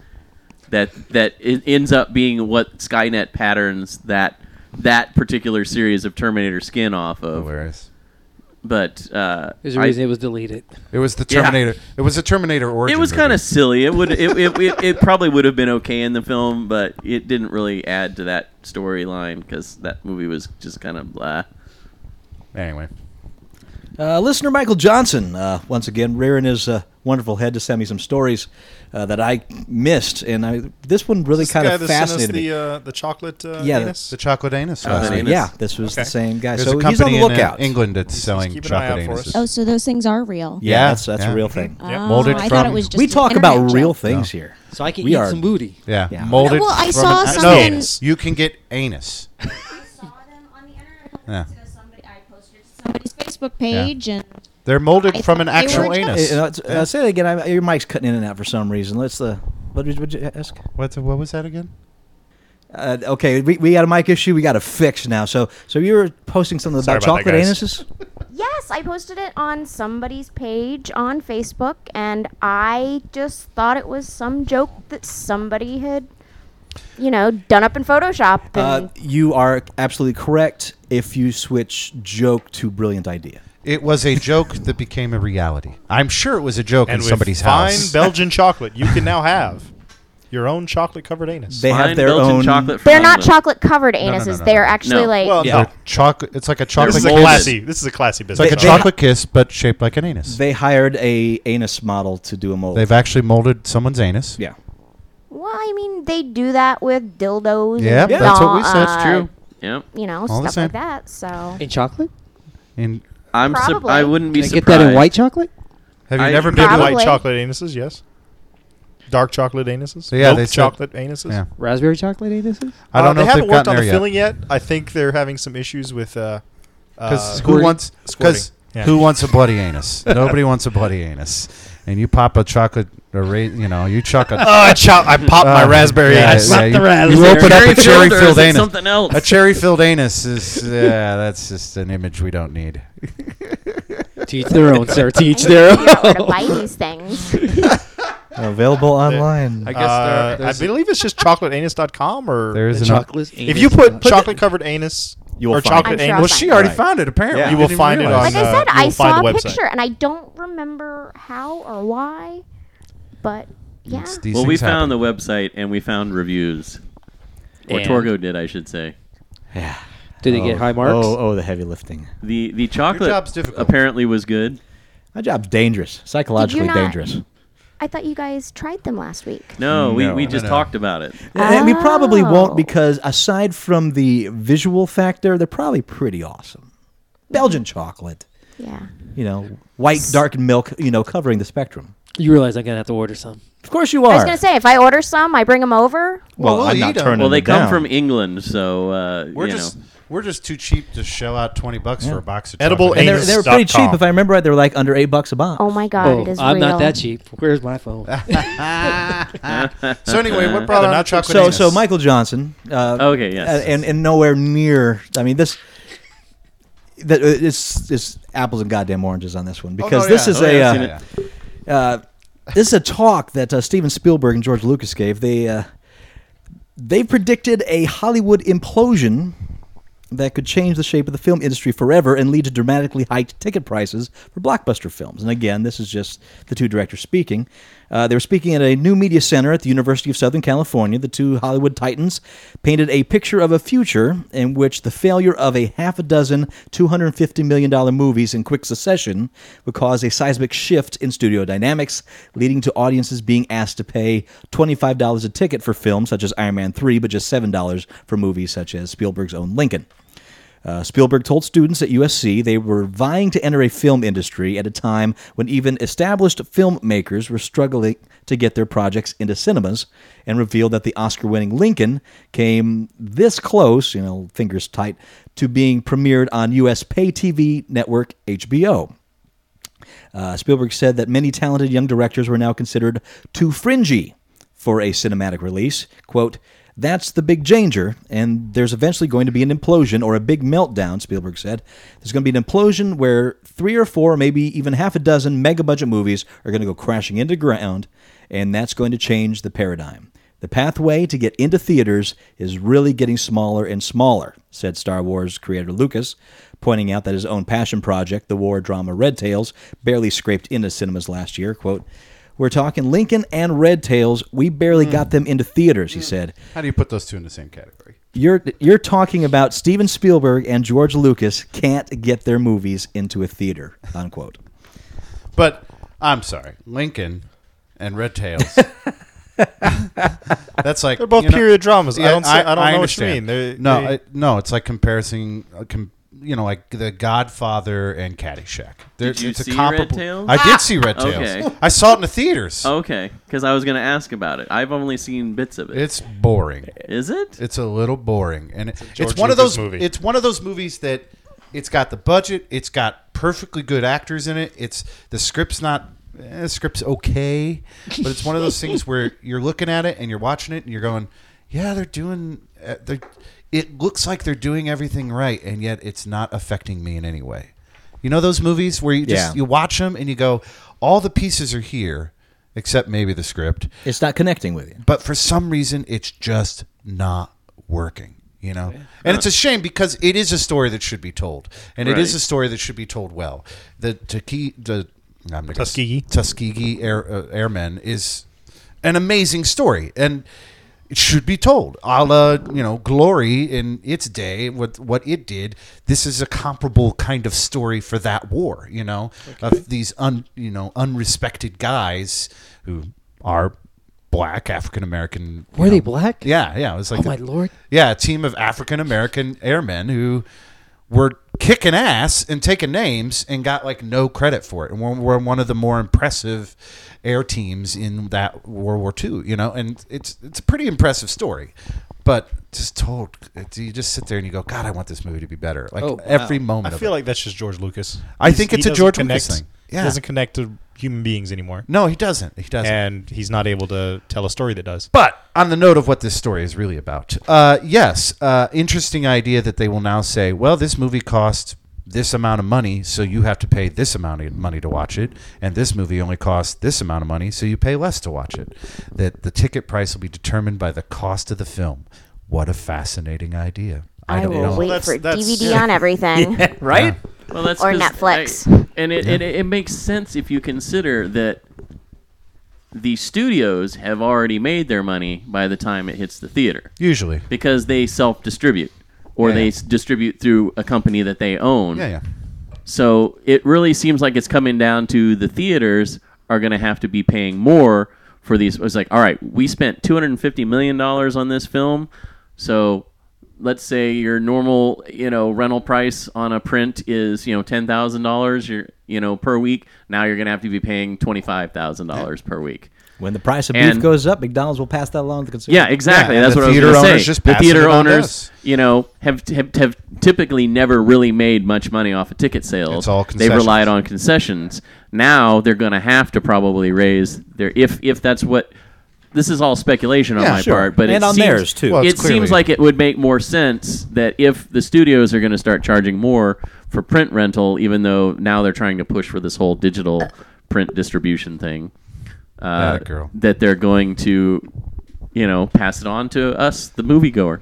Speaker 4: that that it ends up being what Skynet patterns that that particular series of Terminator skin off of.
Speaker 2: hilarious.
Speaker 4: But uh,
Speaker 5: There's a
Speaker 4: I-
Speaker 5: reason it was deleted.
Speaker 2: It was the
Speaker 4: Yeah.
Speaker 2: Terminator. It was a Terminator origin.
Speaker 4: it was kind
Speaker 2: movie.
Speaker 4: of silly. It would it, it, it, it probably would have been okay in the film, but it didn't really add to that storyline because that movie was just kind of blah.
Speaker 2: anyway.
Speaker 1: Uh, listener Michael Johnson, uh, once again, rearing his uh, wonderful head to send me some stories uh, that I missed, and I, this one really
Speaker 6: This
Speaker 1: kind
Speaker 6: guy
Speaker 1: of
Speaker 6: that sent us
Speaker 1: fascinated me.
Speaker 6: the uh, the chocolate. Uh,
Speaker 1: Yeah,
Speaker 6: anus?
Speaker 2: The chocolate anus.
Speaker 4: Oh,
Speaker 2: was
Speaker 4: the
Speaker 1: Uh,
Speaker 2: it.
Speaker 4: anus.
Speaker 1: yeah, this was
Speaker 6: Okay.
Speaker 1: the same guy.
Speaker 2: There's
Speaker 1: so
Speaker 2: a
Speaker 1: he's on the
Speaker 2: company in uh,
Speaker 1: lookout.
Speaker 2: England that's
Speaker 6: Just
Speaker 2: selling
Speaker 6: keep an eye
Speaker 2: chocolate
Speaker 6: out for us.
Speaker 2: anuses.
Speaker 8: Oh, so those things are real.
Speaker 1: Yeah,
Speaker 2: Yeah,
Speaker 1: that's that's
Speaker 2: yeah.
Speaker 1: a real thing.
Speaker 5: Uh,
Speaker 6: Yep.
Speaker 8: Oh,
Speaker 2: Molded
Speaker 8: I thought
Speaker 2: from-
Speaker 8: it was just
Speaker 1: we
Speaker 8: an
Speaker 1: talk about
Speaker 8: internet
Speaker 1: real
Speaker 8: joke.
Speaker 1: things here.
Speaker 5: So I can
Speaker 1: We
Speaker 5: eat
Speaker 1: are-
Speaker 5: some booty.
Speaker 2: Yeah.
Speaker 1: Yeah.
Speaker 2: Molded.
Speaker 8: Well, I
Speaker 2: from
Speaker 8: saw
Speaker 2: an-
Speaker 8: something-
Speaker 2: No, you can get anus. Yeah.
Speaker 8: Somebody's Facebook page and
Speaker 2: They're molded
Speaker 8: I
Speaker 2: from an
Speaker 8: thought they
Speaker 2: actual
Speaker 8: were
Speaker 2: anus.
Speaker 1: Hey, uh, it's- uh, say it again. I, your mic's cutting in and out for some reason. Let's uh, what did what did you ask?
Speaker 2: What's, what was that again?
Speaker 1: Uh, okay, we, we got a mic issue. We got to fix now. So so you were posting something
Speaker 6: Sorry
Speaker 1: about,
Speaker 6: about that,
Speaker 1: chocolate
Speaker 6: guys.
Speaker 1: anuses?
Speaker 9: Yes, I posted it on somebody's page on Facebook, and I just thought it was some joke that somebody had, you know, done up in Photoshop. And
Speaker 1: Uh, you are absolutely correct. If you switch joke to brilliant idea.
Speaker 2: It was a joke that became a reality. I'm sure it was a joke
Speaker 6: and
Speaker 2: in
Speaker 6: with
Speaker 2: somebody's
Speaker 6: fine
Speaker 2: house.
Speaker 6: Belgian chocolate, you can now have your own chocolate covered anus.
Speaker 1: They have
Speaker 4: Fine
Speaker 1: their
Speaker 4: Belgian
Speaker 1: own
Speaker 4: chocolate
Speaker 9: they're
Speaker 4: from
Speaker 9: not
Speaker 4: England.
Speaker 9: chocolate covered anuses.
Speaker 2: no, no,
Speaker 9: They're actually
Speaker 4: No.
Speaker 9: like
Speaker 6: well,
Speaker 1: Yeah.
Speaker 6: no,
Speaker 2: chocolate. It's like a chocolate.
Speaker 6: this is
Speaker 2: Kiss.
Speaker 6: a
Speaker 4: molded.
Speaker 6: classy. This is a classy
Speaker 2: It's like
Speaker 6: business.
Speaker 2: a chocolate kiss, but shaped like an anus.
Speaker 1: They hired a anus model to do a mold.
Speaker 2: They've actually molded someone's anus.
Speaker 1: yeah.
Speaker 9: well, I mean, they do that with dildos.
Speaker 2: Yeah,
Speaker 9: and
Speaker 2: that's what we
Speaker 9: doll-
Speaker 2: said. It's
Speaker 9: uh,
Speaker 2: true.
Speaker 4: Yep.
Speaker 9: You know,
Speaker 2: All the
Speaker 9: stuff like
Speaker 2: same.
Speaker 9: that. So
Speaker 5: In chocolate?
Speaker 2: And
Speaker 4: I'm sup-
Speaker 9: Probably.
Speaker 4: I wouldn't be
Speaker 5: Can I get
Speaker 4: surprised.
Speaker 5: that in white chocolate?
Speaker 2: have you
Speaker 4: I-
Speaker 2: never
Speaker 6: They
Speaker 2: been?
Speaker 6: have
Speaker 9: Probably.
Speaker 6: white chocolate anuses, yes. Dark chocolate anuses.
Speaker 2: Yeah,
Speaker 6: Milk
Speaker 2: they said-
Speaker 6: chocolate anuses.
Speaker 2: Yeah.
Speaker 5: Raspberry chocolate eh, anuses?
Speaker 2: I don't
Speaker 6: Uh,
Speaker 2: know
Speaker 6: They
Speaker 2: if
Speaker 6: haven't
Speaker 2: they've
Speaker 6: worked
Speaker 2: gotten
Speaker 6: on
Speaker 2: there
Speaker 6: the
Speaker 2: yet.
Speaker 6: filling yet. I think they're having some issues with. uh,
Speaker 2: Because
Speaker 6: uh,
Speaker 2: who wants? Because
Speaker 6: Squirting. Yeah.
Speaker 2: who wants a bloody anus? Nobody wants a bloody anus. And you pop a chocolate, a ra- you know, you chocolate.
Speaker 6: Oh, I chop! I popped my
Speaker 2: Uh,
Speaker 6: raspberry
Speaker 2: yeah,
Speaker 6: anus.
Speaker 2: yeah, you,
Speaker 5: raspberry.
Speaker 2: you open up a
Speaker 4: Cherry-filled or is
Speaker 2: cherry-filled
Speaker 4: it
Speaker 2: anus.
Speaker 4: Something else.
Speaker 2: A cherry-filled anus is yeah. That's just an image we don't need.
Speaker 5: Teach their own, sir. Teach
Speaker 9: I
Speaker 5: their
Speaker 9: need to figure out where to
Speaker 5: own.
Speaker 9: buy these things.
Speaker 1: Available online.
Speaker 2: I guess
Speaker 6: Uh,
Speaker 2: there,
Speaker 6: I believe it's just chocolateanus.com or
Speaker 2: there is an.
Speaker 5: Chocolate anus.
Speaker 6: if you put chocolate covered anus
Speaker 1: You'll
Speaker 6: or
Speaker 1: find
Speaker 6: chocolate
Speaker 9: it. I'm sure
Speaker 6: anus,
Speaker 9: I'll
Speaker 2: Well,
Speaker 9: find
Speaker 2: she
Speaker 9: it.
Speaker 2: already
Speaker 1: Right.
Speaker 2: found it. Apparently,
Speaker 1: Yeah.
Speaker 6: You
Speaker 2: I
Speaker 6: will
Speaker 2: didn't
Speaker 6: find it
Speaker 2: realize.
Speaker 9: like
Speaker 6: on,
Speaker 9: I said,
Speaker 6: uh,
Speaker 9: I
Speaker 6: you'll find
Speaker 9: saw a
Speaker 6: the website.
Speaker 9: picture, and I don't remember how or why, but yeah.
Speaker 2: It's- these
Speaker 4: well, we
Speaker 2: things happen.
Speaker 4: found the website and we found reviews. Or
Speaker 5: And-
Speaker 4: Torgo did, I should say.
Speaker 1: Yeah.
Speaker 5: Did they get high marks?
Speaker 1: Oh, oh, the heavy lifting.
Speaker 4: The the chocolate
Speaker 2: job's difficult.
Speaker 4: apparently was good.
Speaker 1: My job's dangerous, psychologically
Speaker 9: not-
Speaker 1: dangerous.
Speaker 9: I thought you guys tried them last week.
Speaker 4: No, we,
Speaker 1: No.
Speaker 4: we
Speaker 1: No,
Speaker 4: just
Speaker 2: no.
Speaker 4: talked about it.
Speaker 1: And we probably won't
Speaker 9: Oh.
Speaker 1: because aside from the visual factor, they're probably pretty awesome. Belgian chocolate,
Speaker 9: Yeah.
Speaker 1: you know, white dark milk, you know, covering the spectrum.
Speaker 5: You realize I'm going to have to order some.
Speaker 1: Of course you are.
Speaker 9: I was gonna say if I order some, I bring them over.
Speaker 1: well,
Speaker 2: Well,
Speaker 1: I'm
Speaker 2: we'll
Speaker 1: not
Speaker 2: eat 'em.
Speaker 1: turning
Speaker 4: Well, they
Speaker 1: it
Speaker 4: come
Speaker 1: down.
Speaker 4: from England, so uh,
Speaker 2: We're
Speaker 4: you
Speaker 2: just
Speaker 4: know.
Speaker 2: we're just too cheap to shell out twenty bucks
Speaker 1: Yeah.
Speaker 2: for a box of
Speaker 6: Edible
Speaker 2: chocolate
Speaker 1: and they're,
Speaker 2: anus.
Speaker 6: anus.
Speaker 1: they're pretty
Speaker 6: Anus.com.
Speaker 1: cheap. If I remember right, they're like under eight bucks a box.
Speaker 9: Oh my god, it is
Speaker 5: I'm
Speaker 9: real.
Speaker 5: not that cheap. Where's my phone?
Speaker 2: Uh, so anyway, what
Speaker 6: Yeah,
Speaker 2: brought
Speaker 6: they're
Speaker 2: on the
Speaker 6: not
Speaker 2: chocolate
Speaker 1: So,
Speaker 2: anus?
Speaker 1: so Michael Johnson. Uh,
Speaker 4: Okay, Oh, yes.
Speaker 1: uh, and and nowhere near. I mean, this. That uh, it's it's apples and goddamn oranges on this one because
Speaker 2: Oh, no,
Speaker 1: this
Speaker 2: yeah.
Speaker 1: is
Speaker 2: Oh,
Speaker 1: a
Speaker 2: yeah, I've
Speaker 1: uh,
Speaker 2: seen it.
Speaker 1: uh, this is a talk that uh, Steven Spielberg and George Lucas gave. They uh, they predicted a Hollywood implosion that could change the shape of the film industry forever and lead to dramatically hiked ticket prices for blockbuster films. And again, this is just the two directors speaking. Uh, they were speaking at a new media center at the University of Southern California. The two Hollywood titans painted a picture of a future in which the failure of a half a dozen $250 million movies in quick succession would cause a seismic shift in studio dynamics, leading to audiences being asked to pay $25 a ticket for films such as Iron Man 3, but just $7 for movies such as Spielberg's own Lincoln. Uh, Spielberg told students at USC they were vying to enter a film industry at a time when even established filmmakers were struggling to get their projects into cinemas, and revealed that the Oscar winning Lincoln came this close, you know, fingers tight, to being premiered on US pay TV network HBO. Uh, Spielberg said that many talented young directors were now considered too fringy for a cinematic release. Quote, that's the big danger, and there's eventually going to be an implosion or a big meltdown, Spielberg said. There's going to be an implosion where three or four, maybe even half a dozen mega budget movies are going to go crashing into ground, and that's going to change the paradigm. The pathway to get into theaters is really getting smaller and smaller, said Star Wars creator Lucas, pointing out that his own passion project, the war drama Red Tails, barely scraped into cinemas last year. Quote, we're talking Lincoln and Red Tails. We barely got them into theaters, he said.
Speaker 2: How do you put those two in the same category?
Speaker 1: You're you're talking about Steven Spielberg and George Lucas can't get their movies into a theater, unquote.
Speaker 2: But I'm sorry, Lincoln and Red Tails. That's like
Speaker 6: They're both
Speaker 2: you know-
Speaker 6: period dramas. I don't. see- I, don't know what
Speaker 2: understand.
Speaker 6: you mean. They're,
Speaker 2: no,
Speaker 6: they-
Speaker 2: I- no, it's like comparing, uh, com, you know, like The Godfather and Caddyshack. They're,
Speaker 4: Did you
Speaker 2: it's
Speaker 4: see
Speaker 2: a
Speaker 4: Red
Speaker 2: comparable.
Speaker 4: Tails? Ah,
Speaker 2: I did see Red Tails.
Speaker 4: Okay. Oh.
Speaker 2: I saw it in the theaters.
Speaker 4: Okay, because I was going to ask about it. I've only seen bits of it.
Speaker 2: It's boring.
Speaker 4: Is it?
Speaker 2: It's a little boring, and it's,
Speaker 6: George
Speaker 2: one of
Speaker 6: Lucas
Speaker 2: those.
Speaker 6: movie.
Speaker 2: It's one of those movies that it's got the budget, it's got perfectly good actors in it. It's the script's not eh, the script's okay, but it's one of those things where you're looking at it and you're watching it and you're going, yeah, they're doing eh, they're. It looks like they're doing everything right, and yet it's not affecting me in any way. You know those movies where you just
Speaker 1: Yeah.
Speaker 2: you watch them and you go, all the pieces are here, except maybe the script
Speaker 1: It's not connecting with you.
Speaker 2: but for some reason it's just not working you know and it's a shame because it is a story that should be told and it is
Speaker 4: Right.
Speaker 2: a story that should be told well the Tuskegee the I'm not gonna-
Speaker 6: Tuskegee.
Speaker 2: Tuskegee Air, uh, Airmen is an amazing story and it should be told a la you know glory in its day with what it did this is a comparable kind of story for that war you know of these un you know unrespected guys who are black African American you
Speaker 5: Were they
Speaker 2: know.
Speaker 5: black?
Speaker 2: yeah yeah it was like
Speaker 5: Oh
Speaker 2: a-
Speaker 5: my lord.
Speaker 2: yeah, a team of African American airmen who were kicking ass and taking names and got like no credit for it, and were, were one of the more impressive air teams in that World War II. You know, and it's it's a pretty impressive story, but just told it's- you just sit there and you go, God, I want this movie to be better. Like
Speaker 5: Oh, wow.
Speaker 2: every moment.
Speaker 6: I
Speaker 2: of
Speaker 6: feel
Speaker 2: it.
Speaker 6: like that's just George Lucas.
Speaker 2: I think
Speaker 6: He's-
Speaker 2: it's
Speaker 6: he
Speaker 2: a
Speaker 6: doesn't
Speaker 2: George
Speaker 6: connect,
Speaker 2: Lucas thing.
Speaker 6: He
Speaker 2: Yeah.
Speaker 6: doesn't connect to human beings anymore,
Speaker 2: no, he doesn't. He doesn't.
Speaker 6: and he's not able to tell a story that does.
Speaker 2: But on the note of what this story is really about, uh, yes, uh, interesting idea that they will now say, well, this movie cost this amount of money, so you have to pay this amount of money to watch it, and this movie only cost this amount of money, so you pay less to watch it. That the ticket price will be determined by the cost of the film. What a fascinating idea!
Speaker 9: I, will wait
Speaker 6: That's-
Speaker 9: for
Speaker 6: that's-
Speaker 9: DVD on everything.
Speaker 2: right?
Speaker 4: Well, that's
Speaker 9: Or
Speaker 4: 'cause
Speaker 9: Netflix.
Speaker 4: I- and it, it, it makes sense if you consider that the studios have already made their money by the time it hits the theater
Speaker 2: Usually,
Speaker 4: because they self distribute or
Speaker 2: Yeah,
Speaker 4: they
Speaker 2: yeah.
Speaker 4: s distribute through a company that they own.
Speaker 2: yeah, yeah.
Speaker 4: So it really seems like it's coming down to the theaters are going to have to be paying more for these. It's like, all right, we spent two hundred and fifty million dollars on this film, so let's say your normal, you know, rental price on a print is you know ten thousand dollars, your you know per week. Now you're going to have to be paying twenty five thousand dollars per week.
Speaker 1: When the price of beef
Speaker 4: And-
Speaker 1: goes up, McDonald's will pass that along to the consumer.
Speaker 4: Yeah, exactly.
Speaker 2: Yeah, and
Speaker 4: That's
Speaker 2: the
Speaker 4: what I was
Speaker 2: theater
Speaker 4: going to say.
Speaker 2: owners just
Speaker 4: the
Speaker 2: pass it
Speaker 4: theater
Speaker 2: on to
Speaker 4: owners,
Speaker 2: us.
Speaker 4: you know, have, have have typically never really made much money off of ticket sales.
Speaker 2: It's all
Speaker 4: they relied
Speaker 2: concessions.
Speaker 4: on concessions. Now they're going to have to probably raise their if if that's what. This is all speculation on
Speaker 2: Yeah,
Speaker 4: my
Speaker 2: sure.
Speaker 4: part, but
Speaker 1: And
Speaker 4: it
Speaker 1: on
Speaker 4: seems,
Speaker 1: theirs, too. Well,
Speaker 2: it's
Speaker 4: it seems
Speaker 2: clearly-
Speaker 4: like it would make more sense that if the studios are going to start charging more for print rental, even though now they're trying to push for this whole digital print distribution thing, uh,
Speaker 2: Atta girl.
Speaker 4: that they're going to, you know, pass it on to us, the moviegoer.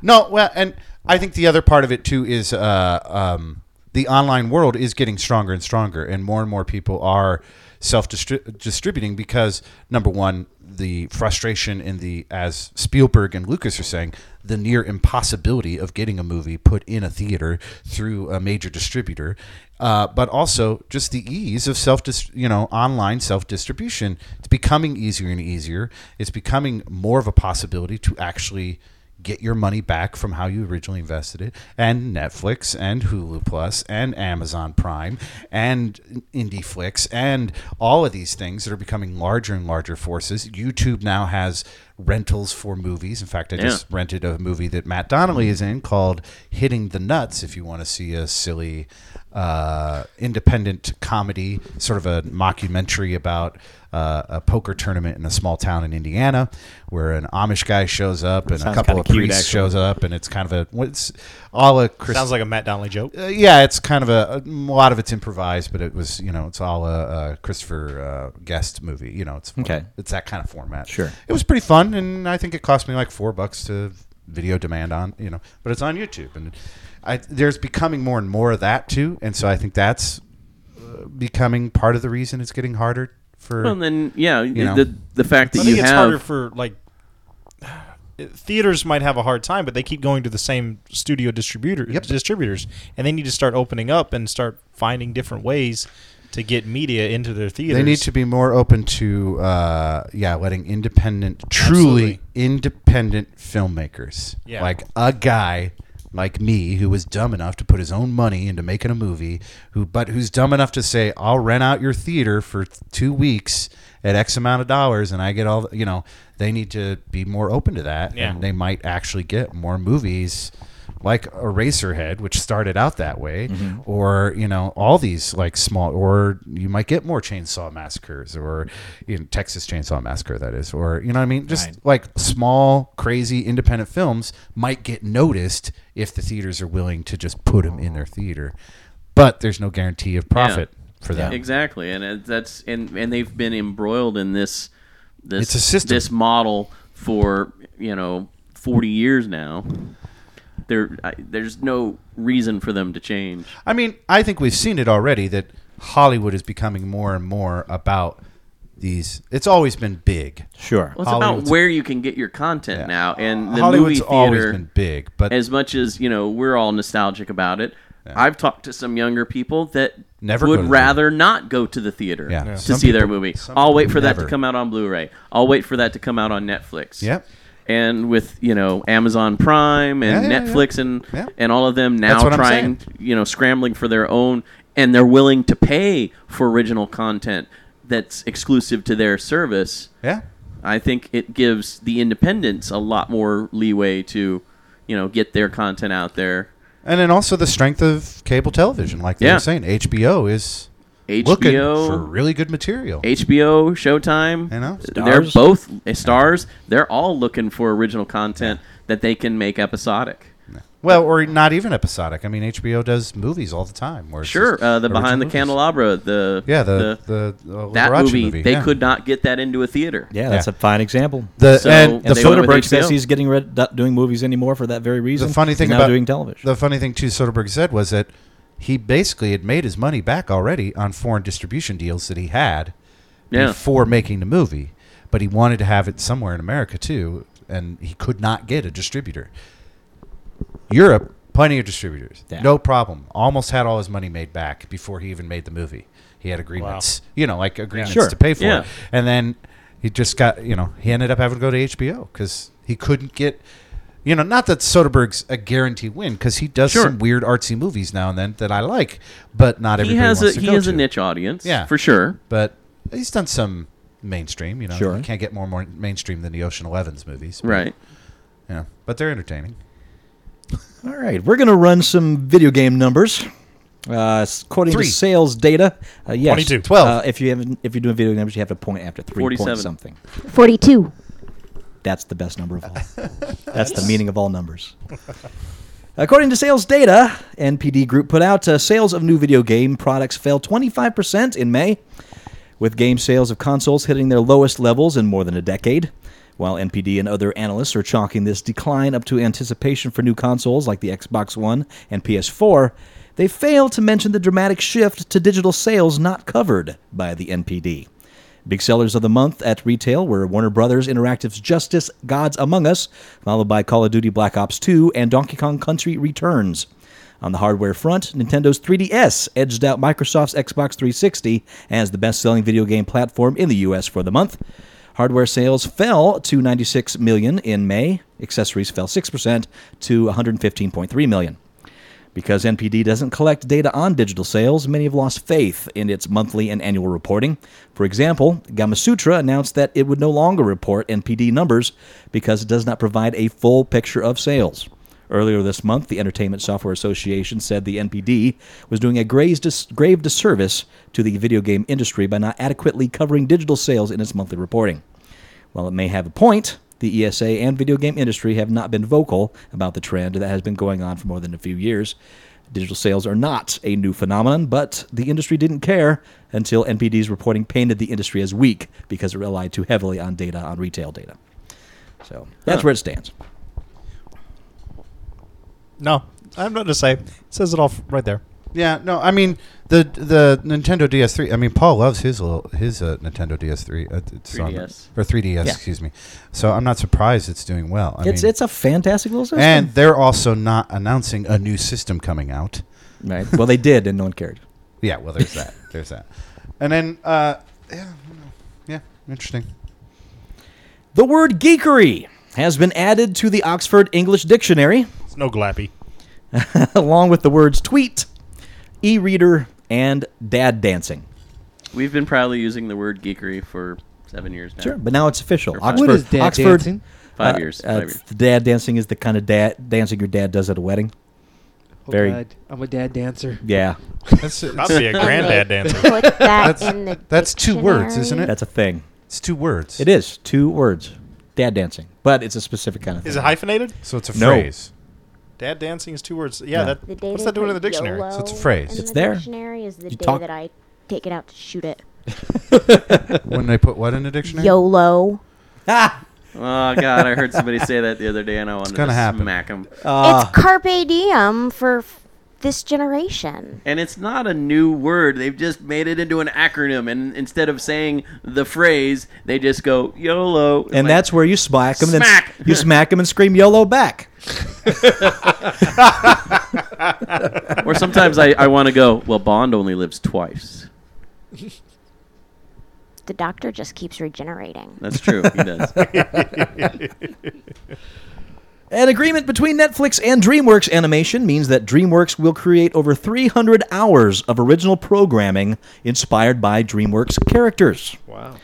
Speaker 2: No, well, and I think the other part of it too is uh, um, the online world is getting stronger and stronger, and more and more people are self distributing because number one, the frustration in the as Spielberg and Lucas are saying, the near impossibility of getting a movie put in a theater through a major distributor, uh, but also just the ease of self you know online self distribution. It's becoming easier and easier. It's becoming more of a possibility to actually get your money back from how you originally invested it and netflix and hulu plus and amazon prime and indieflix and all of these things that are becoming larger and larger forces youtube now has rentals for movies in fact i just rented a movie that matt donnelly is in called hitting the nuts if you want to see a silly uh, independent comedy sort of a mockumentary about uh, a poker tournament in a small town in Indiana, where an Amish guy shows up and a
Speaker 10: Sounds
Speaker 2: couple
Speaker 10: kinda
Speaker 2: of
Speaker 10: cute,
Speaker 2: priests
Speaker 10: actually.
Speaker 2: shows up, and it's kind of a what's all a Chris.
Speaker 6: Sounds like a Matt Donnelly joke.
Speaker 2: uh, yeah, it's kind of a, a lot of it's improvised, but it was you know it's all a, a Christopher uh, Guest movie. You know, it's
Speaker 1: Okay.
Speaker 2: it's that kind of format.
Speaker 1: Sure.
Speaker 2: it was pretty fun, and I think it cost me like four bucks to video demand on you know, but it's on YouTube, and I, there's becoming more and more of that too, and so I think that's uh, becoming part of the reason it's getting harder for
Speaker 4: Well, and then yeah,
Speaker 2: know.
Speaker 4: the the fact that
Speaker 6: I
Speaker 4: you
Speaker 6: think it's
Speaker 4: have
Speaker 6: harder for like theaters might have a hard time, but they keep going to the same studio distributor distributors, and they need to start opening up and start finding different ways to get media into their theaters.
Speaker 2: They need to be more open to, uh, yeah, letting independent,
Speaker 6: Absolutely.
Speaker 2: truly independent filmmakers,
Speaker 6: Yeah.
Speaker 2: like a guy like me who was dumb enough to put his own money into making a movie, who but who's dumb enough to say, "I'll rent out your theater for th- two weeks at X amount of dollars, and I get all." The, you know, they need to be more open to that,
Speaker 6: Yeah.
Speaker 2: and they might actually get more movies. Like Eraserhead, which started out that way, or you know all these like small, or you might get more Chainsaw Massacres, or you know, Texas Chainsaw Massacre, that is, or you know what I mean, just like small, crazy independent films might get noticed if the theaters are willing to just put them in their theater. But there's no guarantee of profit for that.
Speaker 4: Exactly, and it, that's and and they've been embroiled in this this
Speaker 2: It's a system.
Speaker 4: this model for you know forty years now. There, I, there's no reason for them to change.
Speaker 2: I mean, I think we've seen it already that Hollywood is becoming more and more about these. It's always been big.
Speaker 1: Sure.
Speaker 4: Well, it's
Speaker 2: Hollywood's-
Speaker 4: about where you can get your content now, and the
Speaker 2: Hollywood's
Speaker 4: movie
Speaker 2: always
Speaker 4: theater.
Speaker 2: been big, but
Speaker 4: as much as you know, we're all nostalgic about it. I've talked to some younger people that
Speaker 2: Never go to
Speaker 4: would
Speaker 2: the
Speaker 4: rather not go to the theater
Speaker 2: Yeah. Yeah.
Speaker 4: to
Speaker 2: Some
Speaker 4: see their
Speaker 2: people-
Speaker 4: movie.
Speaker 2: some
Speaker 4: I'll
Speaker 2: people
Speaker 4: wait for that
Speaker 2: never.
Speaker 4: to come out on Blu-ray. I'll wait for that to come out on Netflix.
Speaker 2: Yep.
Speaker 4: And with you know Amazon Prime and
Speaker 2: Yeah, yeah, yeah.
Speaker 4: Netflix and
Speaker 2: Yeah.
Speaker 4: and all of them
Speaker 2: That's
Speaker 4: now
Speaker 2: what I'm
Speaker 4: trying you know scrambling for their own and they're willing to pay for original content that's exclusive to their service.
Speaker 2: yeah,
Speaker 4: I think it gives the independents a lot more leeway to, you know, get their content out there.
Speaker 2: and then also the strength of cable television, like they
Speaker 4: Yeah.
Speaker 2: were saying, HBO is looking for
Speaker 4: HBO,
Speaker 2: really good material.
Speaker 4: HBO, Showtime,
Speaker 2: I know.
Speaker 4: they're
Speaker 1: Stars.
Speaker 4: both eh, stars. They're all looking for original content that they can make episodic.
Speaker 2: Well, or not even episodic. I mean, HBO does movies all the time. Where it's
Speaker 4: Sure,
Speaker 2: just
Speaker 4: uh, the Behind
Speaker 2: original
Speaker 4: the
Speaker 2: movies.
Speaker 4: Candelabra, the
Speaker 2: Yeah, the the, uh,
Speaker 4: that
Speaker 2: Liberace
Speaker 4: movie, they
Speaker 2: yeah.
Speaker 4: could not get that into a theater.
Speaker 1: Yeah, that's
Speaker 2: Yeah.
Speaker 1: a fine example.
Speaker 2: The,
Speaker 4: So-
Speaker 2: and
Speaker 4: And
Speaker 1: And
Speaker 2: the
Speaker 4: they
Speaker 2: photo
Speaker 4: went with
Speaker 1: Soderbergh says
Speaker 4: HBO.
Speaker 1: he's getting rid, not doing movies anymore for that very reason.
Speaker 2: The funny thing
Speaker 1: he's now
Speaker 2: about
Speaker 1: doing television.
Speaker 2: The funny thing too, Soderbergh said was that he basically had made his money back already on foreign distribution deals that he had
Speaker 4: Yeah.
Speaker 2: before making the movie, but he wanted to have it somewhere in America too, and he could not get a distributor. Europe, plenty of distributors,
Speaker 1: Yeah.
Speaker 2: no problem. Almost had all his money made back before he even made the movie. He had agreements, you know, like agreements
Speaker 1: Sure.
Speaker 2: to pay for
Speaker 4: Yeah.
Speaker 2: it, and then he just got, you know, he ended up having to go to HBO because he couldn't get. You know, not that Soderbergh's a guarantee win because he does
Speaker 4: Sure.
Speaker 2: some weird artsy movies now and then that I like, but not
Speaker 4: He
Speaker 2: everybody
Speaker 4: has a
Speaker 2: wants to
Speaker 4: he
Speaker 2: go
Speaker 4: has a
Speaker 2: to.
Speaker 4: niche audience,
Speaker 2: Yeah.
Speaker 4: for sure.
Speaker 2: But he's done some mainstream. You know,
Speaker 1: Sure.
Speaker 2: you can't get more, more mainstream than the Ocean Elevens movies, but,
Speaker 4: Right.
Speaker 2: You know, but they're entertaining.
Speaker 1: All right, we're going to run some video game numbers. Uh, s- according
Speaker 2: Three.
Speaker 1: to sales data, uh, yes,
Speaker 6: 22.
Speaker 1: Uh,
Speaker 2: Twelve.
Speaker 1: if you have, if you're doing video numbers, you have to point after three point
Speaker 4: 47.
Speaker 1: something.
Speaker 9: 42.
Speaker 1: That's the best number of all. That's the meaning of all numbers. According to sales data, NPD Group put out uh, sales of new video game products fell 25% in May, with game sales of consoles hitting their lowest levels in more than a decade. While NPD and other analysts are chalking this decline up to anticipation for new consoles like the Xbox One and PS4, they fail to mention the dramatic shift to digital sales not covered by the NPD. Big sellers of the month at retail were Warner Brothers Interactive's Justice Gods Among Us, followed by Call of Duty Black Ops 2 and Donkey Kong Country Returns. On the hardware front, Nintendo's 3DS edged out Microsoft's Xbox 360 as the best selling video game platform in the US for the month. Hardware sales fell to 96 million in May. Accessories fell 6% to 115.3 million. Because NPD doesn't collect data on digital sales, many have lost faith in its monthly and annual reporting. For example, Gamasutra announced that it would no longer report NPD numbers because it does not provide a full picture of sales. Earlier this month, the Entertainment Software Association said the NPD was doing a grave dis- grave disservice to the video game industry by not adequately covering digital sales in its monthly reporting. While it may have a point, the ESA and video game industry have not been vocal about the trend that has been going on for more than a few years. Digital sales are not a new phenomenon, but the industry didn't care until NPD's reporting painted the industry as weak because it relied too heavily on data on retail data. So that's where it stands.
Speaker 6: No, I have nothing to say. It says it all f- right there.
Speaker 2: Yeah, no, I mean the the Nintendo DS3. I mean, Paul loves his little his uh, Nintendo DS3. Uh, it's on-
Speaker 4: 3DS.
Speaker 2: or 3DS,
Speaker 1: Yeah.
Speaker 2: excuse me. So I'm not surprised it's doing well. I
Speaker 1: It's
Speaker 2: mean,
Speaker 1: it's a fantastic little system.
Speaker 2: and they're also not announcing a new system coming out.
Speaker 1: right. Well, they did, and no one cared.
Speaker 2: Yeah, well, there's that. There's that. And then, uh, yeah, I don't know. yeah, interesting.
Speaker 1: The word geekery has been added to the Oxford English Dictionary,
Speaker 6: It's no glappy.
Speaker 1: along with the words tweet, e reader, and dad dancing.
Speaker 4: We've been proudly using the word geekery for seven years now.
Speaker 1: Sure, but now it's official.
Speaker 4: Sure, fine.
Speaker 1: Oxford,
Speaker 4: What
Speaker 5: is dad
Speaker 1: Oxford,
Speaker 5: dancing?
Speaker 4: Five
Speaker 1: uh,
Speaker 4: years.
Speaker 1: uh,
Speaker 4: Five years.
Speaker 1: The dad dancing is the kind of dad dancing your dad does at a wedding.
Speaker 5: Oh
Speaker 1: Very-
Speaker 5: God, I'm a dad dancer.
Speaker 1: Yeah,
Speaker 2: That's
Speaker 6: I'd be a granddad dancer.
Speaker 9: Put that
Speaker 2: That's-
Speaker 9: in the
Speaker 2: that's two words, isn't
Speaker 9: dictionary.
Speaker 1: that's a thing.
Speaker 2: it's two words.
Speaker 1: It is two words, dad dancing, but it's a specific kind of thing.
Speaker 6: Is it hyphenated?
Speaker 2: So it's a
Speaker 1: No.
Speaker 2: phrase.
Speaker 6: Dad dancing is two words. Yeah,
Speaker 1: No.
Speaker 6: that,
Speaker 9: The day
Speaker 6: what's
Speaker 9: they
Speaker 6: that doing in the
Speaker 9: put
Speaker 6: dictionary?
Speaker 9: YOLO
Speaker 2: it's a phrase.
Speaker 9: in
Speaker 1: It's
Speaker 9: the
Speaker 1: there.
Speaker 9: Dictionary is the
Speaker 1: You
Speaker 9: day
Speaker 1: talk-
Speaker 9: that I take it out to shoot it.
Speaker 2: when they put what in the dictionary?
Speaker 9: YOLO.
Speaker 1: Ah,
Speaker 4: Oh God, I heard somebody say that the other day, and I wanted
Speaker 2: gonna
Speaker 4: to
Speaker 2: happen.
Speaker 4: smack him.
Speaker 1: Ah.
Speaker 9: it's carpe diem for f- this generation.
Speaker 4: And it's not a new word; they've just made it into an acronym. And instead of saying the phrase, they just go YOLO. It's
Speaker 1: and
Speaker 4: like,
Speaker 1: that's where you smack him.
Speaker 4: Smack!
Speaker 1: Then s- you smack him and scream YOLO back.
Speaker 4: or sometimes I, I want to go. Well, Bond only lives twice.
Speaker 9: The doctor just keeps regenerating.
Speaker 4: That's true. He does.
Speaker 1: An agreement between Netflix and DreamWorks Animation means that DreamWorks will create over 300 hours of original programming inspired by DreamWorks characters. Wow.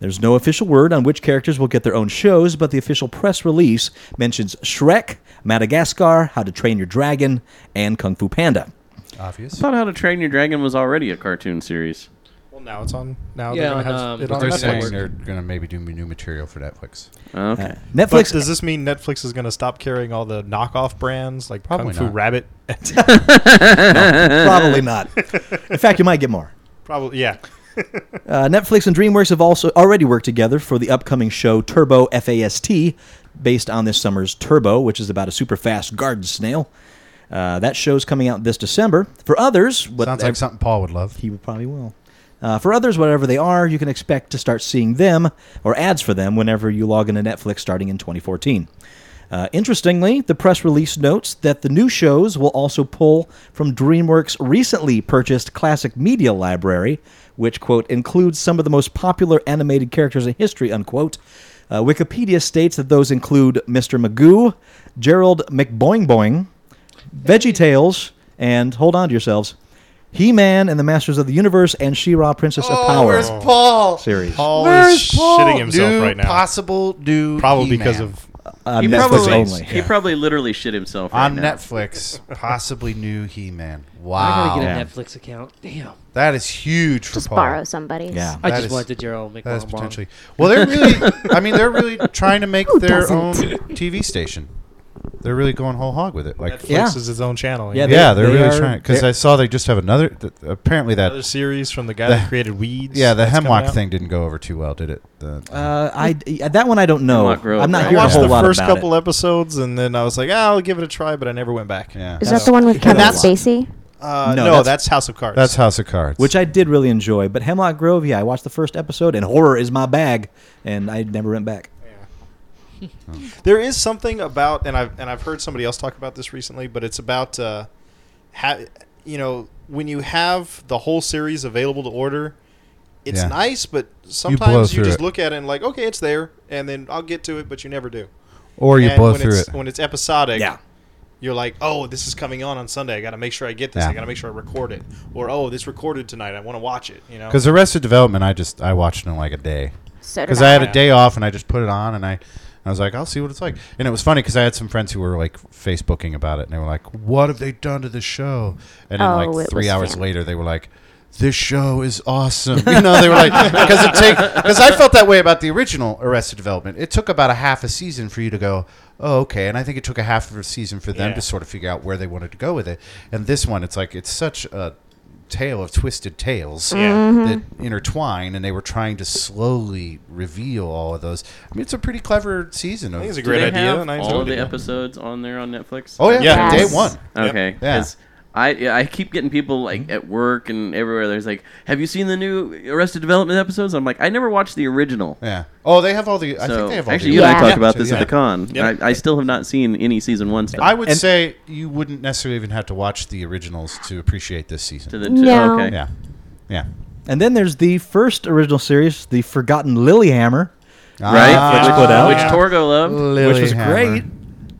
Speaker 1: There's no official word on which characters will get their own shows, but the official press release mentions Shrek, Madagascar, How to Train Your Dragon, and Kung Fu Panda.
Speaker 2: Obvious.
Speaker 4: I thought How to Train Your Dragon was already a cartoon series.
Speaker 6: Well, now it's on. Now
Speaker 5: Yeah,
Speaker 6: they're gonna
Speaker 5: on,
Speaker 6: have
Speaker 5: um,
Speaker 6: it
Speaker 5: But
Speaker 6: on
Speaker 2: They're saying
Speaker 6: Netflix.
Speaker 2: they're gonna maybe do new material for Netflix.
Speaker 4: Okay.
Speaker 6: But
Speaker 1: Netflix
Speaker 6: does this mean Netflix is going to stop carrying all the knockoff brands like
Speaker 2: Probably
Speaker 6: Kung Fu
Speaker 2: not.
Speaker 6: Rabbit?
Speaker 1: probably not. In fact, you might get more.
Speaker 6: Probably, yeah.
Speaker 1: Uh, Netflix and DreamWorks have also already worked together for the upcoming show Turbo FAST, based on this summer's Turbo, which is about a super fast garden snail. Uh, that show's coming out this December. For others, what
Speaker 2: Sounds like something Paul would love.
Speaker 1: he probably will. Uh, for others, whatever they are, you can expect to start seeing them or ads for them whenever you log into Netflix starting in 2014. Uh, interestingly, the press release notes that the new shows will also pull from DreamWorks' recently purchased classic media library, which, quote, includes some of the most popular animated characters in history, unquote. Uh, Wikipedia states that those include Mr. Magoo, Gerald McBoing Boing, VeggieTales, and hold on to yourselves, He-Man and the Masters of the Universe and She-Ra Princess of Power
Speaker 2: Oh, Paul?
Speaker 1: series.
Speaker 6: Oh, Paul is
Speaker 2: Where's Paul?
Speaker 6: shitting himself
Speaker 2: New
Speaker 6: right now.
Speaker 2: possible new
Speaker 6: Probably
Speaker 2: He-Man.
Speaker 6: because of
Speaker 1: Uh,
Speaker 4: He
Speaker 1: Netflix
Speaker 4: probably
Speaker 1: only.
Speaker 4: he probably literally shit himself right
Speaker 2: on
Speaker 4: now.
Speaker 2: Netflix possibly new He-Man.
Speaker 5: I gotta
Speaker 2: Wow,
Speaker 5: get
Speaker 1: Yeah.
Speaker 5: a Netflix account. Damn.
Speaker 2: that is huge for
Speaker 9: Just
Speaker 2: Paul.
Speaker 9: borrow somebody's.
Speaker 1: Yeah.
Speaker 5: I
Speaker 2: That
Speaker 5: just
Speaker 2: is-
Speaker 5: want the Gerald McBombom.
Speaker 2: That is potentially. Well, they're really. I mean, they're really trying to make their
Speaker 9: doesn't?
Speaker 2: own TV station. They're really going whole hog with it. Like,
Speaker 6: Netflix
Speaker 1: Yeah.
Speaker 6: is its own channel.
Speaker 1: Yeah,
Speaker 6: Yeah,
Speaker 1: they-
Speaker 2: yeah, they're
Speaker 1: they
Speaker 2: really
Speaker 1: are-
Speaker 2: trying because
Speaker 1: they-
Speaker 2: I saw they just have another. Th- apparently that
Speaker 6: another series from the guy
Speaker 2: The-
Speaker 6: that created Weeds.
Speaker 2: yeah, the
Speaker 6: that's coming
Speaker 2: hemlock
Speaker 6: out.
Speaker 2: thing didn't go over too well, did it? The,
Speaker 1: Uh, I that one I don't know.
Speaker 4: Hemlock Grove,
Speaker 1: I'm not
Speaker 4: right?
Speaker 6: I
Speaker 1: hearing a
Speaker 6: watched
Speaker 1: whole
Speaker 6: the
Speaker 1: lot
Speaker 6: first
Speaker 1: about
Speaker 6: couple episodes, and then I was like, ah, I'll give it a try, but I never went back.
Speaker 2: yeah,
Speaker 9: Is that the one with Kevin
Speaker 1: that's-
Speaker 9: Spacey?
Speaker 6: Uh, no,
Speaker 1: No, that's-
Speaker 6: that's, House of Cards.
Speaker 2: that's House of Cards.
Speaker 1: it, which I did really enjoy. But Hemlock Grove, yeah, I watched the first episode, and horror is my bag, and I never went back.
Speaker 6: There is something about, and I've and I've heard somebody else talk about this recently, but it's about, uh, ha- you know, when you have the whole series available to order, it's
Speaker 2: Yeah.
Speaker 6: nice, but
Speaker 2: blow
Speaker 6: sometimes you,
Speaker 2: through
Speaker 6: just
Speaker 2: it.
Speaker 6: look at it and like, okay, it's there, and then I'll get to it, but you never do.
Speaker 2: or you
Speaker 6: And
Speaker 2: blow
Speaker 6: when
Speaker 2: through
Speaker 6: it's,
Speaker 2: it.
Speaker 6: when it's episodic.
Speaker 1: Yeah.
Speaker 6: You're like, oh, this is coming on on Sunday. I got to make sure I get this.
Speaker 2: Yeah.
Speaker 6: I got to make sure I record it. Or oh, this recorded tonight. I want to watch it. You know.
Speaker 2: Because Arrested Development, I just I watched it in like a day.
Speaker 9: So did
Speaker 2: Because I had a
Speaker 6: Yeah.
Speaker 2: day off and I just put it on and I, I was like, I'll see what it's like. And it was funny because I had some friends who were like Facebooking about it and they were like, What have they done to the show? And then
Speaker 9: Oh,
Speaker 2: like
Speaker 9: it
Speaker 2: three
Speaker 9: was
Speaker 2: hours
Speaker 9: fan-
Speaker 2: later, they were like. This show is awesome. You know, they were like, because it take because I felt that way about the original Arrested Development. It took about a half a season for you to go, oh, okay. And I think it took a half of a season for them
Speaker 6: Yeah.
Speaker 2: to sort of figure out where they wanted to go with it. And this one, it's like it's such a tale of twisted tales
Speaker 6: yeah.
Speaker 2: that
Speaker 1: Mm-hmm.
Speaker 2: intertwine, and they were trying to slowly reveal all of those. I mean, it's a pretty clever season. Of,
Speaker 6: I think it's a
Speaker 4: Do
Speaker 6: great
Speaker 4: they
Speaker 6: idea,
Speaker 4: have
Speaker 6: and I
Speaker 4: all of
Speaker 6: enjoyed
Speaker 4: the
Speaker 6: it.
Speaker 4: episodes on there on Netflix?
Speaker 2: oh yeah,
Speaker 6: Yeah.
Speaker 2: day
Speaker 9: Yes.
Speaker 2: one.
Speaker 4: Okay.
Speaker 2: Yeah.
Speaker 4: 'cause I yeah, I keep getting people like at work and everywhere. There's like, have you seen the new Arrested Development episodes? I'm like, I never watched the original.
Speaker 2: Yeah. Oh, they have all the. I
Speaker 4: so
Speaker 2: think they have all
Speaker 4: actually,
Speaker 2: the.
Speaker 4: you and I
Speaker 9: Yeah.
Speaker 4: talked about this
Speaker 2: Yeah.
Speaker 4: at the con.
Speaker 6: Yep.
Speaker 4: I, I still have not seen any season one stuff.
Speaker 2: I would
Speaker 1: And-
Speaker 2: say you wouldn't necessarily even have to watch the originals to appreciate this
Speaker 4: to
Speaker 2: season.
Speaker 4: the to,
Speaker 9: No.
Speaker 4: okay.
Speaker 2: Yeah, yeah.
Speaker 1: And then there's the first original series, the Forgotten Lilyhammer,
Speaker 4: Right?
Speaker 1: Ah,
Speaker 4: which,
Speaker 1: split out.
Speaker 4: which
Speaker 6: Yeah.
Speaker 4: Torgo loved.
Speaker 2: Lily
Speaker 1: which was
Speaker 2: Hammer.
Speaker 1: great.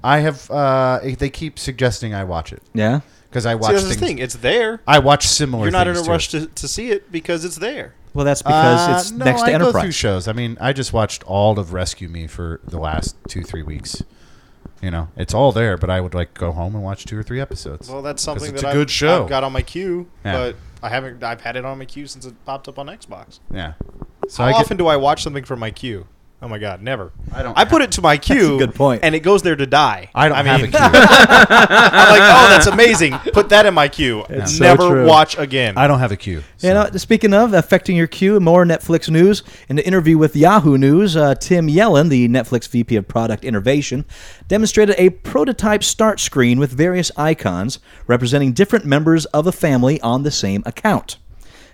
Speaker 2: I have. Uh, they keep suggesting I watch it
Speaker 1: Yeah,
Speaker 2: because I
Speaker 6: See,
Speaker 2: watch
Speaker 6: that's
Speaker 2: things.
Speaker 6: the thing. It's there.
Speaker 2: I watch similar.
Speaker 6: You're not in
Speaker 2: things
Speaker 6: a
Speaker 2: to it.
Speaker 6: rush to, to see it because it's there.
Speaker 1: well, that's because
Speaker 2: Uh,
Speaker 1: it's
Speaker 2: no,
Speaker 1: next to
Speaker 2: I Go through
Speaker 1: Enterprise.
Speaker 2: shows. I mean, I just watched all of Rescue Me for the last two, three weeks. You know, it's all there, but I would like go home and watch two or three episodes.
Speaker 6: Well, that's
Speaker 2: 'Cause
Speaker 6: something
Speaker 2: it's
Speaker 6: that
Speaker 2: a
Speaker 6: I've,
Speaker 2: good show.
Speaker 6: I've got on my queue,
Speaker 2: Yeah.
Speaker 6: but I haven't. I've had it on my queue since it popped up on Xbox.
Speaker 2: yeah. So
Speaker 6: How
Speaker 2: I get,
Speaker 6: often do I watch something from my queue? Oh my god, never.
Speaker 2: I don't
Speaker 6: I put it to my queue.
Speaker 1: good point.
Speaker 6: And it goes there to die.
Speaker 2: I don't
Speaker 6: I
Speaker 2: have
Speaker 6: mean,
Speaker 2: a queue.
Speaker 6: I'm like, oh, that's amazing. Put that in my queue.
Speaker 1: It's so
Speaker 6: never
Speaker 1: true.
Speaker 6: watch again.
Speaker 2: I don't have a queue.
Speaker 1: You know, uh, speaking of affecting your queue, more Netflix news. In the interview with Yahoo News, uh, Tim Yellen, the Netflix VP of Product Innovation, demonstrated a prototype start screen with various icons representing different members of a family on the same account.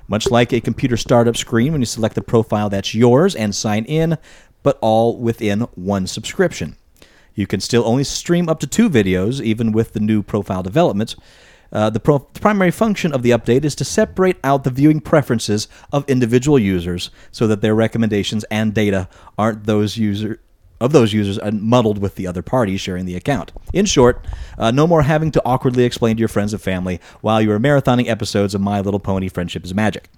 Speaker 1: Much like a computer startup screen, when you select the profile that's yours and sign in, but all within one subscription. You can still only stream up to two videos, even with the new profile developments. Uh, the, pro- the primary function of the update is to separate out the viewing preferences of individual users so that their recommendations and data aren't those user of those users and muddled with the other party sharing the account. In short, uh, no more having to awkwardly explain to your friends and family while you are marathoning episodes of My Little Pony: Friendship is Magic.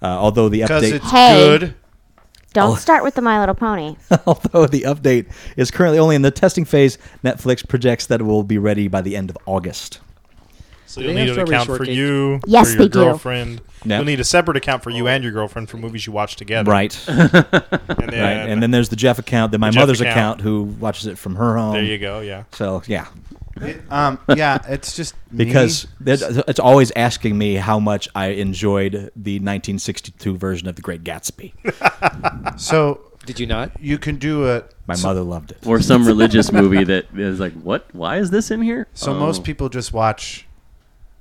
Speaker 1: Uh, although the
Speaker 2: because
Speaker 1: update
Speaker 2: it's
Speaker 9: Hey.
Speaker 2: good.
Speaker 1: Oh.
Speaker 9: Don't start with the My Little Pony.
Speaker 1: Although the update is currently only in the testing phase, Netflix projects that it will be ready by the end of August.
Speaker 6: so you'll
Speaker 5: They
Speaker 6: need
Speaker 5: have
Speaker 6: an
Speaker 5: strawberry
Speaker 6: account for
Speaker 5: shortcake.
Speaker 6: you,
Speaker 9: Yes,
Speaker 6: for your
Speaker 9: they do.
Speaker 6: girlfriend.
Speaker 1: Yeah.
Speaker 6: You'll need a separate account for you and your girlfriend for movies you watch together.
Speaker 1: Right.
Speaker 6: And then,
Speaker 1: right. And then there's the Jeff account, then my
Speaker 6: Jeff
Speaker 1: mother's
Speaker 6: account.
Speaker 1: account. who watches it from her home.
Speaker 6: there you go. Yeah.
Speaker 1: So, yeah.
Speaker 2: Um, yeah, it's just me.
Speaker 1: Because there's- it's always asking me how much I enjoyed the 1962 version of The Great Gatsby.
Speaker 2: so
Speaker 5: Did you not?
Speaker 2: you can do a.
Speaker 1: My mother loved
Speaker 2: Uh,
Speaker 1: it.
Speaker 4: Or some religious movie that is like, what? Why is this in here?
Speaker 2: So
Speaker 4: Oh.
Speaker 2: most people just watch,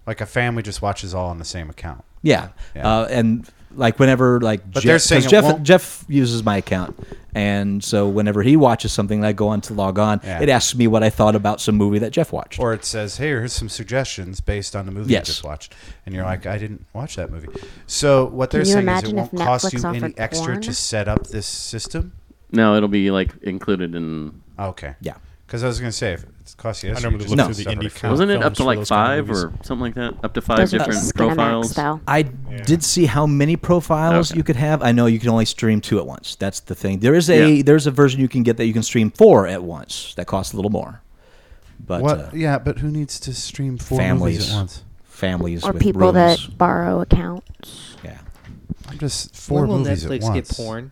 Speaker 2: like a family just watches all on the same account.
Speaker 1: Yeah. Uh, and like whenever like
Speaker 2: they're
Speaker 1: Jeff,
Speaker 2: saying
Speaker 1: 'cause
Speaker 2: it
Speaker 1: Jeff,
Speaker 2: won't-
Speaker 1: Jeff uses my account, and so whenever he watches something, I go on to log on.
Speaker 2: Yeah.
Speaker 1: It asks me what I thought about some movie that Jeff watched.
Speaker 2: or it says, "Hey, here's some suggestions based on the movie
Speaker 1: Yes.
Speaker 2: you just watched," and you're like, "I didn't watch that movie." So what they're
Speaker 9: Can you
Speaker 2: saying is, it
Speaker 9: imagine
Speaker 2: won't
Speaker 9: if
Speaker 2: cost
Speaker 9: Netflix
Speaker 2: you any
Speaker 9: offered
Speaker 2: extra to
Speaker 9: porn?
Speaker 2: set up this system.
Speaker 4: No, it'll be like included in.
Speaker 2: Okay.
Speaker 1: Yeah.
Speaker 2: Because I was gonna say, if it costs you, extra,
Speaker 6: normally
Speaker 2: you
Speaker 6: look
Speaker 2: just
Speaker 1: through
Speaker 2: set
Speaker 6: the
Speaker 2: up an
Speaker 6: indie
Speaker 2: account.
Speaker 6: Oh, films.
Speaker 4: Wasn't it up
Speaker 6: for
Speaker 4: to like
Speaker 6: those kind of
Speaker 4: five
Speaker 6: movies.
Speaker 4: or something like that? Up to 5
Speaker 9: Those are
Speaker 4: different
Speaker 9: Skinamax,
Speaker 4: profiles.
Speaker 9: though.
Speaker 1: I did see how many profiles
Speaker 4: Okay.
Speaker 1: you could have. I know you can only stream two at once. That's the thing. There is a
Speaker 4: Yeah.
Speaker 1: there's a version you can get that you can stream four at once. That costs a little more. But
Speaker 2: What?
Speaker 1: uh,
Speaker 2: yeah, but who needs to stream four movies
Speaker 1: families,
Speaker 2: at once?
Speaker 1: families
Speaker 9: Or
Speaker 1: with
Speaker 9: people
Speaker 1: rooms.
Speaker 9: that borrow accounts.
Speaker 1: yeah.
Speaker 2: I'm just four
Speaker 5: when will
Speaker 2: movies
Speaker 5: Netflix
Speaker 2: at once.
Speaker 5: get porn?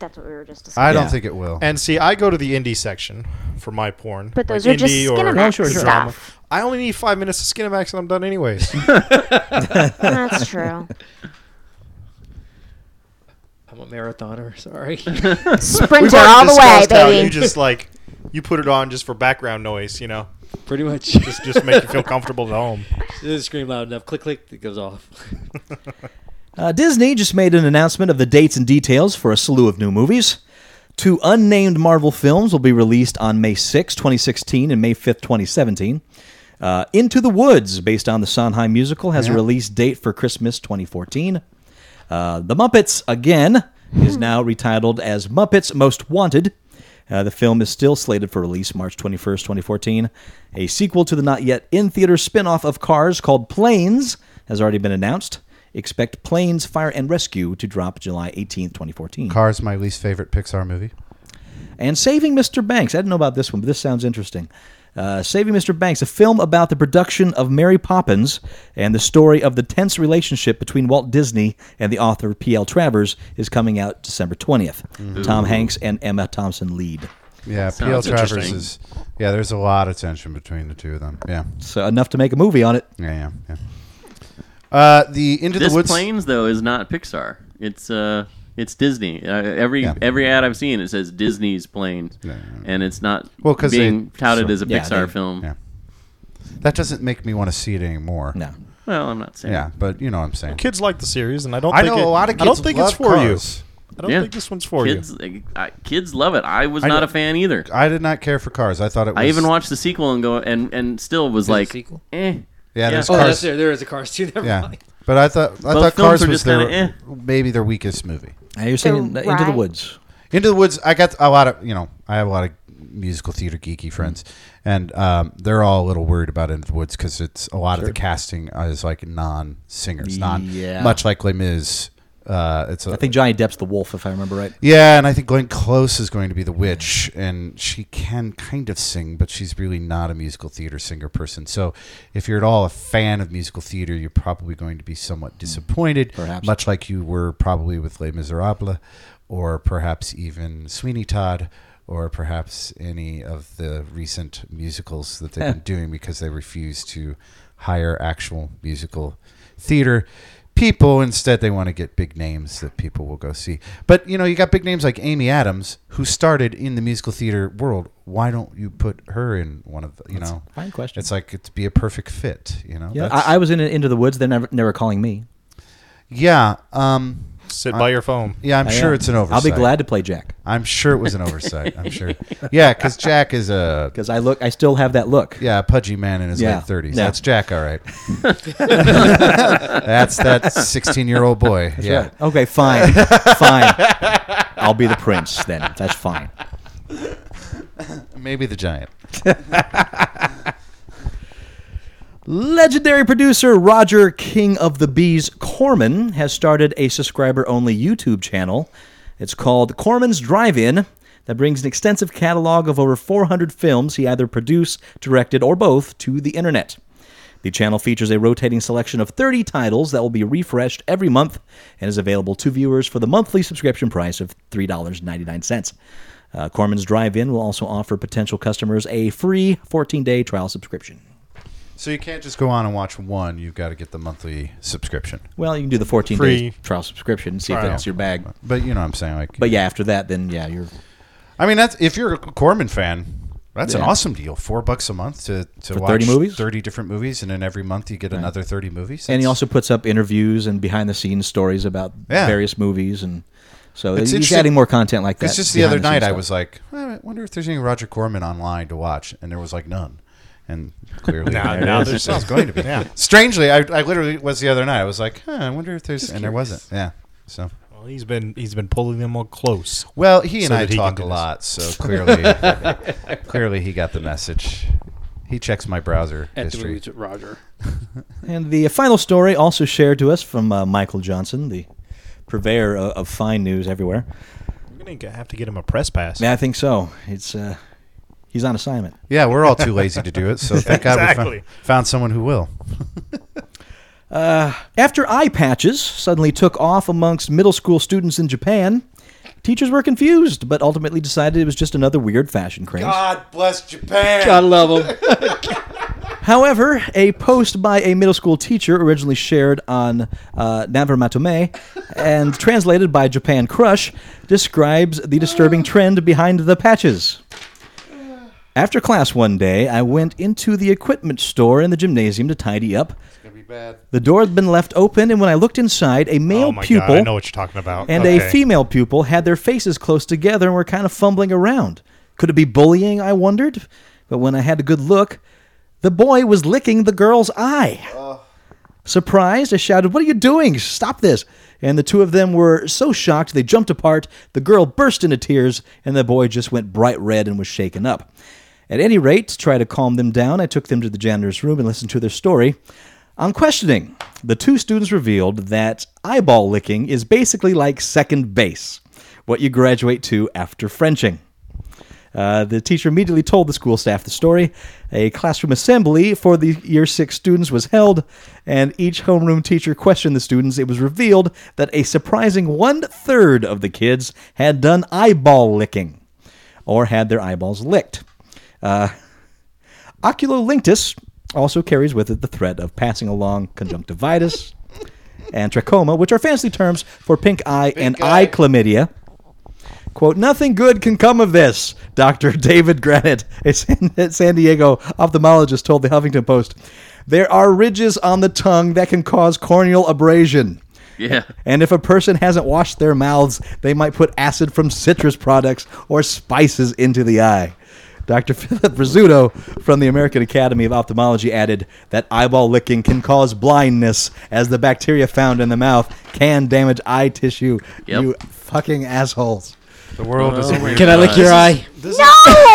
Speaker 9: that's what we were just discussing.
Speaker 2: I don't
Speaker 1: Yeah.
Speaker 2: think it will.
Speaker 6: And see, I go to the indie section for my porn.
Speaker 9: But those are just
Speaker 6: indie
Speaker 9: Skinamax
Speaker 6: or
Speaker 9: Oh, sure, sure.
Speaker 6: drama.
Speaker 9: stuff.
Speaker 6: I only need five minutes of Skinamax and I'm done anyways.
Speaker 9: that's true.
Speaker 5: I'm a marathoner. Sorry.
Speaker 9: Sprinter all the way,
Speaker 6: discussed how
Speaker 9: baby.
Speaker 6: You just like you put it on just for background noise, you know,
Speaker 5: Pretty much.
Speaker 6: just just make you feel comfortable at home.
Speaker 5: Just scream loud enough. Click, click. It goes off.
Speaker 1: Uh, Disney just made an announcement of the dates and details for a slew of new movies. Two unnamed Marvel films will be released on May 6, 2016 and May 5th, 2017. Uh, Into the Woods, based on the Sondheim musical, has a release date for Christmas 2014. Uh, the Muppets, again, is now retitled as Muppets Most Wanted. Uh, the film is still slated for release March 21st, 2014. A sequel to the not yet in theater spin off of Cars called Planes has already been announced. Expect Planes, Fire, and Rescue to drop July 18th, 2014.
Speaker 2: Cars my least favorite Pixar movie.
Speaker 1: and Saving Mr. Banks. I didn't know about this one, but this sounds interesting. Uh, Saving Mr. Banks, a film about the production of Mary Poppins and the story of the tense relationship between Walt Disney and the author P.L. Travers, is coming out December 20th. Tom Hanks and Emma Thompson lead.
Speaker 2: Yeah, P.L.
Speaker 4: sounds
Speaker 2: Travers
Speaker 4: interesting.
Speaker 2: is. Yeah, there's a lot of tension between the two of them. Yeah,
Speaker 1: So enough to make a movie on it.
Speaker 2: yeah, yeah. yeah. Uh, the Into
Speaker 4: This
Speaker 2: the Woods.
Speaker 4: planes though is not Pixar. It's uh, it's Disney. Uh, every
Speaker 2: Yeah.
Speaker 4: every ad I've seen it says Disney's planes,
Speaker 2: Yeah, yeah.
Speaker 4: and it's not
Speaker 2: Well, 'cause they-
Speaker 4: being touted as a
Speaker 1: Yeah,
Speaker 4: Pixar
Speaker 1: they-
Speaker 4: film.
Speaker 2: Yeah. That doesn't make me want to see it anymore.
Speaker 1: No.
Speaker 4: Well, I'm not saying.
Speaker 2: Yeah, but you know what I'm saying.
Speaker 6: Kids like the series, and I don't.
Speaker 2: I
Speaker 6: think
Speaker 2: know
Speaker 6: it-
Speaker 2: a lot of kids
Speaker 6: I don't think
Speaker 2: love
Speaker 6: it's for
Speaker 2: Cars.
Speaker 6: you. I don't
Speaker 4: Yeah.
Speaker 6: think this one's for
Speaker 4: kids,
Speaker 6: you.
Speaker 4: I, kids love it. I was
Speaker 2: I
Speaker 4: not
Speaker 2: know.
Speaker 4: a fan either.
Speaker 2: I did not care for Cars. I thought it was.
Speaker 4: I even watched the sequel and go and and still was
Speaker 5: a
Speaker 4: like,
Speaker 5: sequel?
Speaker 4: eh.
Speaker 2: Yeah, there's
Speaker 5: Oh,
Speaker 2: Cars.
Speaker 5: that's there. There is a car too. Never
Speaker 2: Yeah,
Speaker 5: mind.
Speaker 2: but I thought I
Speaker 4: Both
Speaker 2: thought Cars
Speaker 4: films are
Speaker 2: was
Speaker 4: just
Speaker 2: their
Speaker 4: kinda,
Speaker 2: maybe their weakest movie.
Speaker 1: Now you're saying
Speaker 9: The
Speaker 1: Into the
Speaker 9: Ride.
Speaker 1: Woods.
Speaker 2: Into the Woods. I got a lot of you know. I have a lot of musical theater geeky friends, and um, they're all a little worried about Into the Woods because it's a lot of the casting is like non singers, non
Speaker 1: Yeah.
Speaker 2: much like Les Mis. Uh, it's a,
Speaker 1: I think Johnny Depp's the wolf, if I remember right.
Speaker 2: yeah, and I think Glenn Close is going to be the witch, and she can kind of sing, but she's really not a musical theater singer person. So, if you're at all a fan of musical theater, you're probably going to be somewhat disappointed,
Speaker 1: Perhaps.
Speaker 2: much like you were probably with Les Miserables, or perhaps even Sweeney Todd, or perhaps any of the recent musicals that they've been doing because they refuse to hire actual musical theater people. Instead, they want to get big names that people will go see. But you know, you got big names like Amy Adams, who started in the musical theater world. Why don't you put her in one of the? You know,
Speaker 1: Fine question.
Speaker 2: it's like it'd be a perfect fit. You know,
Speaker 1: yeah,
Speaker 2: That's-
Speaker 1: I, I was in Into the Woods. They're never, never calling me.
Speaker 2: yeah, um,
Speaker 6: Sit by your phone.
Speaker 2: yeah. I'm
Speaker 1: I
Speaker 2: sure
Speaker 1: am.
Speaker 2: it's an oversight.
Speaker 1: I'll be glad to play Jack
Speaker 2: I'm sure it was an oversight. I'm sure. Yeah, because Jack is a
Speaker 1: because I look. I still have that look.
Speaker 2: yeah a pudgy man in his
Speaker 1: Yeah.
Speaker 2: late thirties.
Speaker 1: Yeah.
Speaker 2: That's Jack, all right. That's that sixteen year old boy. yeah.
Speaker 1: Right. Okay, fine. fine. I'll be the prince then. That's fine.
Speaker 2: Maybe the giant.
Speaker 1: Legendary producer Roger King of the Bees Corman has started a subscriber only YouTube channel. It's called Corman's Drive In that brings an extensive catalog of over 400 films he either produced, directed, or both to the internet. The channel features a rotating selection of 30 titles that will be refreshed every month and is available to viewers for the monthly subscription price of $3.99. Uh, Corman's Drive In will also offer potential customers a free 14 day trial subscription.
Speaker 2: So you can't just go on and watch one. You've got to get the monthly subscription.
Speaker 1: Well, you can do the 14
Speaker 6: Free
Speaker 1: day trial subscription, see
Speaker 6: trial.
Speaker 1: if it's your bag.
Speaker 2: But you know what I'm saying? Like,
Speaker 1: But yeah, after that, then yeah, you're.
Speaker 2: I mean, that's if you're a Corman fan, that's an
Speaker 1: Yeah.
Speaker 2: awesome deal. Four bucks a month to, to
Speaker 1: For
Speaker 2: watch
Speaker 1: 30 movies?
Speaker 2: 30 different movies, and then every month you get another 30 movies.
Speaker 1: And he
Speaker 2: That's-
Speaker 1: also puts up interviews and behind the scenes stories about
Speaker 2: Yeah.
Speaker 1: various movies, and so
Speaker 2: It's
Speaker 1: he's
Speaker 2: interesting-
Speaker 1: adding more content like that.
Speaker 2: It's just the other night
Speaker 1: behind-the-scenes
Speaker 2: I
Speaker 1: stuff.
Speaker 2: was like, "Well, I wonder if there's any Roger Corman online to watch, and there was like none. And clearly,
Speaker 6: Now-
Speaker 2: there
Speaker 6: now
Speaker 2: is.
Speaker 6: there's some.
Speaker 2: going to be.
Speaker 6: Yeah.
Speaker 2: Strangely, I, I literally was the other night. I was like, huh, I wonder if there's, and there wasn't. Yeah. So,
Speaker 6: Well, he's been he's been pulling them all close.
Speaker 2: well, he and
Speaker 6: So
Speaker 2: I
Speaker 6: that he
Speaker 2: talk
Speaker 6: can
Speaker 2: a
Speaker 6: do this.
Speaker 2: lot, so clearly, clearly he got the message. He checks my browser
Speaker 5: At the
Speaker 2: history.
Speaker 5: movies with Roger.
Speaker 1: And the final story, also shared to us from uh, Michael Johnson, the purveyor uh, of, of fine news everywhere.
Speaker 6: We're gonna g- have to get him a press pass.
Speaker 1: Yeah, I think so. It's uh, he's on assignment.
Speaker 2: Yeah, we're all too lazy to do it. So thank God we
Speaker 6: Exactly.
Speaker 2: found, found someone who will.
Speaker 1: After eye patches suddenly took off amongst middle school students in Japan, Teachers were confused, but ultimately decided it was just another weird fashion craze.
Speaker 2: God bless Japan.
Speaker 5: Gotta love them.
Speaker 1: However, a post by a middle school teacher originally shared on uh, Naver and translated by Japan Crush describes the disturbing trend behind the patches. After class one day, I went into the equipment store in the gymnasium to tidy up. The door had been left open, and when I looked inside, a male
Speaker 6: oh my
Speaker 1: pupil
Speaker 6: god, I know what you're talking about.
Speaker 1: and
Speaker 6: Okay.
Speaker 1: a female pupil had their faces close together and were kind of fumbling around. Could it be bullying? I wondered. But when I had a good look, the boy was licking the girl's eye. Surprised, I shouted, What are you doing? Stop this. And the two of them were so shocked they jumped apart. The girl burst into tears, and the boy just went bright red and was shaken up. At any rate, to try to calm them down, I took them to the janitor's room and listened to their story. On questioning, the two students revealed that eyeball licking is basically like second base, what you graduate to after Frenching. Uh, the teacher immediately told the school staff the story. A classroom assembly for the year six students was held, and each homeroom teacher questioned the students. It was revealed that a surprising one third of the kids had done eyeball licking or had their eyeballs licked. Uh, Oculolinctus also carries with it the threat of passing along conjunctivitis and trachoma, which are fancy terms for pink eye and eye chlamydia. Quote, nothing good can come of this, Dr. David Granite, a San a San Diego ophthalmologist, told the Huffington Post. There are ridges on the tongue that can cause corneal abrasion.
Speaker 4: Yeah.
Speaker 1: And if a person hasn't washed their mouths, they might put acid from citrus products or spices into the eye. Dr. Philip Rizzuto from the American Academy of Ophthalmology added that eyeball licking can cause blindness as the bacteria found in the mouth can damage eye tissue.
Speaker 4: Yep.
Speaker 1: You fucking assholes.
Speaker 6: The world is
Speaker 2: Oh
Speaker 6: a weird.
Speaker 5: Can I lick your eye?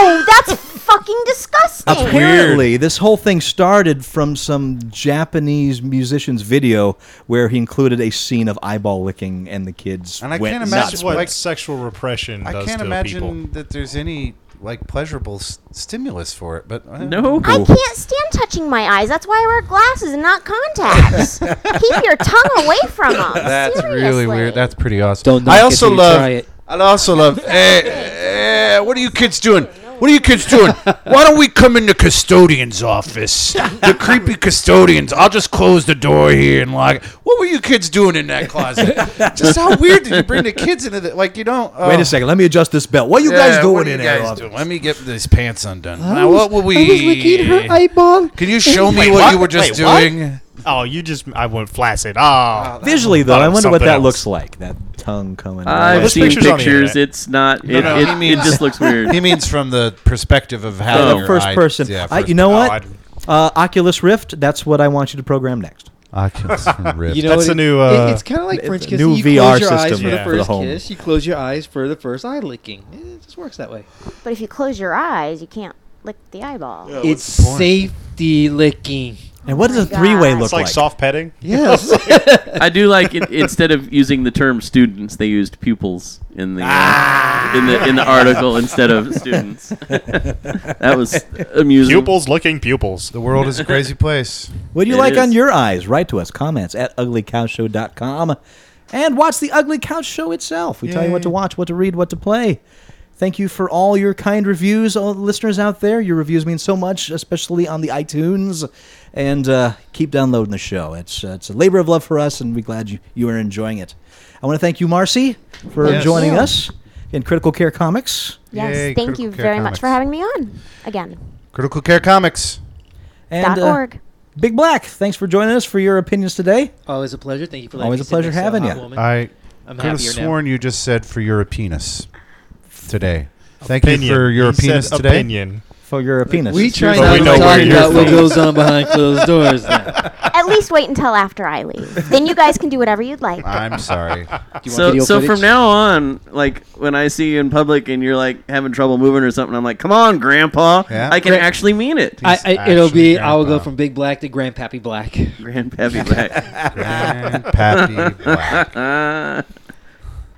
Speaker 9: No, that's fucking disgusting.
Speaker 1: Apparently, this whole thing started from some Japanese musician's video where he included a scene of eyeball licking and the kids
Speaker 2: And I
Speaker 1: went
Speaker 2: can't
Speaker 1: nuts
Speaker 2: imagine
Speaker 6: what
Speaker 1: with
Speaker 2: like-
Speaker 6: sexual repression
Speaker 2: I
Speaker 6: does
Speaker 2: can't
Speaker 6: to
Speaker 2: imagine
Speaker 6: people.
Speaker 2: that there's any like pleasurable s- stimulus for it. But uh,
Speaker 4: No.
Speaker 9: I can't stand touching my eyes. That's why I wear glasses and not contacts. Keep your tongue away from them.
Speaker 2: that's really weird. That's pretty awesome.
Speaker 5: Don't knock
Speaker 2: I
Speaker 5: it
Speaker 2: also
Speaker 5: till you
Speaker 2: love.
Speaker 5: try it.
Speaker 2: I also love. eh, eh, what are you kids doing? What are you kids doing? Why don't we come in the custodian's office? The creepy custodians. I'll just close the door here and lock. it. What were you kids doing in that closet? just how weird did you bring the kids into the Like you uh, don't.
Speaker 1: Wait a second. Let me adjust this belt. Oh. What are you guys doing in there? Rob?
Speaker 2: Let me get these pants undone. now what will we?
Speaker 5: eyeball.
Speaker 2: Can you show me
Speaker 6: Wait,
Speaker 2: what,
Speaker 6: what?
Speaker 2: you were just
Speaker 6: Wait, what?
Speaker 2: doing?
Speaker 6: Oh, you just I went flaccid. Oh,
Speaker 1: Visually, though,
Speaker 6: Thought it
Speaker 1: I
Speaker 6: was
Speaker 1: wonder what
Speaker 6: something
Speaker 1: that
Speaker 6: else.
Speaker 1: looks like. That tongue coming. out.
Speaker 4: I've
Speaker 6: Well, this
Speaker 4: seen
Speaker 6: picture's on the
Speaker 4: pictures.
Speaker 6: internet.
Speaker 4: It's not. It,
Speaker 2: no,
Speaker 4: it,
Speaker 2: he
Speaker 4: it
Speaker 2: means-
Speaker 4: just looks weird.
Speaker 2: He means from the perspective of how
Speaker 1: the
Speaker 2: your
Speaker 1: first
Speaker 2: eye-
Speaker 1: person.
Speaker 2: Yeah,
Speaker 1: I-
Speaker 2: first
Speaker 1: you know
Speaker 6: no,
Speaker 1: what?
Speaker 6: I'd-
Speaker 1: Uh, Oculus Rift. That's what I want you to program next.
Speaker 2: Oculus Rift.
Speaker 5: You know,
Speaker 6: That's
Speaker 5: what
Speaker 6: the
Speaker 5: it-
Speaker 6: new,
Speaker 5: it-
Speaker 6: uh,
Speaker 5: it's kind of like French
Speaker 1: the
Speaker 5: kissing.
Speaker 1: new
Speaker 5: you
Speaker 1: VR
Speaker 5: close your eyes
Speaker 1: system
Speaker 5: for
Speaker 6: yeah,
Speaker 5: the
Speaker 1: for the
Speaker 5: first
Speaker 1: home.
Speaker 5: kiss. You close your eyes for the first eye licking. It just works that way.
Speaker 9: But if you close your eyes, you can't lick the eyeball.
Speaker 5: it's
Speaker 2: what's the point?
Speaker 5: safety licking.
Speaker 1: And what does
Speaker 9: my
Speaker 1: a three-way
Speaker 9: God.
Speaker 1: look
Speaker 6: it's like,
Speaker 1: like?
Speaker 6: soft petting.
Speaker 5: Yes.
Speaker 4: I do like it, instead of using the term students, they used pupils in the uh, in the in the article instead of students. that was amusing.
Speaker 6: Pupils looking pupils.
Speaker 2: the world is a crazy place.
Speaker 1: what do you
Speaker 4: It
Speaker 1: like
Speaker 4: is.
Speaker 1: on your eyes? Write to us. Comments at uglycouchshow.com. And watch the Ugly Couch Show itself. We tell you what to watch, what to read, what to play. Thank you for all your kind reviews, all the listeners out there. Your reviews mean so much, especially on the iTunes. And uh, keep downloading the show. It's uh, it's a labor of love for us, and we're glad you, you are enjoying it. I want to thank you, Marcy, for
Speaker 2: Yes.
Speaker 1: joining
Speaker 2: Yeah.
Speaker 1: us in Critical Care Comics.
Speaker 9: Yes,
Speaker 2: Yay,
Speaker 9: thank you
Speaker 2: Critical Care
Speaker 9: very much for
Speaker 2: Comics.
Speaker 9: having me on again.
Speaker 2: Critical Care Comics.
Speaker 1: And,
Speaker 9: Dot
Speaker 1: uh,
Speaker 9: org.
Speaker 1: Big Black, thanks for joining us for your opinions today.
Speaker 5: Always a pleasure. Thank you for letting
Speaker 1: Always
Speaker 5: me
Speaker 1: a
Speaker 5: sit
Speaker 1: pleasure
Speaker 5: next to
Speaker 1: having
Speaker 5: hot
Speaker 1: you.
Speaker 5: woman.
Speaker 2: I
Speaker 5: I'm
Speaker 2: could have
Speaker 5: happier now.
Speaker 2: sworn you just said for your penis today. Thank
Speaker 6: Opinion.
Speaker 2: you for your
Speaker 6: He said
Speaker 2: penis today.
Speaker 6: Opinion.
Speaker 1: For your penis.
Speaker 5: We try
Speaker 6: But
Speaker 5: not
Speaker 6: we
Speaker 5: to
Speaker 6: know where
Speaker 5: talk
Speaker 6: you're
Speaker 5: about what
Speaker 6: from.
Speaker 5: goes on behind closed doors. Now.
Speaker 9: At least wait until after I leave. then you guys can do whatever you'd like.
Speaker 2: I'm sorry.
Speaker 5: Do you want
Speaker 4: So,
Speaker 5: video
Speaker 4: so
Speaker 5: footage?
Speaker 4: from now on, like when I see you in public and you're like having trouble moving or something, I'm like, "Come on, Grandpa!
Speaker 2: Yeah.
Speaker 4: I can
Speaker 5: Gra-
Speaker 4: actually mean it."
Speaker 5: I, I, it'll
Speaker 2: actually
Speaker 5: be. I will go
Speaker 2: grandpa.
Speaker 5: from Big Black to Grandpappy Black.
Speaker 4: Grandpappy Black.
Speaker 2: Grand Pappy Black.
Speaker 4: Ah.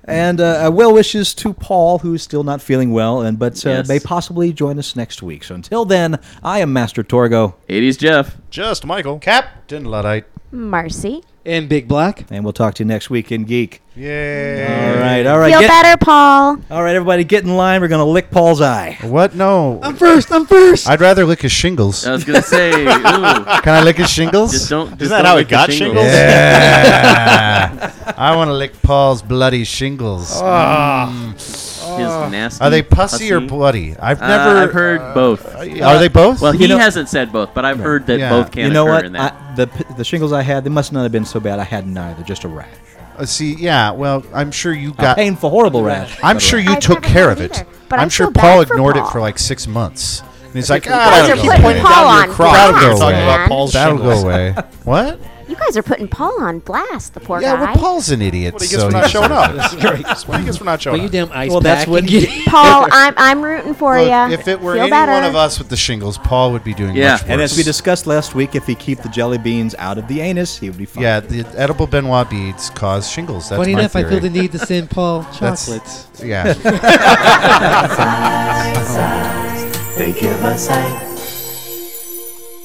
Speaker 1: And uh, uh, well wishes to Paul, who is still not feeling well, and but uh,
Speaker 4: Yes.
Speaker 1: may possibly join us next week. So until then, I am Master Torgo.
Speaker 4: 80s Jeff.
Speaker 6: Just Michael.
Speaker 2: Captain Luddite.
Speaker 9: Marcy.
Speaker 5: And Big Black.
Speaker 1: And we'll talk to you next week in Geek.
Speaker 2: Yay.
Speaker 1: All right, all right.
Speaker 9: Feel
Speaker 1: get-
Speaker 9: better, Paul.
Speaker 1: All right, everybody, get in line. We're going to lick Paul's eye.
Speaker 2: What? No.
Speaker 5: I'm first. I'm first.
Speaker 2: I'd rather lick his shingles.
Speaker 4: I was gonna say, ooh,
Speaker 2: Can I lick his shingles?
Speaker 4: just don't. Just
Speaker 6: that
Speaker 4: don't
Speaker 6: how
Speaker 4: lick
Speaker 6: it
Speaker 4: the
Speaker 6: got shingles?
Speaker 2: Yeah. Ah. I want to lick Paul's bloody shingles.
Speaker 6: Ah.
Speaker 4: His nasty.
Speaker 2: Are they pussy or bloody? I've
Speaker 4: Uh,
Speaker 2: never.
Speaker 4: I've heard both.
Speaker 2: Are they both?
Speaker 4: Well, he
Speaker 1: know-
Speaker 4: hasn't said both, but I've heard that
Speaker 2: Yeah.
Speaker 4: both can
Speaker 1: you know
Speaker 4: occur
Speaker 1: what?
Speaker 4: in that.
Speaker 1: I, the p- the shingles I had, they must not have been so bad. I had neither, just a rash,
Speaker 2: Uh, see, yeah. Well, I'm sure you
Speaker 1: a
Speaker 2: got.
Speaker 1: painful, horrible rash.
Speaker 2: I'm sure you
Speaker 9: I've
Speaker 2: took
Speaker 9: never
Speaker 2: care
Speaker 9: had
Speaker 2: of
Speaker 9: it
Speaker 2: it.
Speaker 9: either, but I
Speaker 2: I'm sure
Speaker 9: feel bad
Speaker 2: Paul
Speaker 9: for
Speaker 2: ignored
Speaker 9: Paul.
Speaker 2: it for like six months. And he's like,
Speaker 9: guys
Speaker 2: ah,
Speaker 9: are
Speaker 2: that'll
Speaker 9: putting
Speaker 2: go away.
Speaker 9: Paul on
Speaker 2: That'll go
Speaker 9: blast,
Speaker 2: away.
Speaker 6: Talking about
Speaker 9: man.
Speaker 6: Paul's
Speaker 2: That'll
Speaker 6: shingles.
Speaker 2: go away. What?
Speaker 9: You guys are putting Paul on blast, the poor
Speaker 2: Yeah,
Speaker 9: guy.
Speaker 2: well, Paul's an idiot.
Speaker 6: What he gets
Speaker 2: so
Speaker 6: for
Speaker 2: he
Speaker 6: not showing
Speaker 2: deserves
Speaker 6: up. That's what he gets for not
Speaker 5: Well,
Speaker 6: showing
Speaker 5: you
Speaker 6: up.
Speaker 5: damn ice
Speaker 1: Well, that's
Speaker 5: pack
Speaker 1: when-
Speaker 5: and get-
Speaker 9: Paul, I'm I'm rooting for
Speaker 2: Look,
Speaker 9: you.
Speaker 2: if it were
Speaker 9: Feel
Speaker 2: any
Speaker 9: better.
Speaker 2: one of us with the shingles, Paul would be doing
Speaker 4: Yeah.
Speaker 2: much worse.
Speaker 4: And
Speaker 1: And as we discussed last week, if he keep the jelly beans out of the anus, he would be fine.
Speaker 2: yeah, the edible Benoit beads cause shingles. That's
Speaker 5: Funny
Speaker 2: my
Speaker 5: enough, I feel
Speaker 2: theory.
Speaker 5: the need to send Paul
Speaker 2: That's-
Speaker 5: chocolates.
Speaker 2: Yeah.
Speaker 3: They give us sight.